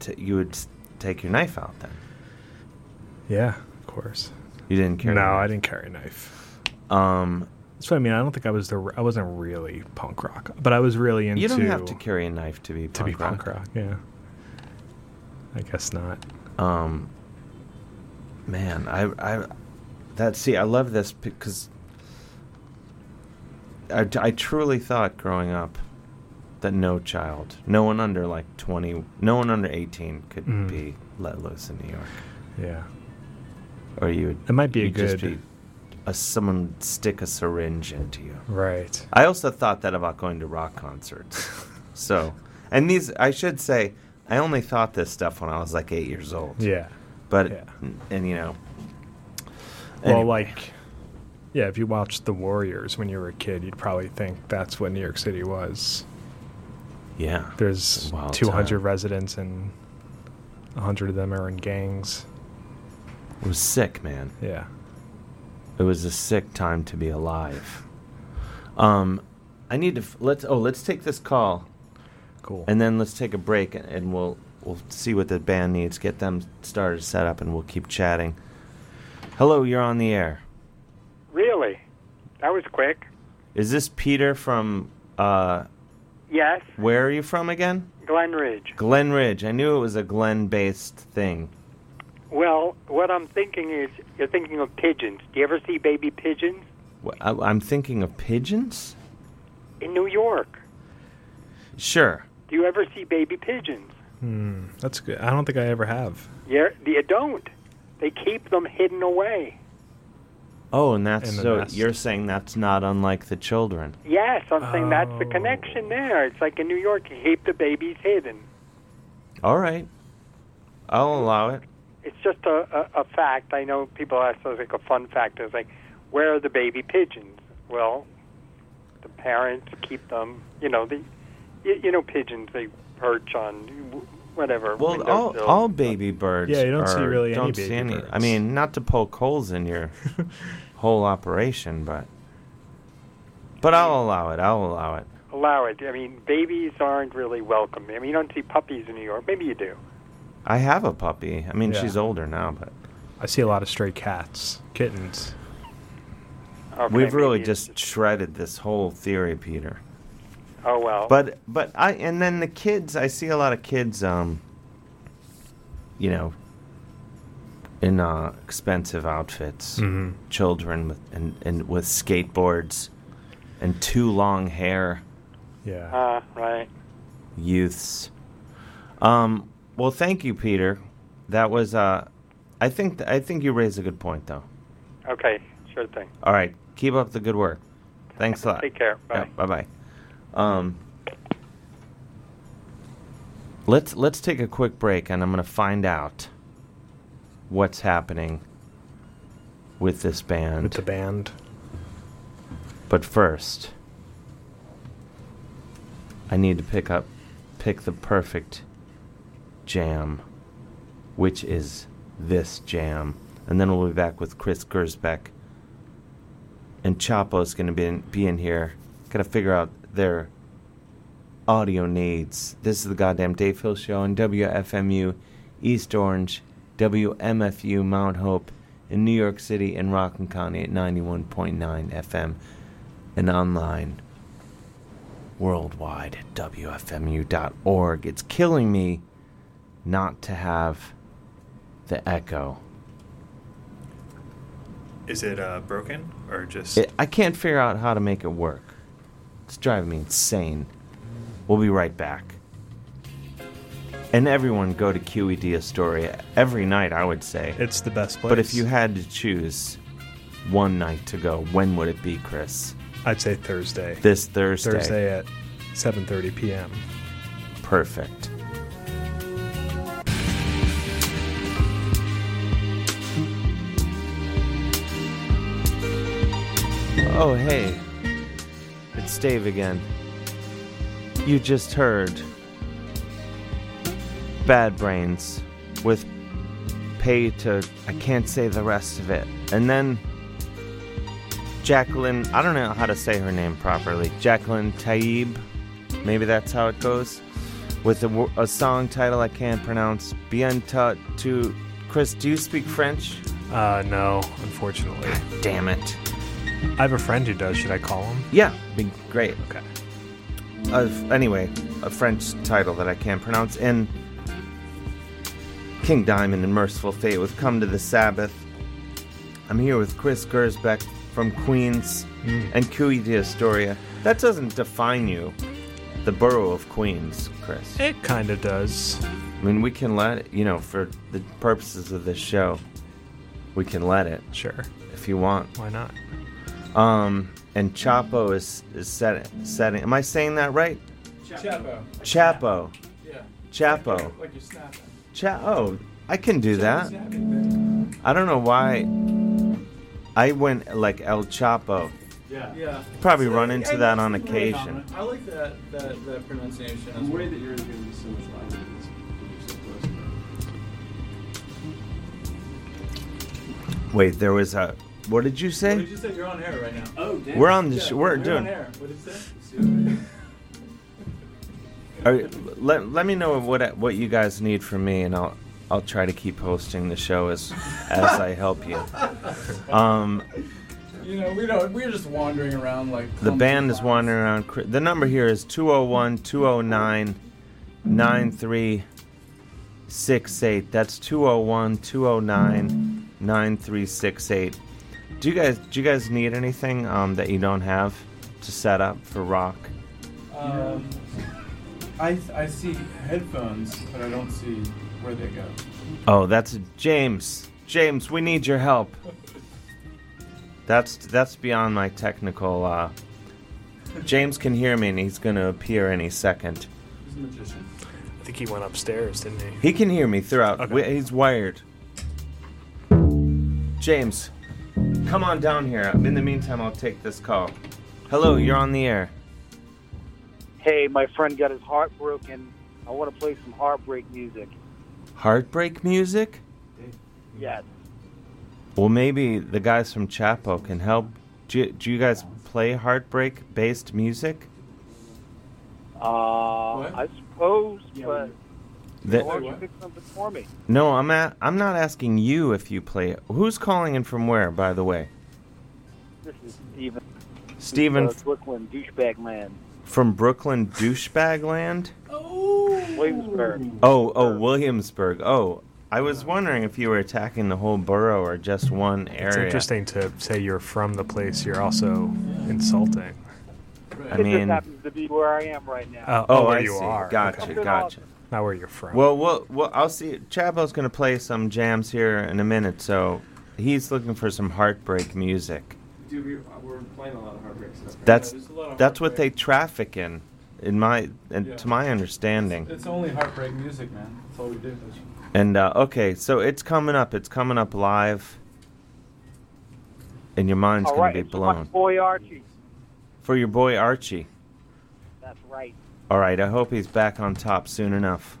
[SPEAKER 7] t- you would s- take your knife out. Then
[SPEAKER 15] yeah, of course.
[SPEAKER 7] you didn't carry.
[SPEAKER 15] no,
[SPEAKER 7] a
[SPEAKER 15] I
[SPEAKER 7] knife.
[SPEAKER 15] didn't carry a knife.
[SPEAKER 7] Um,
[SPEAKER 15] That's what I mean. I don't think I was the. I wasn't really punk rock, but I was really into.
[SPEAKER 7] You don't have to carry a knife to be
[SPEAKER 15] to be
[SPEAKER 7] punk rock.
[SPEAKER 15] punk rock. Yeah, I guess not.
[SPEAKER 7] Um, man, I, I, that see, I love this because I, I truly thought growing up that no child, no one under like twenty, no one under eighteen could
[SPEAKER 15] Mm.
[SPEAKER 7] be let loose in New York,
[SPEAKER 15] Yeah,
[SPEAKER 7] or you would.
[SPEAKER 15] It might be a
[SPEAKER 7] you'd Just
[SPEAKER 15] good-
[SPEAKER 7] be a, someone would stick a syringe into you.
[SPEAKER 15] right.
[SPEAKER 7] I also thought that about going to rock concerts. so, and these, I should say, I only thought this stuff when I was like eight years old.
[SPEAKER 15] Yeah.
[SPEAKER 7] But,
[SPEAKER 15] Yeah.
[SPEAKER 7] n- and you know.
[SPEAKER 15] Well,
[SPEAKER 7] anyway.
[SPEAKER 15] like, yeah, if you watched The Warriors when you were a kid, you'd probably think that's what New York City was.
[SPEAKER 7] yeah.
[SPEAKER 15] There's
[SPEAKER 7] Wild
[SPEAKER 15] 200 residents and 100 of them are in gangs.
[SPEAKER 7] It was sick, man.
[SPEAKER 15] Yeah.
[SPEAKER 7] It was a sick time to be alive. Um, I need to, f- let's, oh, let's take this call.
[SPEAKER 15] Cool.
[SPEAKER 7] And then let's take a break and, and we'll, we'll see what the band needs, get them started, set up, and we'll keep chatting. Hello, you're on the air.
[SPEAKER 17] Really? That was quick.
[SPEAKER 7] Is this Peter from, uh,
[SPEAKER 17] Yes,
[SPEAKER 7] Where are you from again?
[SPEAKER 17] Glen Ridge.
[SPEAKER 7] Glen Ridge. I knew it was a Glen based thing.
[SPEAKER 17] Well, what I'm thinking is you're thinking of pigeons. Do you ever see baby pigeons
[SPEAKER 7] Wh- I, I'm thinking of pigeons?
[SPEAKER 17] in New York?
[SPEAKER 7] Sure.
[SPEAKER 17] Do you ever see baby pigeons?
[SPEAKER 15] Hmm. That's good. I don't think I ever have.
[SPEAKER 17] Yeah, you don't. They keep them hidden away.
[SPEAKER 7] Oh, and that's
[SPEAKER 15] In the
[SPEAKER 7] so
[SPEAKER 15] nest.
[SPEAKER 7] you're saying that's not unlike the children.
[SPEAKER 17] Yes, I'm saying that's the connection there. It's like in New York, you keep the babies hidden.
[SPEAKER 7] All right. I'll allow it.
[SPEAKER 17] It's just a, a, a fact. I know people ask us like a fun fact. It's like, where are the baby pigeons? Well, the parents keep them. You know the, you, you know pigeons they perch on whatever.
[SPEAKER 7] Well, all,
[SPEAKER 17] windowsills.
[SPEAKER 7] all baby birds.
[SPEAKER 15] Yeah, you don't see
[SPEAKER 7] are-
[SPEAKER 15] really any
[SPEAKER 7] don't see
[SPEAKER 15] baby birds.
[SPEAKER 7] I mean, not to poke holes in your whole operation, but but I'll allow it. I'll allow it.
[SPEAKER 17] allow it. I mean, babies aren't really welcome. I mean, you don't see puppies in New York. Maybe you do.
[SPEAKER 7] I have a puppy. I mean,
[SPEAKER 15] Yeah.
[SPEAKER 7] she's older now, but
[SPEAKER 15] I see a lot of stray cats, kittens.
[SPEAKER 17] Okay,
[SPEAKER 7] we've really
[SPEAKER 17] maybe-
[SPEAKER 7] just shredded this whole theory, Peter.
[SPEAKER 17] Oh well.
[SPEAKER 7] But but I and then the kids I see a lot of kids um you know in uh expensive outfits
[SPEAKER 15] Mhm.
[SPEAKER 7] children with and, and with skateboards and too long hair
[SPEAKER 15] Yeah.
[SPEAKER 17] Ah, right.
[SPEAKER 7] youths um well thank you Peter that was uh I think I think you raised a good point though
[SPEAKER 17] Okay, sure thing.
[SPEAKER 7] all right keep up the good work thanks a lot
[SPEAKER 17] Take care. Bye.
[SPEAKER 7] bye bye um Let's let's take a quick break, and I'm going to find out what's happening with this band. With the
[SPEAKER 15] band.
[SPEAKER 7] But first, I need to pick up pick the perfect jam, which is this jam, and then we'll be back with Chris Gersbeck. And Chapo's going to be in, be in here. Got to figure out their audio needs. This is the goddamn Dave Hill Show on WFMU East Orange, WMFU Mount Hope in New York City and Rockland County at 91.9 FM and online worldwide at WFMU.org. It's killing me not to have the echo.
[SPEAKER 18] Is it uh, broken or just?
[SPEAKER 7] It, I can't figure out how to make it work. It's driving me insane. We'll be right back. And everyone go to E QED Astoria every night, I would say.
[SPEAKER 15] It's the best place.
[SPEAKER 7] But if you had to choose one night to go, when would it be, Chris?
[SPEAKER 15] I'd say Thursday.
[SPEAKER 7] This Thursday.
[SPEAKER 15] Thursday at 7:30 p.m.
[SPEAKER 7] Perfect. Oh, hey. It's Dave again. You just heard Bad Brains with Pay to. I can't say the rest of it. And then Jacqueline. I don't know how to say her name properly. Jacqueline Taib. Maybe that's how it goes. With a, wo- a song title I can't pronounce. Bien taught to. Chris, do you speak French?
[SPEAKER 15] Uh, no, unfortunately.
[SPEAKER 7] damn it.
[SPEAKER 15] I have a friend who does. Should I call him?
[SPEAKER 7] Yeah, be great. Okay. anyway, a French title that I can't pronounce. And King Diamond and Merciful Fate with Come to the Sabbath. I'm here with Chris Gersbeck from Queens
[SPEAKER 15] Hmm.
[SPEAKER 19] Mm.
[SPEAKER 7] and Cui D'Astoria. That doesn't define you, the borough of Queens, Chris.
[SPEAKER 15] It kind of does.
[SPEAKER 7] I mean, we can let it, you know, for the purposes of this show, we can let it.
[SPEAKER 15] Sure.
[SPEAKER 7] If you want.
[SPEAKER 15] Why not?
[SPEAKER 7] Um, and Chapo is, is set, setting. Am I saying that right?
[SPEAKER 20] Chapo.
[SPEAKER 7] Chapo.
[SPEAKER 20] Yeah.
[SPEAKER 7] Chapo.
[SPEAKER 20] Like you're snapping.
[SPEAKER 7] Cha- oh, I can do that. I don't know why. I went like El Chapo.
[SPEAKER 20] Yeah. Yeah.
[SPEAKER 7] Probably
[SPEAKER 20] So,
[SPEAKER 7] run
[SPEAKER 20] I-
[SPEAKER 7] into
[SPEAKER 20] I-
[SPEAKER 7] that on
[SPEAKER 20] that's a great
[SPEAKER 7] occasion.
[SPEAKER 20] compliment. I like that that, that pronunciation. The way that you're doing this so much louder than this.
[SPEAKER 7] Wait, there was a. What did you
[SPEAKER 20] What
[SPEAKER 7] say?
[SPEAKER 20] did you say? You're on air right now. Oh, damn.
[SPEAKER 7] We're on the
[SPEAKER 20] Yeah,
[SPEAKER 7] sh- we're
[SPEAKER 20] on
[SPEAKER 7] doing-
[SPEAKER 20] air. What did you say?
[SPEAKER 7] Are, let, let me know what what you guys need from me, and I'll I'll try to keep hosting the show as as I help you. Um,
[SPEAKER 20] you know, we don't. We're just wandering around like.
[SPEAKER 7] the band is wandering around. cr- The number here is 201 209 9368. That's 201 209 9368. Do you guys do you guys need anything um, that you don't have to set up for rock?
[SPEAKER 20] Um, I I see headphones, but I don't see where they go.
[SPEAKER 7] Oh, that's James. James, we need your help. That's that's beyond my technical. Uh, James can hear me, and he's going to appear any second.
[SPEAKER 15] He's a magician. I think he went upstairs, didn't he?
[SPEAKER 7] He can hear me throughout. We- He's wired. James, come on down here. In the meantime, I'll take this call. Hello, you're on the air.
[SPEAKER 21] Hey, my friend got his heart broken. I want to play some heartbreak music.
[SPEAKER 7] Heartbreak music?
[SPEAKER 21] Yes.
[SPEAKER 7] Well, maybe the guys from Chapo can help. Do you, do you guys play heartbreak based music?
[SPEAKER 21] Uh, I suppose, but
[SPEAKER 7] That-
[SPEAKER 21] why don't you pick something for me?
[SPEAKER 7] No, I'm at, I'm not asking you if you play it. Who's calling and from where, by the way?
[SPEAKER 21] This is Steven.
[SPEAKER 7] Steven
[SPEAKER 21] Uh, Brooklyn, douchebag land.
[SPEAKER 7] from Brooklyn douchebag land?
[SPEAKER 21] Oh. Williamsburg.
[SPEAKER 7] Oh, oh,
[SPEAKER 15] Uh,
[SPEAKER 7] Williamsburg. Oh, I was wondering if you were attacking the whole borough or just one area.
[SPEAKER 15] It's interesting to say you're from the place. You're also insulting.
[SPEAKER 7] I
[SPEAKER 21] it
[SPEAKER 7] mean-
[SPEAKER 21] just happens to be where I am right now.
[SPEAKER 15] Oh,
[SPEAKER 7] Oh,
[SPEAKER 15] where
[SPEAKER 7] I
[SPEAKER 15] you
[SPEAKER 7] see.
[SPEAKER 15] are.
[SPEAKER 7] Gotcha,
[SPEAKER 15] Okay.
[SPEAKER 7] gotcha.
[SPEAKER 15] Not where you're from.
[SPEAKER 7] Well, well, well, I'll see. Chabo's going to play some jams here in a minute, so he's looking for some heartbreak music.
[SPEAKER 20] Dude, we, we're playing a lot of heartbreak stuff. right
[SPEAKER 7] That's
[SPEAKER 20] now. There's a lot of
[SPEAKER 7] that's what
[SPEAKER 20] heartbreak.
[SPEAKER 7] they traffic in, in my, and
[SPEAKER 20] Yeah.
[SPEAKER 7] to my understanding.
[SPEAKER 20] It's only heartbreak music, man. That's all we do.
[SPEAKER 7] And uh, okay, so it's coming up. It's coming up live, and your mind's
[SPEAKER 21] All
[SPEAKER 7] going
[SPEAKER 21] right,
[SPEAKER 7] to be
[SPEAKER 21] it's my
[SPEAKER 7] blown
[SPEAKER 21] boy Archie.
[SPEAKER 7] for your boy Archie.
[SPEAKER 21] That's right.
[SPEAKER 7] All right, I hope he's back on top soon enough.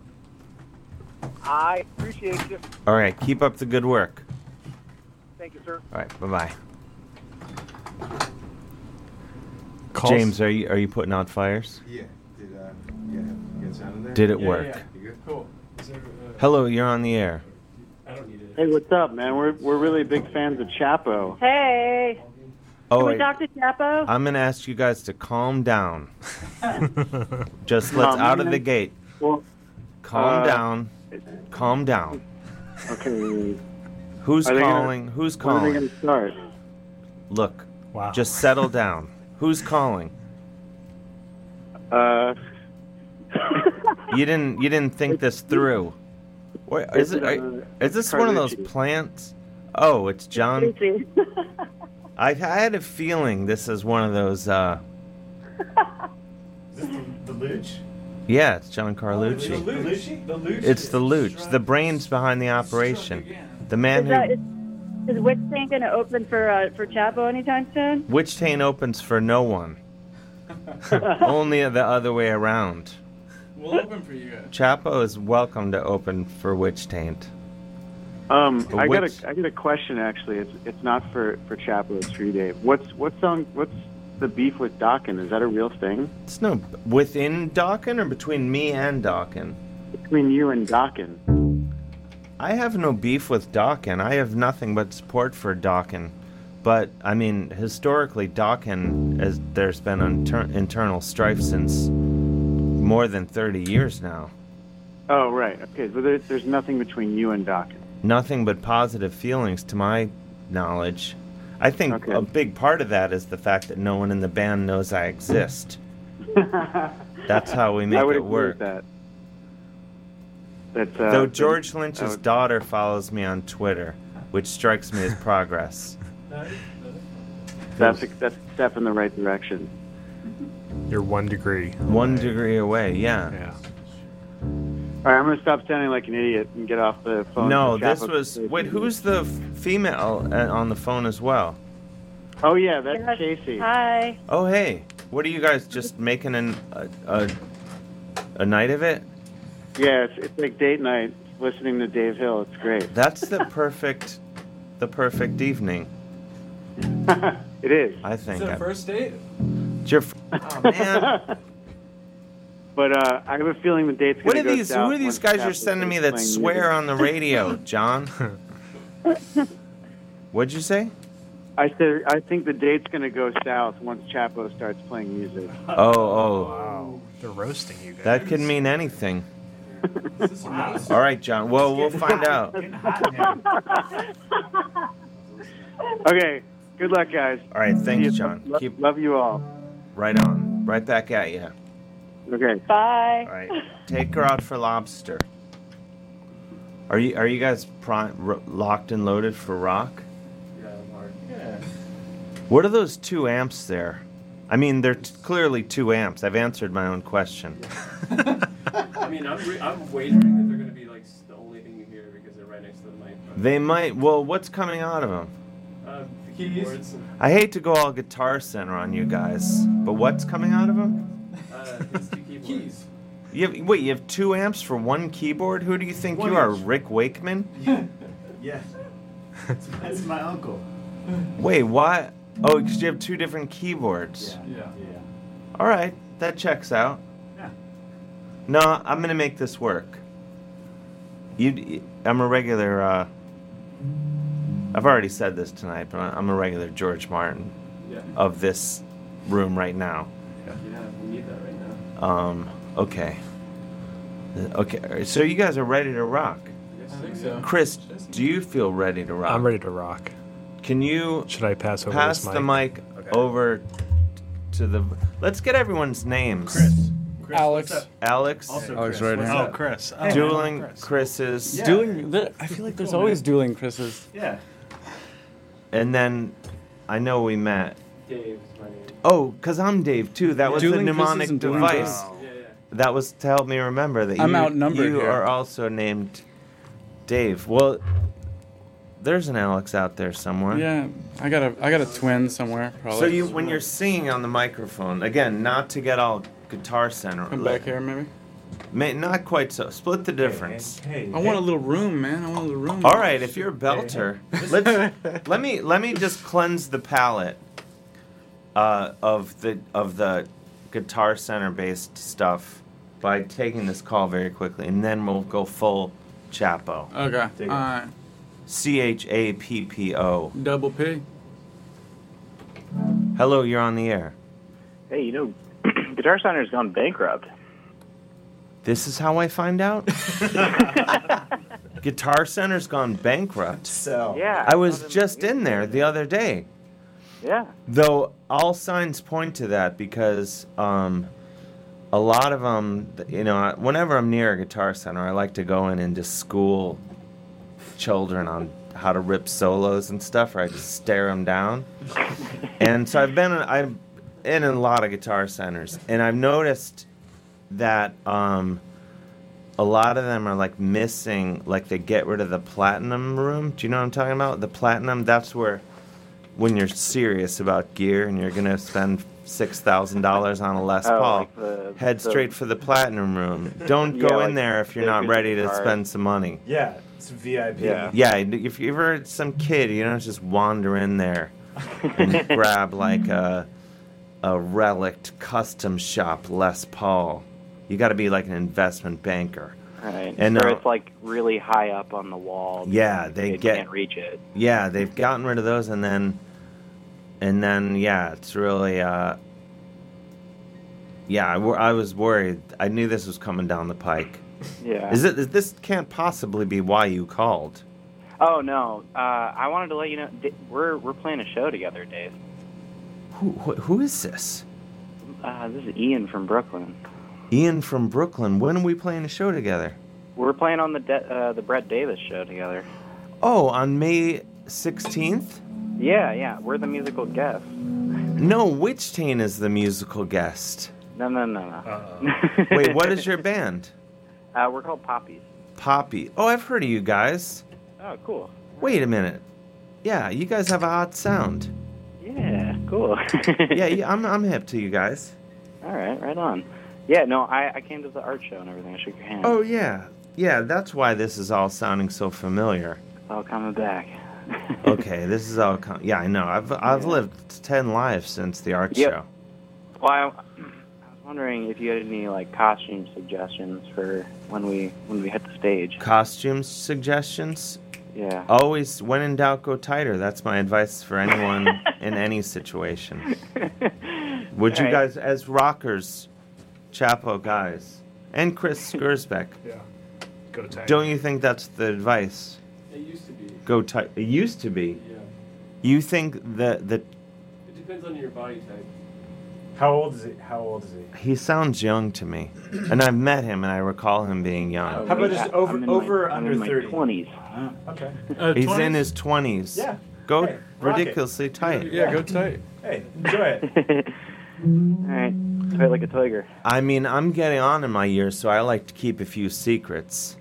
[SPEAKER 21] I appreciate you.
[SPEAKER 7] All right, keep up the good work.
[SPEAKER 21] Thank you, sir.
[SPEAKER 7] All right, bye bye.
[SPEAKER 15] Calls-
[SPEAKER 7] James, are you are you putting out fires?
[SPEAKER 19] Yeah. Did uh, yeah, you got sound in there?
[SPEAKER 7] Did it Yeah, work? yeah.
[SPEAKER 19] You good? Cool.
[SPEAKER 7] Hello, you're on the air.
[SPEAKER 22] Hey, what's up, man? We're we're really big fans of Chapo.
[SPEAKER 23] Hey.
[SPEAKER 7] Oh,
[SPEAKER 23] Can we
[SPEAKER 7] wait.
[SPEAKER 23] talk to Chapo?
[SPEAKER 7] I'm gonna ask you guys to calm down. Just let's
[SPEAKER 22] Oh,
[SPEAKER 7] out of
[SPEAKER 22] man.
[SPEAKER 7] the gate.
[SPEAKER 22] Well,
[SPEAKER 7] Calm
[SPEAKER 22] uh,
[SPEAKER 7] down. Calm down.
[SPEAKER 22] okay.
[SPEAKER 7] Who's
[SPEAKER 22] Are they gonna-
[SPEAKER 7] calling? Who's
[SPEAKER 22] when are they
[SPEAKER 7] calling?
[SPEAKER 22] gonna start?
[SPEAKER 7] Look. Just settle down. Who's calling?
[SPEAKER 22] Uh,
[SPEAKER 7] You didn't you didn't think this through. What is it?
[SPEAKER 22] It's,
[SPEAKER 7] Are,
[SPEAKER 22] uh,
[SPEAKER 7] is this one of those
[SPEAKER 22] Carlucci.
[SPEAKER 7] plants? Oh, it's John. I, I had a feeling this is one of those. Uh,
[SPEAKER 19] Is this the, the luge?
[SPEAKER 7] yeah, it's John
[SPEAKER 19] The
[SPEAKER 7] Carlucci.
[SPEAKER 19] luge? The luge?
[SPEAKER 7] It's the Looch, the brains behind the operation. The man
[SPEAKER 1] Is, that,
[SPEAKER 7] who.
[SPEAKER 1] is, is Witch Tank going to open for uh, for Chapo anytime soon?
[SPEAKER 7] Witch Tane opens for no one. Only the other way around.
[SPEAKER 20] We'll open for you guys.
[SPEAKER 7] Chapo is welcome to open for Witch Taint.
[SPEAKER 22] Um,
[SPEAKER 7] But
[SPEAKER 22] I got
[SPEAKER 7] which-
[SPEAKER 22] a I got a question actually. It's it's not for for Chapo. It's for you, Dave. What's what's on what's the beef with Dawkins? Is that a real thing
[SPEAKER 7] It's no within Dawkin or between me and Dawkin.
[SPEAKER 22] between you and Dawkins?
[SPEAKER 7] I have no beef with Dawkin. I have nothing but support for Dawkin. But I mean, historically, Dawkin, as there's been inter- internal strife since more than 30 years now.
[SPEAKER 22] Oh right. Okay. So there, there's nothing between you and Dawkins.
[SPEAKER 7] nothing but positive feelings to my knowledge. I think a big part of that is the fact that no one in the band knows I exist. That's how we make
[SPEAKER 22] I would
[SPEAKER 7] it
[SPEAKER 22] agree with
[SPEAKER 7] work.
[SPEAKER 22] that. That's, uh,
[SPEAKER 7] Though
[SPEAKER 22] that-
[SPEAKER 7] George
[SPEAKER 22] I
[SPEAKER 7] Lynch's
[SPEAKER 22] would-
[SPEAKER 7] daughter follows me on Twitter, which strikes me as progress.
[SPEAKER 22] That's a, that's a step in the right direction.
[SPEAKER 15] You're one degree.
[SPEAKER 7] One degree away, yeah.
[SPEAKER 22] All right, I'm gonna stop sounding like an idiot and get off the phone.
[SPEAKER 7] No,
[SPEAKER 22] with
[SPEAKER 7] this
[SPEAKER 22] Chapo.
[SPEAKER 7] was. Wait, who's the f- female uh, on the phone as well?
[SPEAKER 22] Oh yeah, that's Casey.
[SPEAKER 1] Hi.
[SPEAKER 7] Oh, hey. What are you guys just making an, a, a, a night of it?
[SPEAKER 22] Yeah, it's, it's like date night, listening to Dave Hill. It's great.
[SPEAKER 7] That's the perfect, the perfect evening.
[SPEAKER 22] it is.
[SPEAKER 7] I think.
[SPEAKER 20] Is it
[SPEAKER 7] I-
[SPEAKER 20] a first date?
[SPEAKER 7] It's your f- oh, man.
[SPEAKER 22] but uh, I have a feeling the date's
[SPEAKER 7] what
[SPEAKER 22] gonna
[SPEAKER 7] are
[SPEAKER 22] go
[SPEAKER 7] these? Who
[SPEAKER 22] south
[SPEAKER 7] are these
[SPEAKER 22] once
[SPEAKER 7] guys
[SPEAKER 22] Chapo
[SPEAKER 7] you're sending me
[SPEAKER 22] starts
[SPEAKER 7] that
[SPEAKER 22] playing
[SPEAKER 7] swear
[SPEAKER 22] music.
[SPEAKER 7] on the radio, John? What'd you say?
[SPEAKER 22] I said I think the date's gonna go south once Chapo starts playing music.
[SPEAKER 7] Oh, oh,
[SPEAKER 18] Wow. They're roasting you guys.
[SPEAKER 7] that could mean anything.
[SPEAKER 18] Wow.
[SPEAKER 7] All right, John. Well, we'll find out.
[SPEAKER 22] okay. Good luck, guys.
[SPEAKER 7] All right, thanks, John.
[SPEAKER 22] Lo- love you all.
[SPEAKER 7] Right on. Right back at you.
[SPEAKER 22] Okay.
[SPEAKER 1] Bye.
[SPEAKER 7] All right. Take her out for lobster. Are you are you guys pri ro locked and loaded for rock?
[SPEAKER 19] Yeah, Mark. Yeah.
[SPEAKER 7] What are those two amps there? I mean, they're t- clearly two amps. I've answered my own question.
[SPEAKER 20] I mean, I'm, re- I'm wagering that they're going to be like s- the only thing you hear because they're right next to the mic.
[SPEAKER 7] They might. Well, what's coming out of them?
[SPEAKER 20] But, uh, the keyboards.
[SPEAKER 7] I hate to go all Guitar Center on you guys, but what's coming out of them?
[SPEAKER 20] Uh, it's two keyboards. Keys.
[SPEAKER 7] You have, wait, you have two amps for one keyboard? Who do you think
[SPEAKER 19] One
[SPEAKER 7] you are,
[SPEAKER 19] each.
[SPEAKER 7] Rick Wakeman?
[SPEAKER 19] Yeah. That's my uncle.
[SPEAKER 7] Wait, why? Oh, because you have two different keyboards.
[SPEAKER 19] Yeah.
[SPEAKER 7] All right, that checks out.
[SPEAKER 19] Yeah.
[SPEAKER 7] No, I'm gonna make this work. You, I'm a regular. Uh, I've already said this tonight, but I'm a regular George Martin
[SPEAKER 20] Yeah.
[SPEAKER 7] of this room right now.
[SPEAKER 20] Yeah, we need that right now.
[SPEAKER 7] Um, okay. Okay, so you guys are ready to rock.
[SPEAKER 20] I think so.
[SPEAKER 7] Chris, do you feel ready to rock?
[SPEAKER 15] I'm ready to rock.
[SPEAKER 7] Can you
[SPEAKER 15] Should I pass over
[SPEAKER 7] pass
[SPEAKER 15] this mic?
[SPEAKER 7] the mic over to the? Let's get everyone's names. Chris.
[SPEAKER 2] Alex.
[SPEAKER 7] Alex.
[SPEAKER 2] Also Alex Chris. What's Reinahan. up? Oh, Chris. Oh,
[SPEAKER 7] Dueling
[SPEAKER 2] Chris.
[SPEAKER 7] Chris's.
[SPEAKER 2] Dueling. th- I feel like there's
[SPEAKER 7] Cool,
[SPEAKER 2] always
[SPEAKER 7] man.
[SPEAKER 2] dueling Chris's.
[SPEAKER 19] Yeah.
[SPEAKER 7] And then I know we met.
[SPEAKER 20] Dave is my name.
[SPEAKER 7] Oh, because I'm Dave too. That was
[SPEAKER 2] Dueling
[SPEAKER 7] the
[SPEAKER 2] Chris's
[SPEAKER 7] mnemonic
[SPEAKER 2] and dueling
[SPEAKER 7] device.
[SPEAKER 2] Chris's.
[SPEAKER 20] Oh. Yeah, yeah.
[SPEAKER 7] That was to help me remember that
[SPEAKER 2] I'm
[SPEAKER 7] you,
[SPEAKER 2] outnumbered
[SPEAKER 7] you
[SPEAKER 2] here.
[SPEAKER 7] are also named Dave. Well, there's an Alex out there somewhere.
[SPEAKER 2] Yeah, I got a I got a twin somewhere probably.
[SPEAKER 7] So you, when you're singing on the microphone, again, not to get all guitar center.
[SPEAKER 2] come back here maybe.
[SPEAKER 7] May, not quite so. Split the difference.
[SPEAKER 2] I want a little room, man. I want a little room.
[SPEAKER 7] All right, if you're a belter, let's, let me let me just cleanse the palate uh, of the of the guitar center based stuff by taking this call very quickly, and then we'll go full Chapo.
[SPEAKER 2] Okay. All right.
[SPEAKER 7] C H A P P O.
[SPEAKER 2] Double P.
[SPEAKER 7] Hello, you're on the air.
[SPEAKER 23] Hey, you know, Guitar Center's gone bankrupt.
[SPEAKER 7] This is how I find out. Guitar Center's gone bankrupt. So
[SPEAKER 23] Yeah.
[SPEAKER 7] I was just in there the other day.
[SPEAKER 23] Yeah.
[SPEAKER 7] Though all signs point to that because um, a lot of them, you know, I- whenever I'm near a guitar center, I like to go in and just school children on how to rip solos and stuff, or I just stare them down. and so I've been I'm in a lot of guitar centers, and I've noticed that um, a lot of them are like missing, like they get rid of the platinum room. Do you know what I'm talking about? The platinum. That's where when you're serious about gear and you're gonna spend six thousand dollars on a Les
[SPEAKER 23] Oh,
[SPEAKER 7] Paul,
[SPEAKER 23] like the-
[SPEAKER 7] head
[SPEAKER 23] the-
[SPEAKER 7] straight for the platinum room. Don't
[SPEAKER 23] Yeah,
[SPEAKER 7] go
[SPEAKER 23] like
[SPEAKER 7] in there if you're
[SPEAKER 23] the
[SPEAKER 7] not ready to
[SPEAKER 23] guitar.
[SPEAKER 7] spend some money.
[SPEAKER 19] Yeah, it's VIP.
[SPEAKER 7] Yeah, and if you ever some kid, you don't just wander in there and grab like a a relict custom shop Les Paul. You got to be like an investment banker.
[SPEAKER 23] Right.
[SPEAKER 7] And
[SPEAKER 23] or
[SPEAKER 7] now-
[SPEAKER 23] it's like really high up on the wall.
[SPEAKER 7] Yeah, they
[SPEAKER 23] It
[SPEAKER 7] get
[SPEAKER 23] can't reach it.
[SPEAKER 7] Yeah, they've gotten rid of those, and then, and then yeah, it's really uh, yeah. I, wor- I was worried. I knew this was coming down the pike.
[SPEAKER 23] Yeah.
[SPEAKER 7] Is it? Is, this can't possibly be why you called.
[SPEAKER 23] Oh no. Uh, I wanted to let you know d- we're we're playing a show together, Dave.
[SPEAKER 7] Who wh- who is this?
[SPEAKER 23] Uh, this is Ian from Brooklyn.
[SPEAKER 7] Ian from Brooklyn. When are we playing a show together?
[SPEAKER 23] We're playing on the de- uh, the Brett Davis show together.
[SPEAKER 7] Oh, on May sixteenth.
[SPEAKER 23] Yeah, yeah. We're the musical guest.
[SPEAKER 7] No, Witch Tane is the musical guest.
[SPEAKER 23] No, no, no, no.
[SPEAKER 7] Wait, what is your band?
[SPEAKER 23] Uh, we're called Poppies.
[SPEAKER 7] Poppy. Oh, I've heard of you guys.
[SPEAKER 23] Oh, cool.
[SPEAKER 7] Wait a minute. Yeah, you guys have a hot sound.
[SPEAKER 23] Yeah, cool.
[SPEAKER 7] yeah, yeah, I'm I'm hip to you guys.
[SPEAKER 23] All right, right on. Yeah, no, I, I came to the art show and everything. I shook your hand.
[SPEAKER 7] Oh yeah, yeah. That's why this is all sounding so familiar.
[SPEAKER 23] Oh, coming back.
[SPEAKER 7] okay, this is all. Com- yeah, I know. I've I've lived ten lives since the art
[SPEAKER 23] Yep.
[SPEAKER 7] show.
[SPEAKER 23] Well, I, I was wondering if you had any like costume suggestions for when we when we hit the stage.
[SPEAKER 7] Costume suggestions.
[SPEAKER 23] Yeah.
[SPEAKER 7] Always, when in doubt, go tighter. That's my advice for anyone in any situation. Would you
[SPEAKER 23] All right.
[SPEAKER 7] guys, as rockers, Chapo guys, and Chris Skursbeck,
[SPEAKER 15] Yeah. Go tight.
[SPEAKER 7] don't you think that's the advice?
[SPEAKER 20] It used to be.
[SPEAKER 7] Go tight. It used to be.
[SPEAKER 20] Yeah.
[SPEAKER 7] You think the the
[SPEAKER 20] It depends on your body type. How old is it? How old is he?
[SPEAKER 7] he sounds young to me, and I've met him, and I recall him being young.
[SPEAKER 20] How about just over, over or under
[SPEAKER 23] in my
[SPEAKER 20] 30?
[SPEAKER 23] 20s.
[SPEAKER 20] Okay. Uh,
[SPEAKER 7] He's in his Uh, twenties.
[SPEAKER 20] Yeah.
[SPEAKER 7] Go
[SPEAKER 20] Hey, rock it.
[SPEAKER 7] ridiculously tight.
[SPEAKER 20] Hey, enjoy it.
[SPEAKER 23] All right, tight like a tiger.
[SPEAKER 7] I mean, I'm getting on in my years, so I like to keep a few secrets.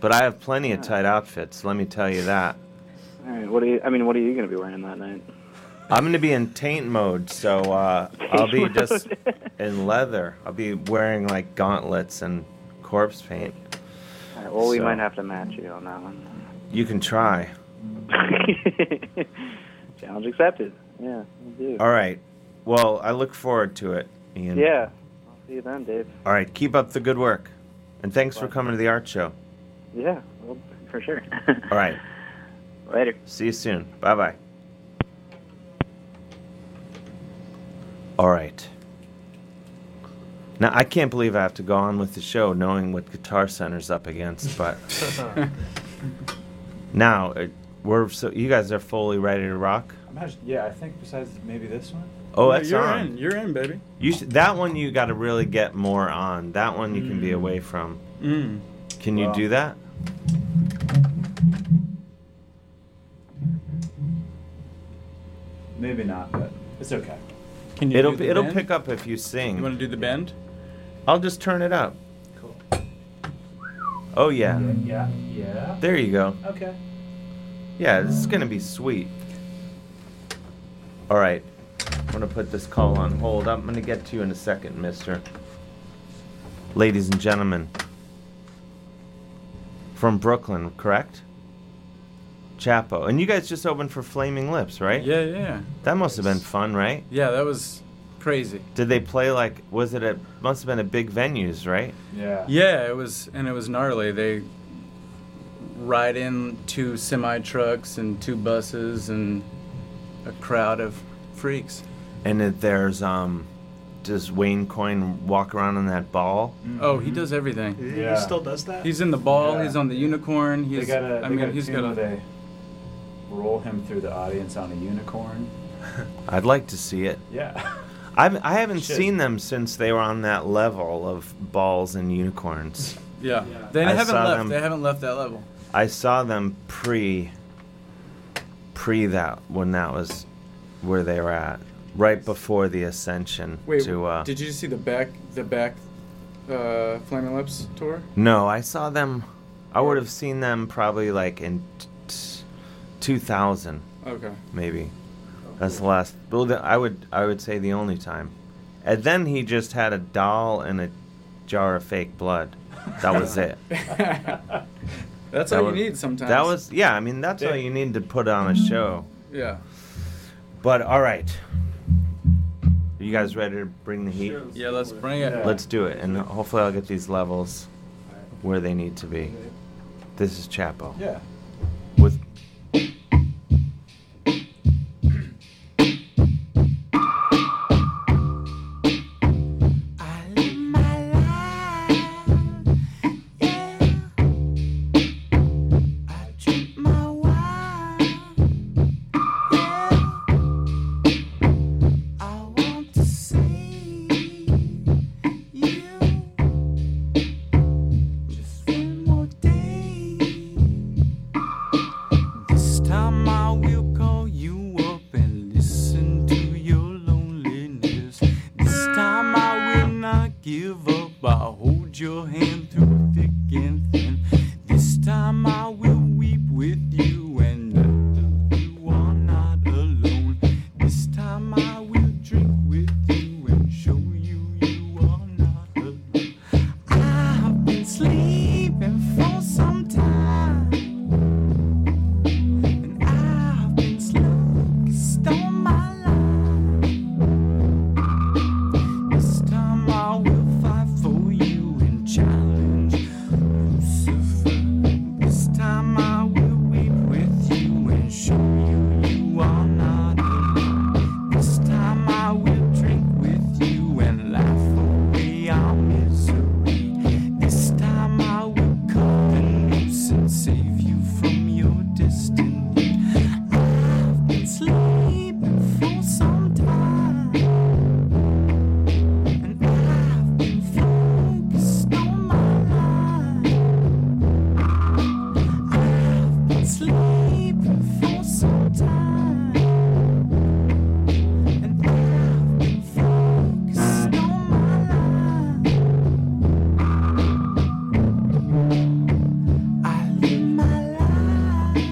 [SPEAKER 7] But I have plenty of tight outfits. Let me tell you that.
[SPEAKER 23] All right, what are you? I mean, what are you going to be wearing that night?
[SPEAKER 7] I'm gonna be in taint mode, so uh, I'll be just in leather. I'll be wearing like gauntlets and corpse paint.
[SPEAKER 23] All right, well, we
[SPEAKER 7] So-
[SPEAKER 23] might have to match you on that one.
[SPEAKER 7] You can try.
[SPEAKER 23] Challenge accepted. Yeah, we'll do.
[SPEAKER 7] All right. Well, I look forward to it, Ian.
[SPEAKER 23] Yeah, I'll see you then, Dave.
[SPEAKER 7] All right. Keep up the good work, and thanks for coming to the art show.
[SPEAKER 23] Yeah, well, for sure.
[SPEAKER 7] All right.
[SPEAKER 23] Later.
[SPEAKER 7] See you soon. Bye bye. All right. Now I can't believe I have to go on with the show knowing what Guitar Center's up against, but now uh, we're so you guys are fully ready to rock.
[SPEAKER 20] Imagine, yeah, I think besides maybe this one.
[SPEAKER 7] Oh, that's
[SPEAKER 2] you're
[SPEAKER 7] on.
[SPEAKER 2] in. You're in, baby.
[SPEAKER 7] You should, that one you got to really get more on. That one you can be
[SPEAKER 2] Mm.
[SPEAKER 7] away from.
[SPEAKER 2] Mm.
[SPEAKER 7] Can you
[SPEAKER 2] Wow.
[SPEAKER 7] do that?
[SPEAKER 19] Maybe not, but it's okay.
[SPEAKER 2] Can you
[SPEAKER 7] it'll
[SPEAKER 2] do the
[SPEAKER 7] it'll
[SPEAKER 2] bend?
[SPEAKER 7] pick up if you sing.
[SPEAKER 2] You want to do the bend?
[SPEAKER 7] I'll just turn it up. Cool. Oh yeah.
[SPEAKER 19] Yeah, yeah.
[SPEAKER 7] There you go.
[SPEAKER 19] Okay.
[SPEAKER 7] Yeah, this is gonna be sweet. All right, I'm gonna put this call on hold. I'm gonna get to you in a second, Mister. Ladies and gentlemen, from Brooklyn, correct? Chapo, and you guys just opened for Flaming Lips, right?
[SPEAKER 2] Yeah, yeah.
[SPEAKER 7] That must have been fun, right?
[SPEAKER 2] Yeah, that was crazy.
[SPEAKER 7] Did they play like? Was it a? Must have been a big venues, right?
[SPEAKER 2] Yeah. it was, and it was gnarly. They ride in two semi trucks and two buses and a crowd of freaks.
[SPEAKER 7] And that there's um, does Wayne Coyne walk around on that ball?
[SPEAKER 2] Oh,
[SPEAKER 7] Mm-hmm.
[SPEAKER 2] he does everything.
[SPEAKER 19] He Yeah. still does that?
[SPEAKER 2] He's in the ball.
[SPEAKER 19] Yeah.
[SPEAKER 2] He's on the unicorn. He's.
[SPEAKER 19] They gotta,
[SPEAKER 2] I
[SPEAKER 19] they
[SPEAKER 2] mean,
[SPEAKER 19] gotta
[SPEAKER 2] he's
[SPEAKER 19] tune where
[SPEAKER 2] got
[SPEAKER 19] they roll him through the audience on a unicorn.
[SPEAKER 7] I'd like to see it.
[SPEAKER 19] Yeah.
[SPEAKER 7] I've, I haven't
[SPEAKER 19] Should.
[SPEAKER 7] seen them since they were on that level of balls and unicorns.
[SPEAKER 2] Yeah. They
[SPEAKER 7] I
[SPEAKER 2] haven't
[SPEAKER 7] saw
[SPEAKER 2] left.
[SPEAKER 7] them-
[SPEAKER 2] They haven't left that level.
[SPEAKER 7] I saw them pre pre that when that was where they were at, right before the ascension
[SPEAKER 2] Wait,
[SPEAKER 7] to. Uh,
[SPEAKER 2] did you see the back the back uh, Flaming Lips tour?
[SPEAKER 7] No, I saw them. I would have seen them probably like in t- t- 2000.
[SPEAKER 2] Okay.
[SPEAKER 7] Maybe. That's the last. Well, the, I would I would say the only time. And then he just had a doll and a jar of fake blood. That was it.
[SPEAKER 2] That's
[SPEAKER 7] That
[SPEAKER 2] all
[SPEAKER 7] wa-
[SPEAKER 2] you need sometimes. Mm.
[SPEAKER 7] That was yeah. I mean, that's all you need to put on a show.
[SPEAKER 2] Yeah.
[SPEAKER 7] But all right. Are you guys ready to bring the heat?
[SPEAKER 2] Yeah, let's bring it.
[SPEAKER 7] Let's do it, and hopefully I'll get these levels where they need to be. This is Chapo.
[SPEAKER 20] Yeah.
[SPEAKER 7] With
[SPEAKER 18] This time I will call you up and listen to your loneliness. This time I will not give up. I'll hold your hand through thick and thin. This time I will weep with you and know you are not alone. This time I will drink with you and show you you are not alone. I've been sleeping for some time. I've been slowest on my life. This time I will fight for you and challenge Lucifer. This time I will weep with you and show you you are not alone. This time I will drink with you and laugh away our misery. This time I will cut the noose and save you from your destiny. I've been sleeping for some time, and I've been focused on my life. I've been sleeping for some time, and I've been focused on my life. I live my life.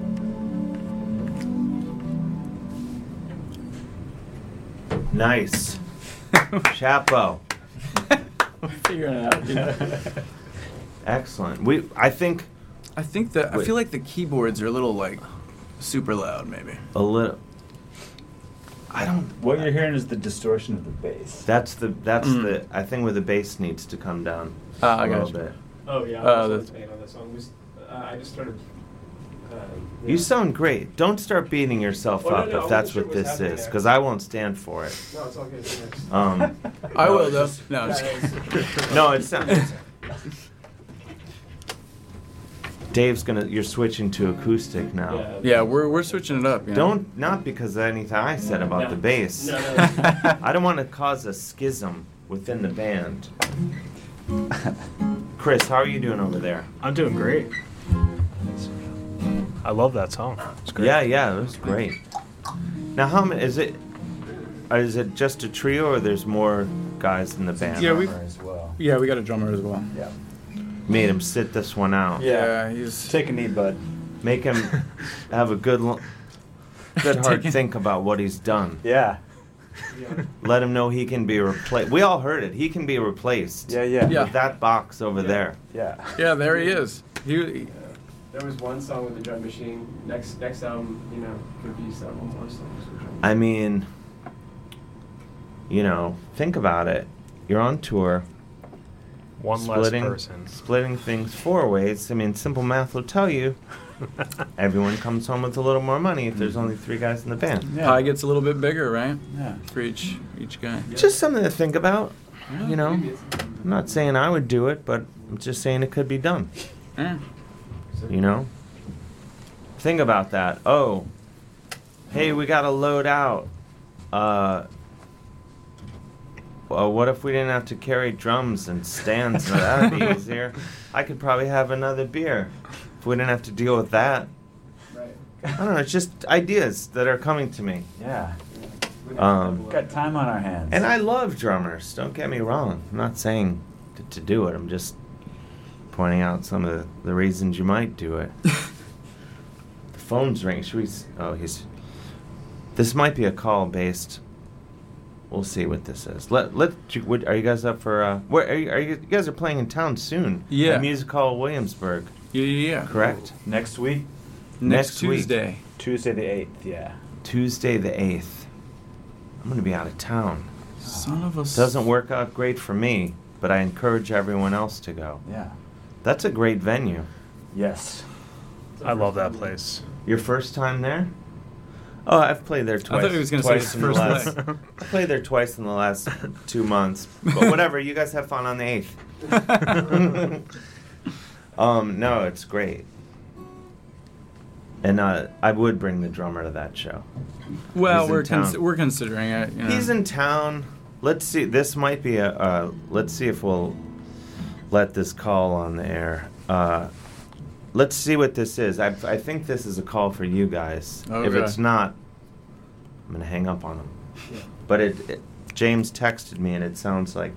[SPEAKER 7] nice, Chapo.
[SPEAKER 2] Figuring it out. dude.
[SPEAKER 7] Excellent. We I think
[SPEAKER 2] I think that I
[SPEAKER 7] Wait.
[SPEAKER 2] feel like the keyboards are a little like super loud, maybe.
[SPEAKER 7] a little. I don't.
[SPEAKER 19] What you're hearing is the distortion of the bass.
[SPEAKER 7] That's the that's the I think where the bass needs to come down
[SPEAKER 2] Mm. Ah, I
[SPEAKER 7] a little
[SPEAKER 2] gotcha.
[SPEAKER 7] bit.
[SPEAKER 18] Oh yeah, I was
[SPEAKER 2] Uh, that's-
[SPEAKER 18] playing on that song. We s- uh, I just started
[SPEAKER 7] You sound great. Don't start beating yourself
[SPEAKER 20] Oh, no,
[SPEAKER 7] up
[SPEAKER 20] no, I
[SPEAKER 7] if that's
[SPEAKER 20] wasn't
[SPEAKER 7] what
[SPEAKER 20] sure what's
[SPEAKER 7] this
[SPEAKER 20] happening
[SPEAKER 7] is, because I won't stand for it.
[SPEAKER 20] No, it's all good. Thanks.
[SPEAKER 7] Um,
[SPEAKER 2] I
[SPEAKER 7] no,
[SPEAKER 2] will, though.
[SPEAKER 7] it's just-
[SPEAKER 2] No, I'm just kidding.
[SPEAKER 7] no, it's not. Dave's gonna. You're switching to acoustic now.
[SPEAKER 2] Yeah, we're, we're switching it up. You know?
[SPEAKER 7] Don't not because of anything I said about
[SPEAKER 2] No.
[SPEAKER 7] the bass.
[SPEAKER 2] No,
[SPEAKER 7] I don't want to cause a schism within the band. Chris, how are you doing over there?
[SPEAKER 15] I'm doing great. I love that song. It's great.
[SPEAKER 7] Yeah, yeah, it was great. Now, how many is it? Is it just a trio, or there's more guys in the band?
[SPEAKER 2] Yeah, we yeah we got a drummer as well. Yeah.
[SPEAKER 7] made him sit this one out.
[SPEAKER 2] Yeah, he's
[SPEAKER 7] take a knee, bud. Make him have a good, lo- good hard think about what he's done.
[SPEAKER 3] Yeah.
[SPEAKER 7] Let him know he can be replaced. We all heard it. He can be replaced. Yeah, yeah.
[SPEAKER 2] Yeah.
[SPEAKER 7] With that box over there.
[SPEAKER 3] Yeah.
[SPEAKER 2] Yeah, there he is. He,
[SPEAKER 20] There was one song with the drum machine. Next next album, you know, could be several more songs. with drum
[SPEAKER 7] I mean, you know, think about it. You're on tour.
[SPEAKER 15] One less
[SPEAKER 7] splitting,
[SPEAKER 15] person.
[SPEAKER 7] Splitting things four ways. I mean, simple math will tell you. everyone comes home with a little more money if there's only three guys in the band.
[SPEAKER 2] pie gets a little bit bigger, right?
[SPEAKER 19] Yeah.
[SPEAKER 2] For each each guy.
[SPEAKER 7] Just something to think about. You know, I'm not saying I would do it, but I'm just saying it could be done.
[SPEAKER 2] Eh.
[SPEAKER 7] You know? Think about that. Oh, hey, we got to load out. Uh, well, what if we didn't have to carry drums and stands? Now, That'd be easier. I could probably have another beer if we didn't have to deal with that. I don't know. It's just ideas that are coming to me.
[SPEAKER 19] Yeah.
[SPEAKER 7] Um,
[SPEAKER 19] We've got time on our hands.
[SPEAKER 7] and I love drummers. Don't get me wrong. I'm not saying to, to do it. I'm just pointing out some of the, the reasons you might do it. the phone's ringing. Should we? s- Oh, he's. This might be a call based. We'll see what this is. Let let. you- Would, are you guys up for? Uh, where are you, are you? You guys are playing in town soon.
[SPEAKER 2] Yeah.
[SPEAKER 7] At Music Hall Williamsburg.
[SPEAKER 2] Yeah, yeah, yeah.
[SPEAKER 7] Correct.
[SPEAKER 19] Next week.
[SPEAKER 7] Next, week.
[SPEAKER 2] Tuesday.
[SPEAKER 19] Tuesday the eighth. Yeah.
[SPEAKER 7] Tuesday the 8th. I'm going to be out of town.
[SPEAKER 2] Son of a. s-
[SPEAKER 7] Doesn't work out great for me, but I encourage everyone else to go.
[SPEAKER 19] Yeah.
[SPEAKER 7] That's a great venue.
[SPEAKER 19] Yes.
[SPEAKER 15] I love that place.
[SPEAKER 7] Your first time there? Oh, I've played there twice.
[SPEAKER 2] thought he was gonna say
[SPEAKER 7] twice
[SPEAKER 2] his
[SPEAKER 7] in the
[SPEAKER 2] first
[SPEAKER 7] last-
[SPEAKER 2] leg.
[SPEAKER 7] I played there twice in the last two months. But whatever, you guys have fun on the 8th. um, no, it's great. And uh, I would bring the drummer to that show.
[SPEAKER 2] Well,
[SPEAKER 7] He's in
[SPEAKER 2] we're
[SPEAKER 7] town.
[SPEAKER 2] cons- we're considering it. You know.
[SPEAKER 7] He's in town. Let's see. This might be a. Uh, let's see if we'll let this call on the air. Uh, let's see what this is. I, I think this is a call for you guys. If
[SPEAKER 2] Okay.
[SPEAKER 7] it's not, I'm gonna hang up on him. But it, it- James texted me, and it sounds like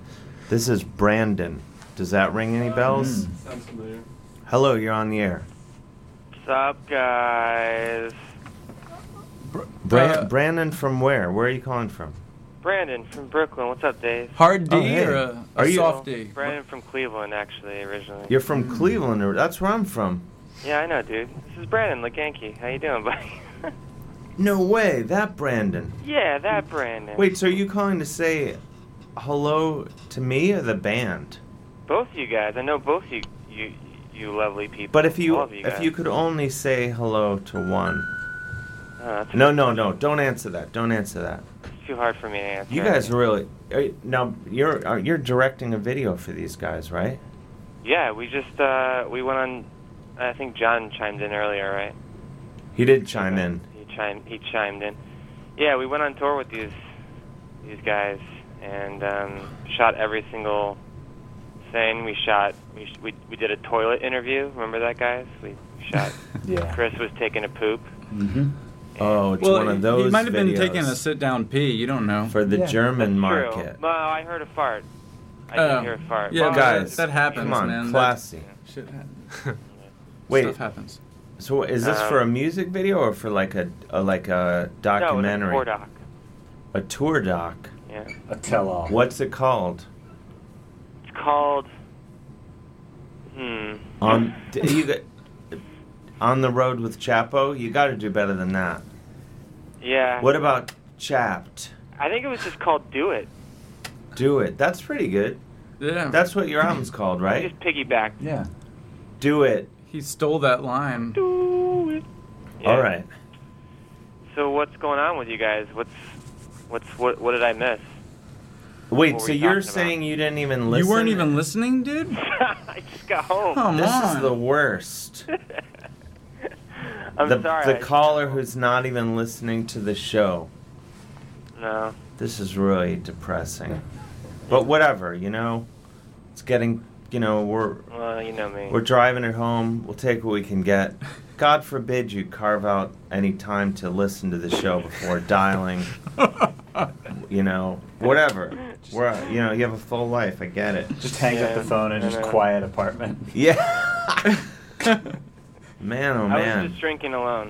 [SPEAKER 7] this is Brandon. Does that ring any
[SPEAKER 4] Hmm.
[SPEAKER 7] bells?
[SPEAKER 20] Sounds familiar.
[SPEAKER 7] Hello, you're on the air.
[SPEAKER 4] What's up, guys?
[SPEAKER 7] Bran- Brandon from where? Where are you calling from?
[SPEAKER 4] Brandon from Brooklyn. What's up, Dave?
[SPEAKER 2] Hard D
[SPEAKER 7] Oh, hey.
[SPEAKER 2] or a, a
[SPEAKER 7] Are you-
[SPEAKER 2] soft Hmm. D?
[SPEAKER 4] Brandon from Cleveland, actually, originally.
[SPEAKER 7] You're from Cleveland, or that's where I'm from.
[SPEAKER 4] Yeah, I know, dude. This is Brandon Leganke. How you doing, buddy?
[SPEAKER 7] No way, that Brandon.
[SPEAKER 4] yeah, that Brandon.
[SPEAKER 7] Wait, so are you calling to say hello to me or the band?
[SPEAKER 4] both you guys. I know both you, you, you lovely people.
[SPEAKER 7] But if you,
[SPEAKER 4] all of you
[SPEAKER 7] if
[SPEAKER 4] guys.
[SPEAKER 7] you could only say hello to one.
[SPEAKER 4] Oh, that's
[SPEAKER 7] No, no, no. Don't answer that. Don't answer that.
[SPEAKER 4] too hard for me to answer.
[SPEAKER 7] You guys are really are, you- now. You're are, you're directing a video for these guys, right?
[SPEAKER 4] Yeah, we just uh, we went on. I think John chimed in earlier, right?
[SPEAKER 7] He did chime in.
[SPEAKER 4] He chimed. He chimed in. Yeah, we went on tour with these these guys and um, shot every single thing. We shot. We sh- we we did a toilet interview. Remember that, guys? We shot.
[SPEAKER 7] Yeah.
[SPEAKER 4] Chris was taking a poop.
[SPEAKER 2] Mm-hmm.
[SPEAKER 7] Oh, it's
[SPEAKER 2] well,
[SPEAKER 7] one
[SPEAKER 2] he-
[SPEAKER 7] of those.
[SPEAKER 2] He might have been
[SPEAKER 7] videos
[SPEAKER 2] taking a sit down pee. You don't know.
[SPEAKER 7] for the German
[SPEAKER 4] True.
[SPEAKER 7] market. Um,
[SPEAKER 4] Well, I heard a fart. I
[SPEAKER 2] Oh.
[SPEAKER 4] did hear a fart.
[SPEAKER 2] Yeah,
[SPEAKER 4] Well,
[SPEAKER 2] guys,
[SPEAKER 7] Guys,
[SPEAKER 2] that, that happens,
[SPEAKER 7] come on,
[SPEAKER 2] man. That-
[SPEAKER 7] classy.
[SPEAKER 2] shit happens.
[SPEAKER 7] Wait.
[SPEAKER 2] Stuff happens.
[SPEAKER 7] So is this
[SPEAKER 4] Um,
[SPEAKER 7] for a music video or for like a, a like a documentary?
[SPEAKER 4] No, it was a tour doc.
[SPEAKER 7] A tour doc.
[SPEAKER 4] Yeah.
[SPEAKER 7] What's it called?
[SPEAKER 4] It's called. Hmm.
[SPEAKER 7] On d- you got, on the road with Chapo. You got to do better than that.
[SPEAKER 4] Yeah.
[SPEAKER 7] What about Chapped?
[SPEAKER 4] I think it was just called "Do It."
[SPEAKER 7] Do it. That's pretty good.
[SPEAKER 2] Yeah.
[SPEAKER 7] That's what your album's called,
[SPEAKER 4] We
[SPEAKER 7] right?
[SPEAKER 4] just piggybacked.
[SPEAKER 2] Yeah.
[SPEAKER 7] Do it.
[SPEAKER 2] He stole that line.
[SPEAKER 4] Do it.
[SPEAKER 7] All right.
[SPEAKER 4] So what's going on with you guys? What's what's what? What did I miss?
[SPEAKER 7] Wait,
[SPEAKER 4] What were
[SPEAKER 7] so
[SPEAKER 4] we talking
[SPEAKER 7] you're
[SPEAKER 4] about?
[SPEAKER 7] saying you didn't even listen?
[SPEAKER 4] You weren't
[SPEAKER 7] even
[SPEAKER 2] listening, dude?
[SPEAKER 4] I just got home.
[SPEAKER 7] this is the worst.
[SPEAKER 4] I'm
[SPEAKER 7] the,
[SPEAKER 4] sorry,
[SPEAKER 7] The
[SPEAKER 4] I-
[SPEAKER 7] caller who's not even listening to the show.
[SPEAKER 4] No.
[SPEAKER 7] This is really depressing. But whatever, you know. It's getting, you know, we're
[SPEAKER 4] Well, you know me.
[SPEAKER 7] we're driving it home. We'll take what we can get. God forbid you carve out any time to listen to the show before dialing. you know, whatever. We're, you know, you have a full life. I get it.
[SPEAKER 19] Just hang up the phone and just quiet apartment.
[SPEAKER 7] Yeah. man, oh
[SPEAKER 4] I
[SPEAKER 7] man.
[SPEAKER 4] was just drinking alone.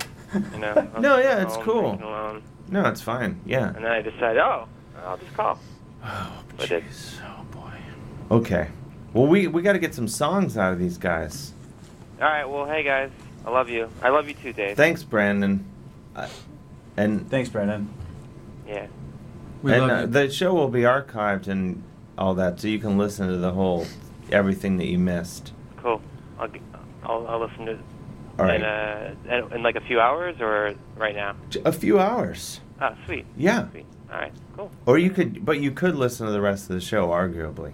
[SPEAKER 4] You know. I was
[SPEAKER 7] No,
[SPEAKER 4] just
[SPEAKER 7] yeah, it's
[SPEAKER 4] home
[SPEAKER 7] cool.
[SPEAKER 4] drinking Alone.
[SPEAKER 7] No, it's fine. Yeah.
[SPEAKER 4] And then I decided, oh, I'll just call. Oh, jeez.
[SPEAKER 7] Okay. Well, we we got to get some songs out of these guys.
[SPEAKER 4] All right. Well, hey guys, I love you. I love you too, Dave.
[SPEAKER 7] Thanks, Brandon. I- And
[SPEAKER 19] thanks, Brandon.
[SPEAKER 4] Yeah.
[SPEAKER 2] We
[SPEAKER 7] and
[SPEAKER 2] love
[SPEAKER 7] uh,
[SPEAKER 2] you.
[SPEAKER 7] the show will be archived and all that, so you can listen to the whole everything that you missed.
[SPEAKER 4] Cool. I'll g- I'll, I'll listen to. it
[SPEAKER 7] All right.
[SPEAKER 4] In, uh, in- in like a few hours or right now.
[SPEAKER 7] J- A few hours.
[SPEAKER 4] Oh, sweet.
[SPEAKER 7] Yeah.
[SPEAKER 4] Sweet. All right. Cool.
[SPEAKER 7] Or you could, but you could listen to the rest of the show, arguably.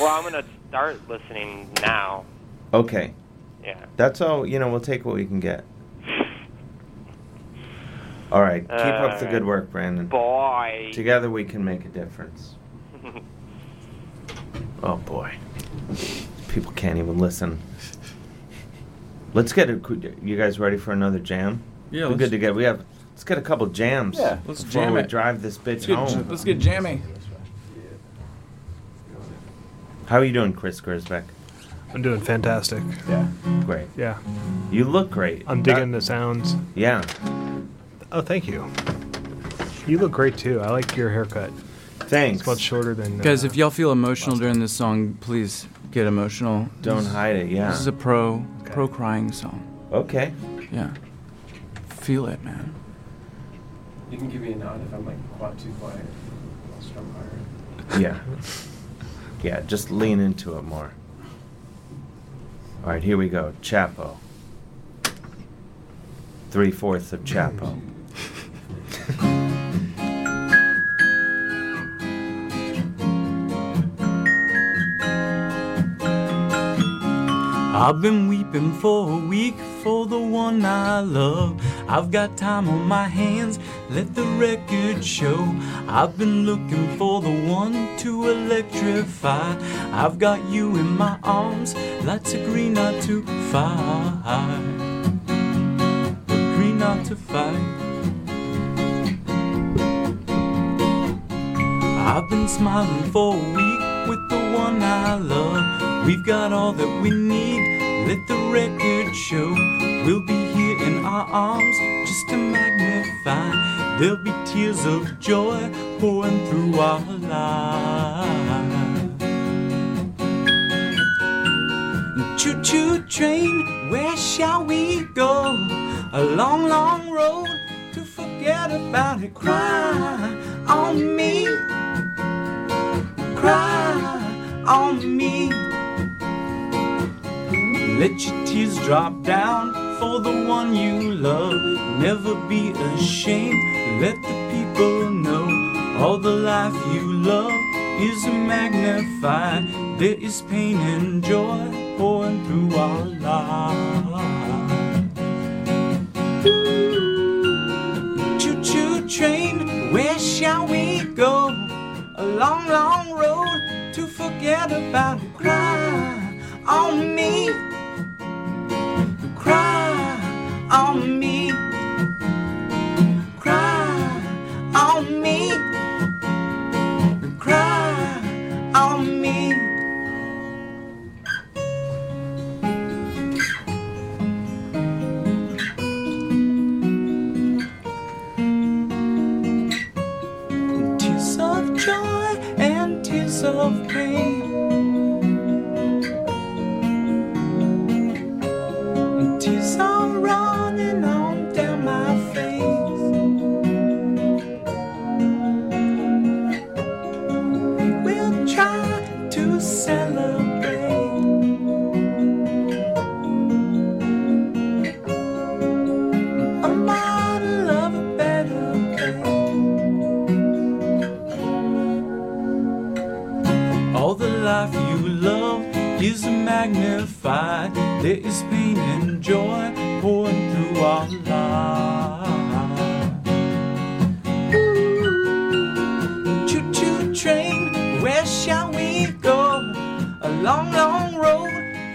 [SPEAKER 4] Well, I'm gonna start listening now.
[SPEAKER 7] Okay.
[SPEAKER 4] Yeah.
[SPEAKER 7] That's all. You know, we'll take what we can get. All right. Keep up the
[SPEAKER 4] Uh,
[SPEAKER 7] good work, Brandon.
[SPEAKER 4] Bye.
[SPEAKER 7] Together we can make a difference. Oh boy, people can't even listen. Let's get a. You guys ready for another jam?
[SPEAKER 2] Yeah,
[SPEAKER 7] we're
[SPEAKER 2] let's-
[SPEAKER 7] good to get. We have. Let's get a couple jams.
[SPEAKER 2] Yeah, let's
[SPEAKER 7] before
[SPEAKER 2] jam
[SPEAKER 7] we
[SPEAKER 2] it.
[SPEAKER 7] drive this
[SPEAKER 2] Let's
[SPEAKER 7] bitch
[SPEAKER 2] get,
[SPEAKER 7] home.
[SPEAKER 2] let's get jammy.
[SPEAKER 7] How are you doing, Chris Grisbeck?
[SPEAKER 15] I'm doing fantastic.
[SPEAKER 19] Yeah.
[SPEAKER 7] Great.
[SPEAKER 15] Yeah.
[SPEAKER 7] You look great.
[SPEAKER 15] I'm digging the sounds.
[SPEAKER 7] Yeah.
[SPEAKER 15] Oh, thank you. You look great too. I like your haircut.
[SPEAKER 7] Thanks.
[SPEAKER 15] It's much shorter than.
[SPEAKER 2] Guys, if y'all feel emotional during this song, please get emotional.
[SPEAKER 7] Don't
[SPEAKER 2] This-
[SPEAKER 7] hide it, yeah.
[SPEAKER 2] This is a pro pro crying song.
[SPEAKER 7] Okay.
[SPEAKER 2] Yeah. Feel it, man.
[SPEAKER 20] You can give me a nod if I'm like quite too quiet. I'll strum higher.
[SPEAKER 7] Yeah. yeah. Just lean into it more. All right, here we go. Chapo. Three fourths of Chapo.
[SPEAKER 18] I've been weeping for a week for the one I love. I've got time on my hands, let the record show. I've been looking for the one to electrify. I've got you in my arms, lights of green not to fight. Green not to fight. I've been smiling for a week with the one I love. We've got all that we need, let the record show. We'll be here in our arms just to magnify. There'll be tears of joy pouring through our lives. Choo choo train, where shall we go? A long, long road to forget about it. Cry on me, cry on me. Let your tears drop down for the one you love. Never be ashamed, let the people know. All the life you love is magnified. There is pain and joy pouring through our lives. Choo choo train, where shall we go? A long, long road to forget about. it. Cry on me, cry on me, cry on me, cry on me. tears of joy and tears of pain. And tears are running on down my face. We will try to celebrate. life you love is magnified. There is pain and joy pouring through our lives. Choo choo train, where shall we go? A long, long road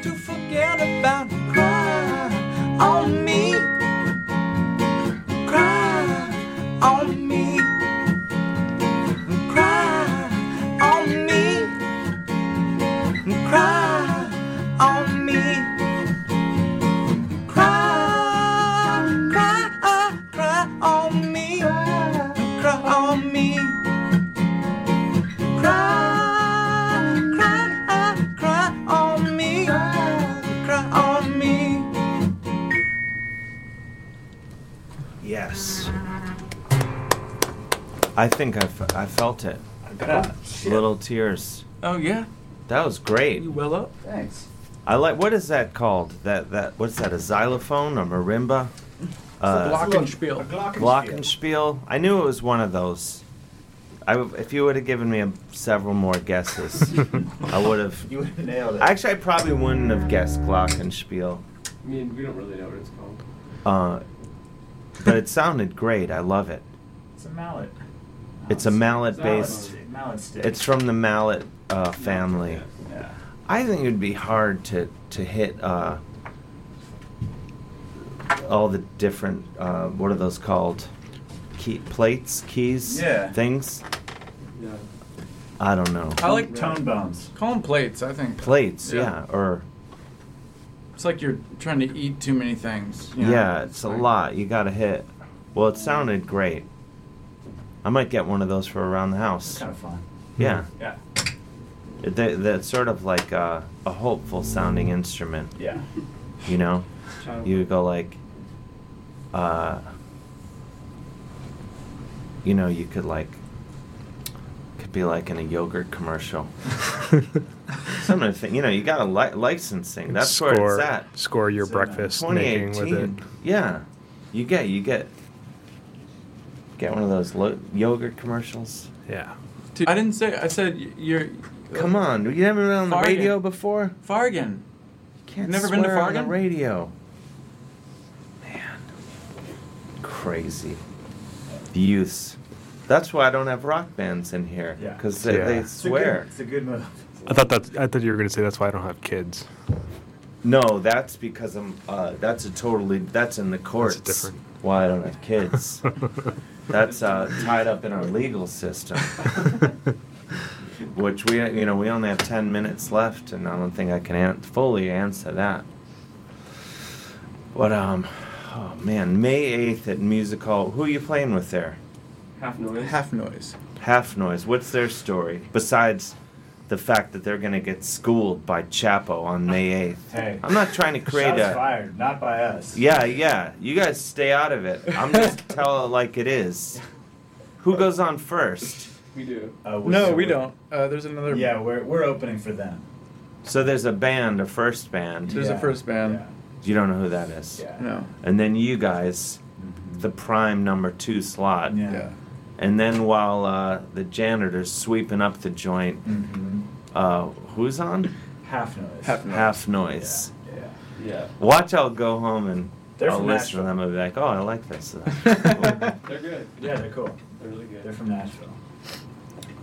[SPEAKER 18] to forget about cry on me. Cry on me. Cry on me. Cry on me. Cry, cry, cry on me. Cry on me. Cry, cry, cry on me. Cry on me.
[SPEAKER 7] Yes. I think I, fe- I felt it. I
[SPEAKER 19] bet.
[SPEAKER 7] Little tears.
[SPEAKER 19] Oh, yeah.
[SPEAKER 7] That was great.
[SPEAKER 19] You well up? Thanks.
[SPEAKER 7] I like. What is that called? That that. What's that? A xylophone? A marimba? Uh,
[SPEAKER 2] Glockenspiel.
[SPEAKER 7] Glockenspiel. I knew it was one of those. I, w- if you would have given me a, several more guesses, I would have.
[SPEAKER 19] You would've nailed it.
[SPEAKER 7] Actually, I probably wouldn't have guessed Glockenspiel.
[SPEAKER 19] I mean, we don't really know what it's called.
[SPEAKER 7] Uh, but it sounded great. I love it.
[SPEAKER 19] It's a mallet.
[SPEAKER 7] It's a mallet
[SPEAKER 19] Mallet
[SPEAKER 7] based.
[SPEAKER 19] stick. Mallet stick.
[SPEAKER 7] It's from the mallet uh, family.
[SPEAKER 19] Yeah.
[SPEAKER 7] I think it'd be hard to to hit uh, all the different uh, what are those called? Key plates, keys,
[SPEAKER 2] Yeah.
[SPEAKER 7] things.
[SPEAKER 2] Yeah.
[SPEAKER 7] I don't know.
[SPEAKER 2] I like tone bombs. Call them plates. I think
[SPEAKER 7] Plates, yeah, or
[SPEAKER 2] It's like you're trying to eat too many things. you
[SPEAKER 7] yeah,
[SPEAKER 2] know?
[SPEAKER 7] it's a lot. You got to hit. Well, it sounded great. I might get one of those for around the house.
[SPEAKER 19] Kind of fun.
[SPEAKER 7] Yeah.
[SPEAKER 19] Yeah.
[SPEAKER 7] It- that- that's sort of like a, a hopeful sounding instrument.
[SPEAKER 19] Yeah.
[SPEAKER 7] You know,
[SPEAKER 19] Child.
[SPEAKER 7] you would go like, uh, you know, you could like, could be like in a yogurt commercial. Some of the thing, you know, you got to li- licensing. That's where
[SPEAKER 15] Score-
[SPEAKER 7] it's at.
[SPEAKER 15] Score your breakfast making with it.
[SPEAKER 7] 2018. Yeah, you get you get get one of those lo- yogurt commercials.
[SPEAKER 15] Yeah.
[SPEAKER 2] Dude, I didn't say. I said y- you're. uh,
[SPEAKER 7] Come on, you haven't been on the radio before.
[SPEAKER 2] Fargan.
[SPEAKER 7] Can't
[SPEAKER 2] Never been to
[SPEAKER 7] swear on the
[SPEAKER 2] Fargan?
[SPEAKER 7] radio. Man, crazy. The youths. That's why I don't have rock bands in here.
[SPEAKER 19] Yeah.
[SPEAKER 7] Because they, they
[SPEAKER 15] It's a good-
[SPEAKER 7] swear.
[SPEAKER 19] It's a good move.
[SPEAKER 15] I thought that I thought you were going to say that's why I don't have kids.
[SPEAKER 7] No, that's because I'm. Uh, that's a totally. That's in the courts.
[SPEAKER 15] different-
[SPEAKER 7] Why I don't have kids. that's uh, tied up in our legal system. Which we, you know, we only have ten minutes left, and I don't think I can an- fully answer that. But um, oh man, May eighth at Music Hall. Who are you playing with there?
[SPEAKER 19] Half noise.
[SPEAKER 2] Half noise.
[SPEAKER 7] Half Noise. What's their story besides the fact that they're gonna get schooled by Chapo on May eighth?
[SPEAKER 19] Hey.
[SPEAKER 7] I'm not trying to create
[SPEAKER 19] Shots
[SPEAKER 7] a.
[SPEAKER 19] fired, not by us.
[SPEAKER 7] Yeah, yeah. You guys stay out of it. I'm just tell it like it is. Who goes on first?
[SPEAKER 19] We do.
[SPEAKER 2] No, we don't. Uh, there's another.
[SPEAKER 19] Yeah, we're, we're opening for them.
[SPEAKER 7] So there's a band, a first band.
[SPEAKER 2] There's a first band.
[SPEAKER 7] You don't know who that is.
[SPEAKER 19] Yeah.
[SPEAKER 2] No.
[SPEAKER 7] And then you guys, the prime number two slot.
[SPEAKER 19] Yeah. Yeah.
[SPEAKER 7] And then while uh, the janitor's sweeping up the joint,
[SPEAKER 19] Mm-hmm.
[SPEAKER 7] uh, who's on?
[SPEAKER 19] Half noise.
[SPEAKER 7] Half noise. Half noise.
[SPEAKER 19] Yeah. Yeah.
[SPEAKER 7] Watch, I'll go home and
[SPEAKER 19] They're
[SPEAKER 7] I'll
[SPEAKER 19] from
[SPEAKER 7] listen to them and be like, oh, I like this.
[SPEAKER 19] They're good. Yeah, they're cool. They're really good. They're from Nashville.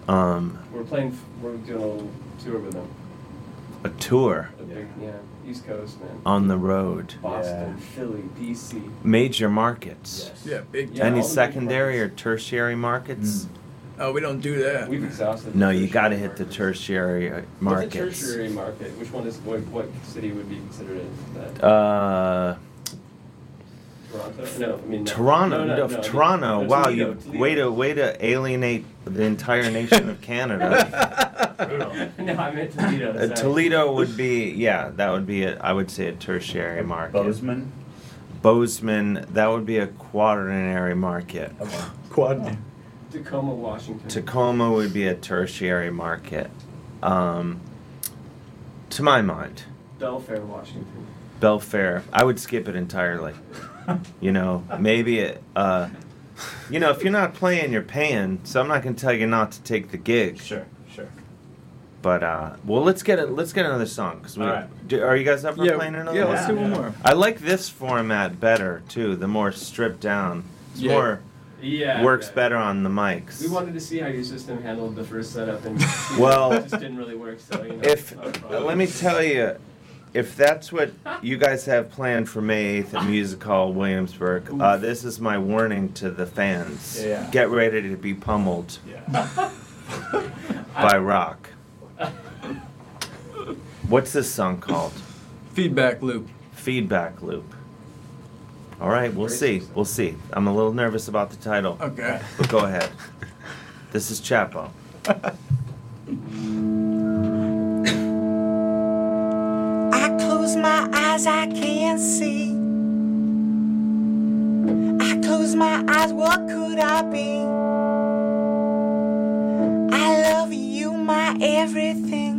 [SPEAKER 7] um,
[SPEAKER 3] We're playing. f- We're doing a little tour with them.
[SPEAKER 7] a tour
[SPEAKER 3] A big, yeah, East Coast, man.
[SPEAKER 7] on the road.
[SPEAKER 3] Boston, Philly, D.C.
[SPEAKER 7] Major markets.
[SPEAKER 3] Yes. Yeah, big Yeah,
[SPEAKER 7] Any
[SPEAKER 3] all the big
[SPEAKER 7] secondary or tertiary markets?
[SPEAKER 2] Oh, we don't do that.
[SPEAKER 3] We've exhausted.
[SPEAKER 7] Mm. No, you got to hit the tertiary uh,
[SPEAKER 3] What's a
[SPEAKER 7] markets.
[SPEAKER 3] Mm. tertiary market? Which one is what? What city would be considered as that?
[SPEAKER 7] Uh,
[SPEAKER 3] Toronto? No, I mean no.
[SPEAKER 7] Toronto,
[SPEAKER 3] No, no,
[SPEAKER 7] no,
[SPEAKER 3] no, I mean-
[SPEAKER 7] Toronto.
[SPEAKER 3] no,
[SPEAKER 7] wow,
[SPEAKER 3] Toledo,
[SPEAKER 7] you
[SPEAKER 3] Toledo.
[SPEAKER 7] way to way to alienate the entire nation of Canada.
[SPEAKER 3] no, I meant Toledo.
[SPEAKER 7] Uh,
[SPEAKER 3] sorry.
[SPEAKER 7] Toledo would be yeah, that would be a, I would say a tertiary market.
[SPEAKER 19] Bozeman?
[SPEAKER 7] Bozeman, that would be a quaternary market.
[SPEAKER 19] Quad.
[SPEAKER 3] Tacoma, Washington.
[SPEAKER 7] Tacoma would be a tertiary market, um, to my mind.
[SPEAKER 3] Belfair, Washington.
[SPEAKER 7] Belfair. I would skip it entirely. you know, maybe it. Uh, you know, if you're not playing, you're paying. So I'm not gonna tell you not to take the gig.
[SPEAKER 19] Sure, sure.
[SPEAKER 7] But uh, well, let's get a, let's get another song because we
[SPEAKER 2] All right.
[SPEAKER 7] do, are you guys up for
[SPEAKER 2] Yeah,
[SPEAKER 7] playing another?
[SPEAKER 2] yeah,
[SPEAKER 7] one?
[SPEAKER 2] let's do one more.
[SPEAKER 7] I like this format better too. The more stripped down, it's
[SPEAKER 3] Yeah.
[SPEAKER 7] more
[SPEAKER 3] Yeah,
[SPEAKER 7] works
[SPEAKER 3] okay.
[SPEAKER 7] better on the mics.
[SPEAKER 3] We wanted to see how your system handled the first setup, and see,
[SPEAKER 7] Well,
[SPEAKER 3] it just didn't really work. So you know,
[SPEAKER 7] If
[SPEAKER 3] not a problem.
[SPEAKER 7] let me tell you, if that's what you guys have planned for May eighth at Music Hall Williamsburg, uh, this is my warning to the fans.
[SPEAKER 18] Yeah.
[SPEAKER 7] Get ready to be pummeled by rock. What's this song called? Feedback loop. Feedback loop. All right, we'll see. We'll see. I'm a little nervous about the title.
[SPEAKER 2] Okay.
[SPEAKER 7] But go ahead. This is Chapo.
[SPEAKER 18] I close my eyes, I can't see. I close my eyes, what could I be? I love you, my everything.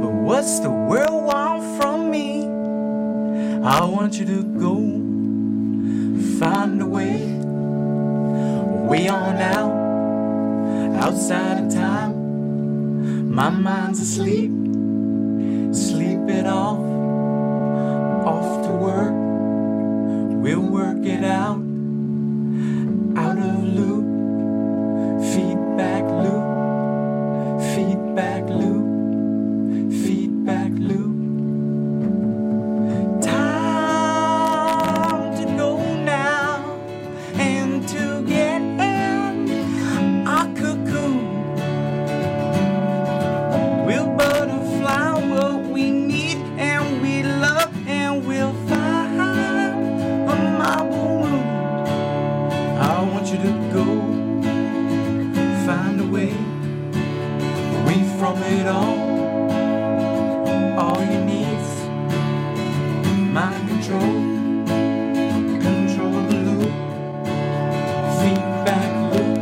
[SPEAKER 18] But what's the world want from me?
[SPEAKER 5] I want you to go find a way. We on out, outside of time. My mind's asleep, sleep it off. Off to work, we'll work it out. Out of loop, feedback loop, feedback loop, feedback loop.
[SPEAKER 18] Time to go now and to get in our cocoon.
[SPEAKER 5] We'll butterfly what we need and we love and we'll find a marble moon. I want you to go find a way away from it all. All you need's mind control. Control the loop. Feedback loop.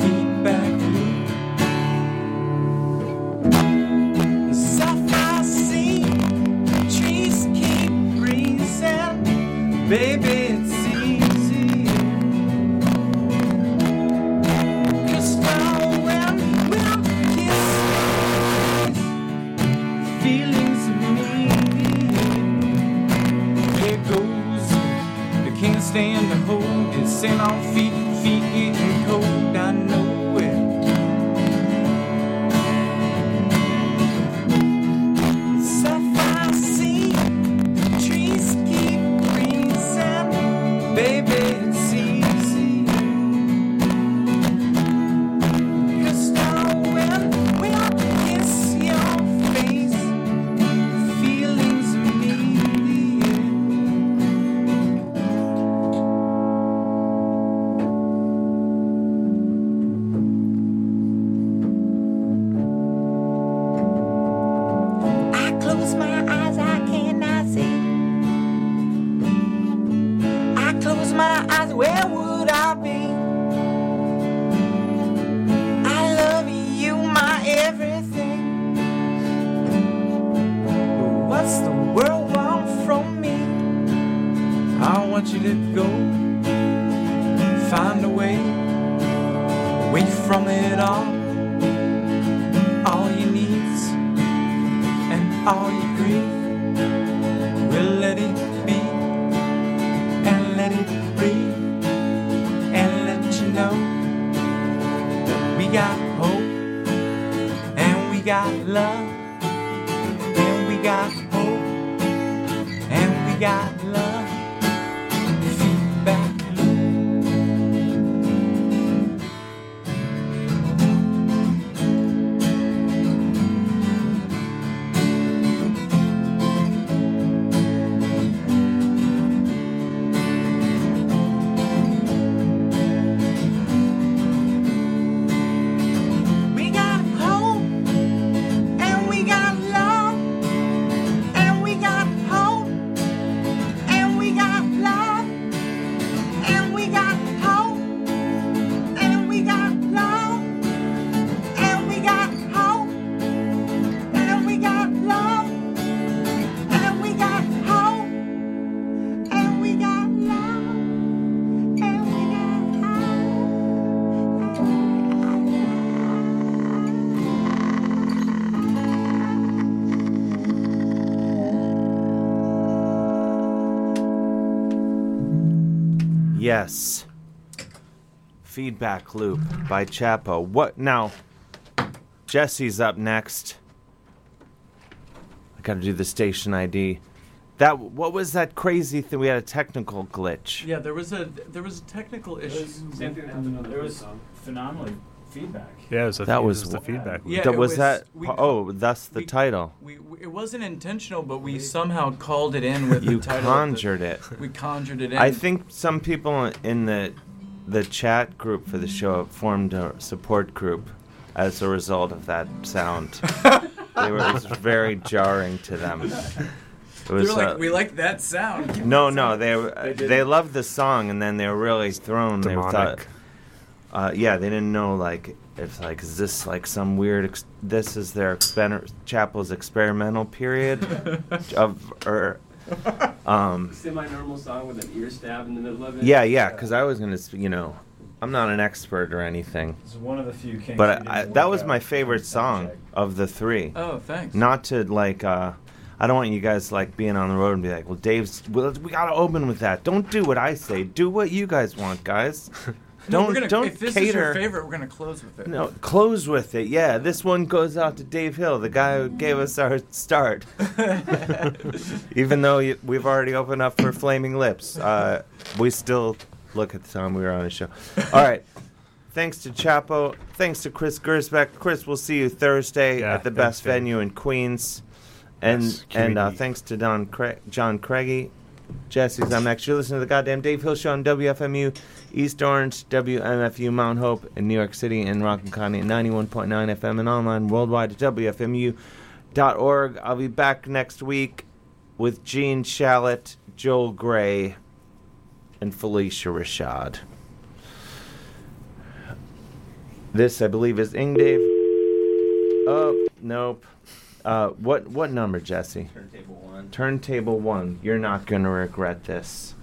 [SPEAKER 5] Feedback loop.
[SPEAKER 18] Sapphire sea, trees keep breezing.
[SPEAKER 5] Baby, it's easy. Crystal when we're kissing. Feelings of me. Here goes. I can't stand to hold it. Sent on feet, feet getting cold. I know it.
[SPEAKER 18] Sapphire sea, trees keep breezing.
[SPEAKER 5] Baby, it's easy.
[SPEAKER 18] Crystal when we kiss your face.
[SPEAKER 5] Feelings of me.
[SPEAKER 18] I close my eyes, I cannot see. I close my eyes, where would I be? I love you, my everything.
[SPEAKER 5] What's the world want from me? I want you to go find a way away from it all. All you needs and all you grief. We'll let it be and let it breathe and let you know that we got hope and we got love and we got hope, and we got love. Feedback
[SPEAKER 18] We got hope, and we got love, and we got hope, and
[SPEAKER 7] Yes. Feedback Loop by Chapo. What now? Jesse's up next. I gotta do the station ID. That what was that crazy thing? We had a technical glitch.
[SPEAKER 2] Yeah, there was a there was a technical issue.
[SPEAKER 19] Same thing happened on the There was phenomenal feedback.
[SPEAKER 15] Yeah, it was the,
[SPEAKER 7] that
[SPEAKER 15] it
[SPEAKER 7] was,
[SPEAKER 15] the feedback.
[SPEAKER 2] Yeah,
[SPEAKER 7] that
[SPEAKER 2] it
[SPEAKER 7] was,
[SPEAKER 2] was-
[SPEAKER 7] that.
[SPEAKER 2] we
[SPEAKER 7] oh, that's the title.
[SPEAKER 2] We, we- it wasn't intentional, but we somehow called it in with
[SPEAKER 7] you
[SPEAKER 2] the title. of the-
[SPEAKER 7] conjured it.
[SPEAKER 2] We conjured it in.
[SPEAKER 7] I think some people in the the chat group for the show formed a support group as a result of that sound. they were, it was very jarring to them. It
[SPEAKER 2] they were
[SPEAKER 7] was
[SPEAKER 2] like,
[SPEAKER 7] uh,
[SPEAKER 2] we like that sound. Give
[SPEAKER 7] no,
[SPEAKER 2] us
[SPEAKER 7] no,
[SPEAKER 2] that."
[SPEAKER 7] they uh,
[SPEAKER 2] didn't.
[SPEAKER 7] they loved the song, and then they were really thrown. They thought,
[SPEAKER 2] demonic.
[SPEAKER 7] uh, yeah, they didn't know like it's like is this like some weird? Ex- this is their expen- chapel's experimental period of or um,
[SPEAKER 3] Semi-normal song with an ear stab in the middle of it.
[SPEAKER 7] yeah, yeah, because I was gonna, sp- you know, I'm not an expert or anything.
[SPEAKER 19] It's one of the few kinks we
[SPEAKER 7] But
[SPEAKER 19] didn't
[SPEAKER 7] I, I,
[SPEAKER 19] work
[SPEAKER 7] that was
[SPEAKER 19] out
[SPEAKER 7] my favorite song of the three.
[SPEAKER 19] Oh, thanks.
[SPEAKER 7] Not to like, uh, I don't want you guys like being on the road and be like, well, Dave's, well, we gotta open with that. Don't do what I say. Do what you guys want, guys.
[SPEAKER 2] No,
[SPEAKER 7] Don't
[SPEAKER 2] we're gonna,
[SPEAKER 7] don't
[SPEAKER 2] If this
[SPEAKER 7] cater.
[SPEAKER 2] is your favorite, we're gonna close with it.
[SPEAKER 7] No, close with it. Yeah, this one goes out to Dave Hill, the guy who gave us our start. Even though you- we've already opened up for Flaming Lips, uh, we still look at the time we were on his show. All right. Thanks to Chapo. Thanks to Chris Gersbeck. Chris, we'll see you Thursday
[SPEAKER 15] Yeah,
[SPEAKER 7] at the
[SPEAKER 15] thanks,
[SPEAKER 7] best
[SPEAKER 15] Dave.
[SPEAKER 7] venue in Queens. And
[SPEAKER 15] Yes,
[SPEAKER 7] and uh,
[SPEAKER 15] QED.
[SPEAKER 7] thanks to Don Cra- John Craigie. Jesse's I'm next. You're listening to the goddamn Dave Hill Show on WFMU, East Orange, WMFU, Mount Hope, in New York City, and Rockland County at 91.9 FM and online worldwide at WFMU.org. I'll be back next week with Gene Shalit, Joel Gray, and Felicia Rashad. This, I believe, is Ing Dave. Oh, nope. Uh, what what number, Jesse?
[SPEAKER 19] Turntable one.
[SPEAKER 7] Turntable one. You're not gonna regret this.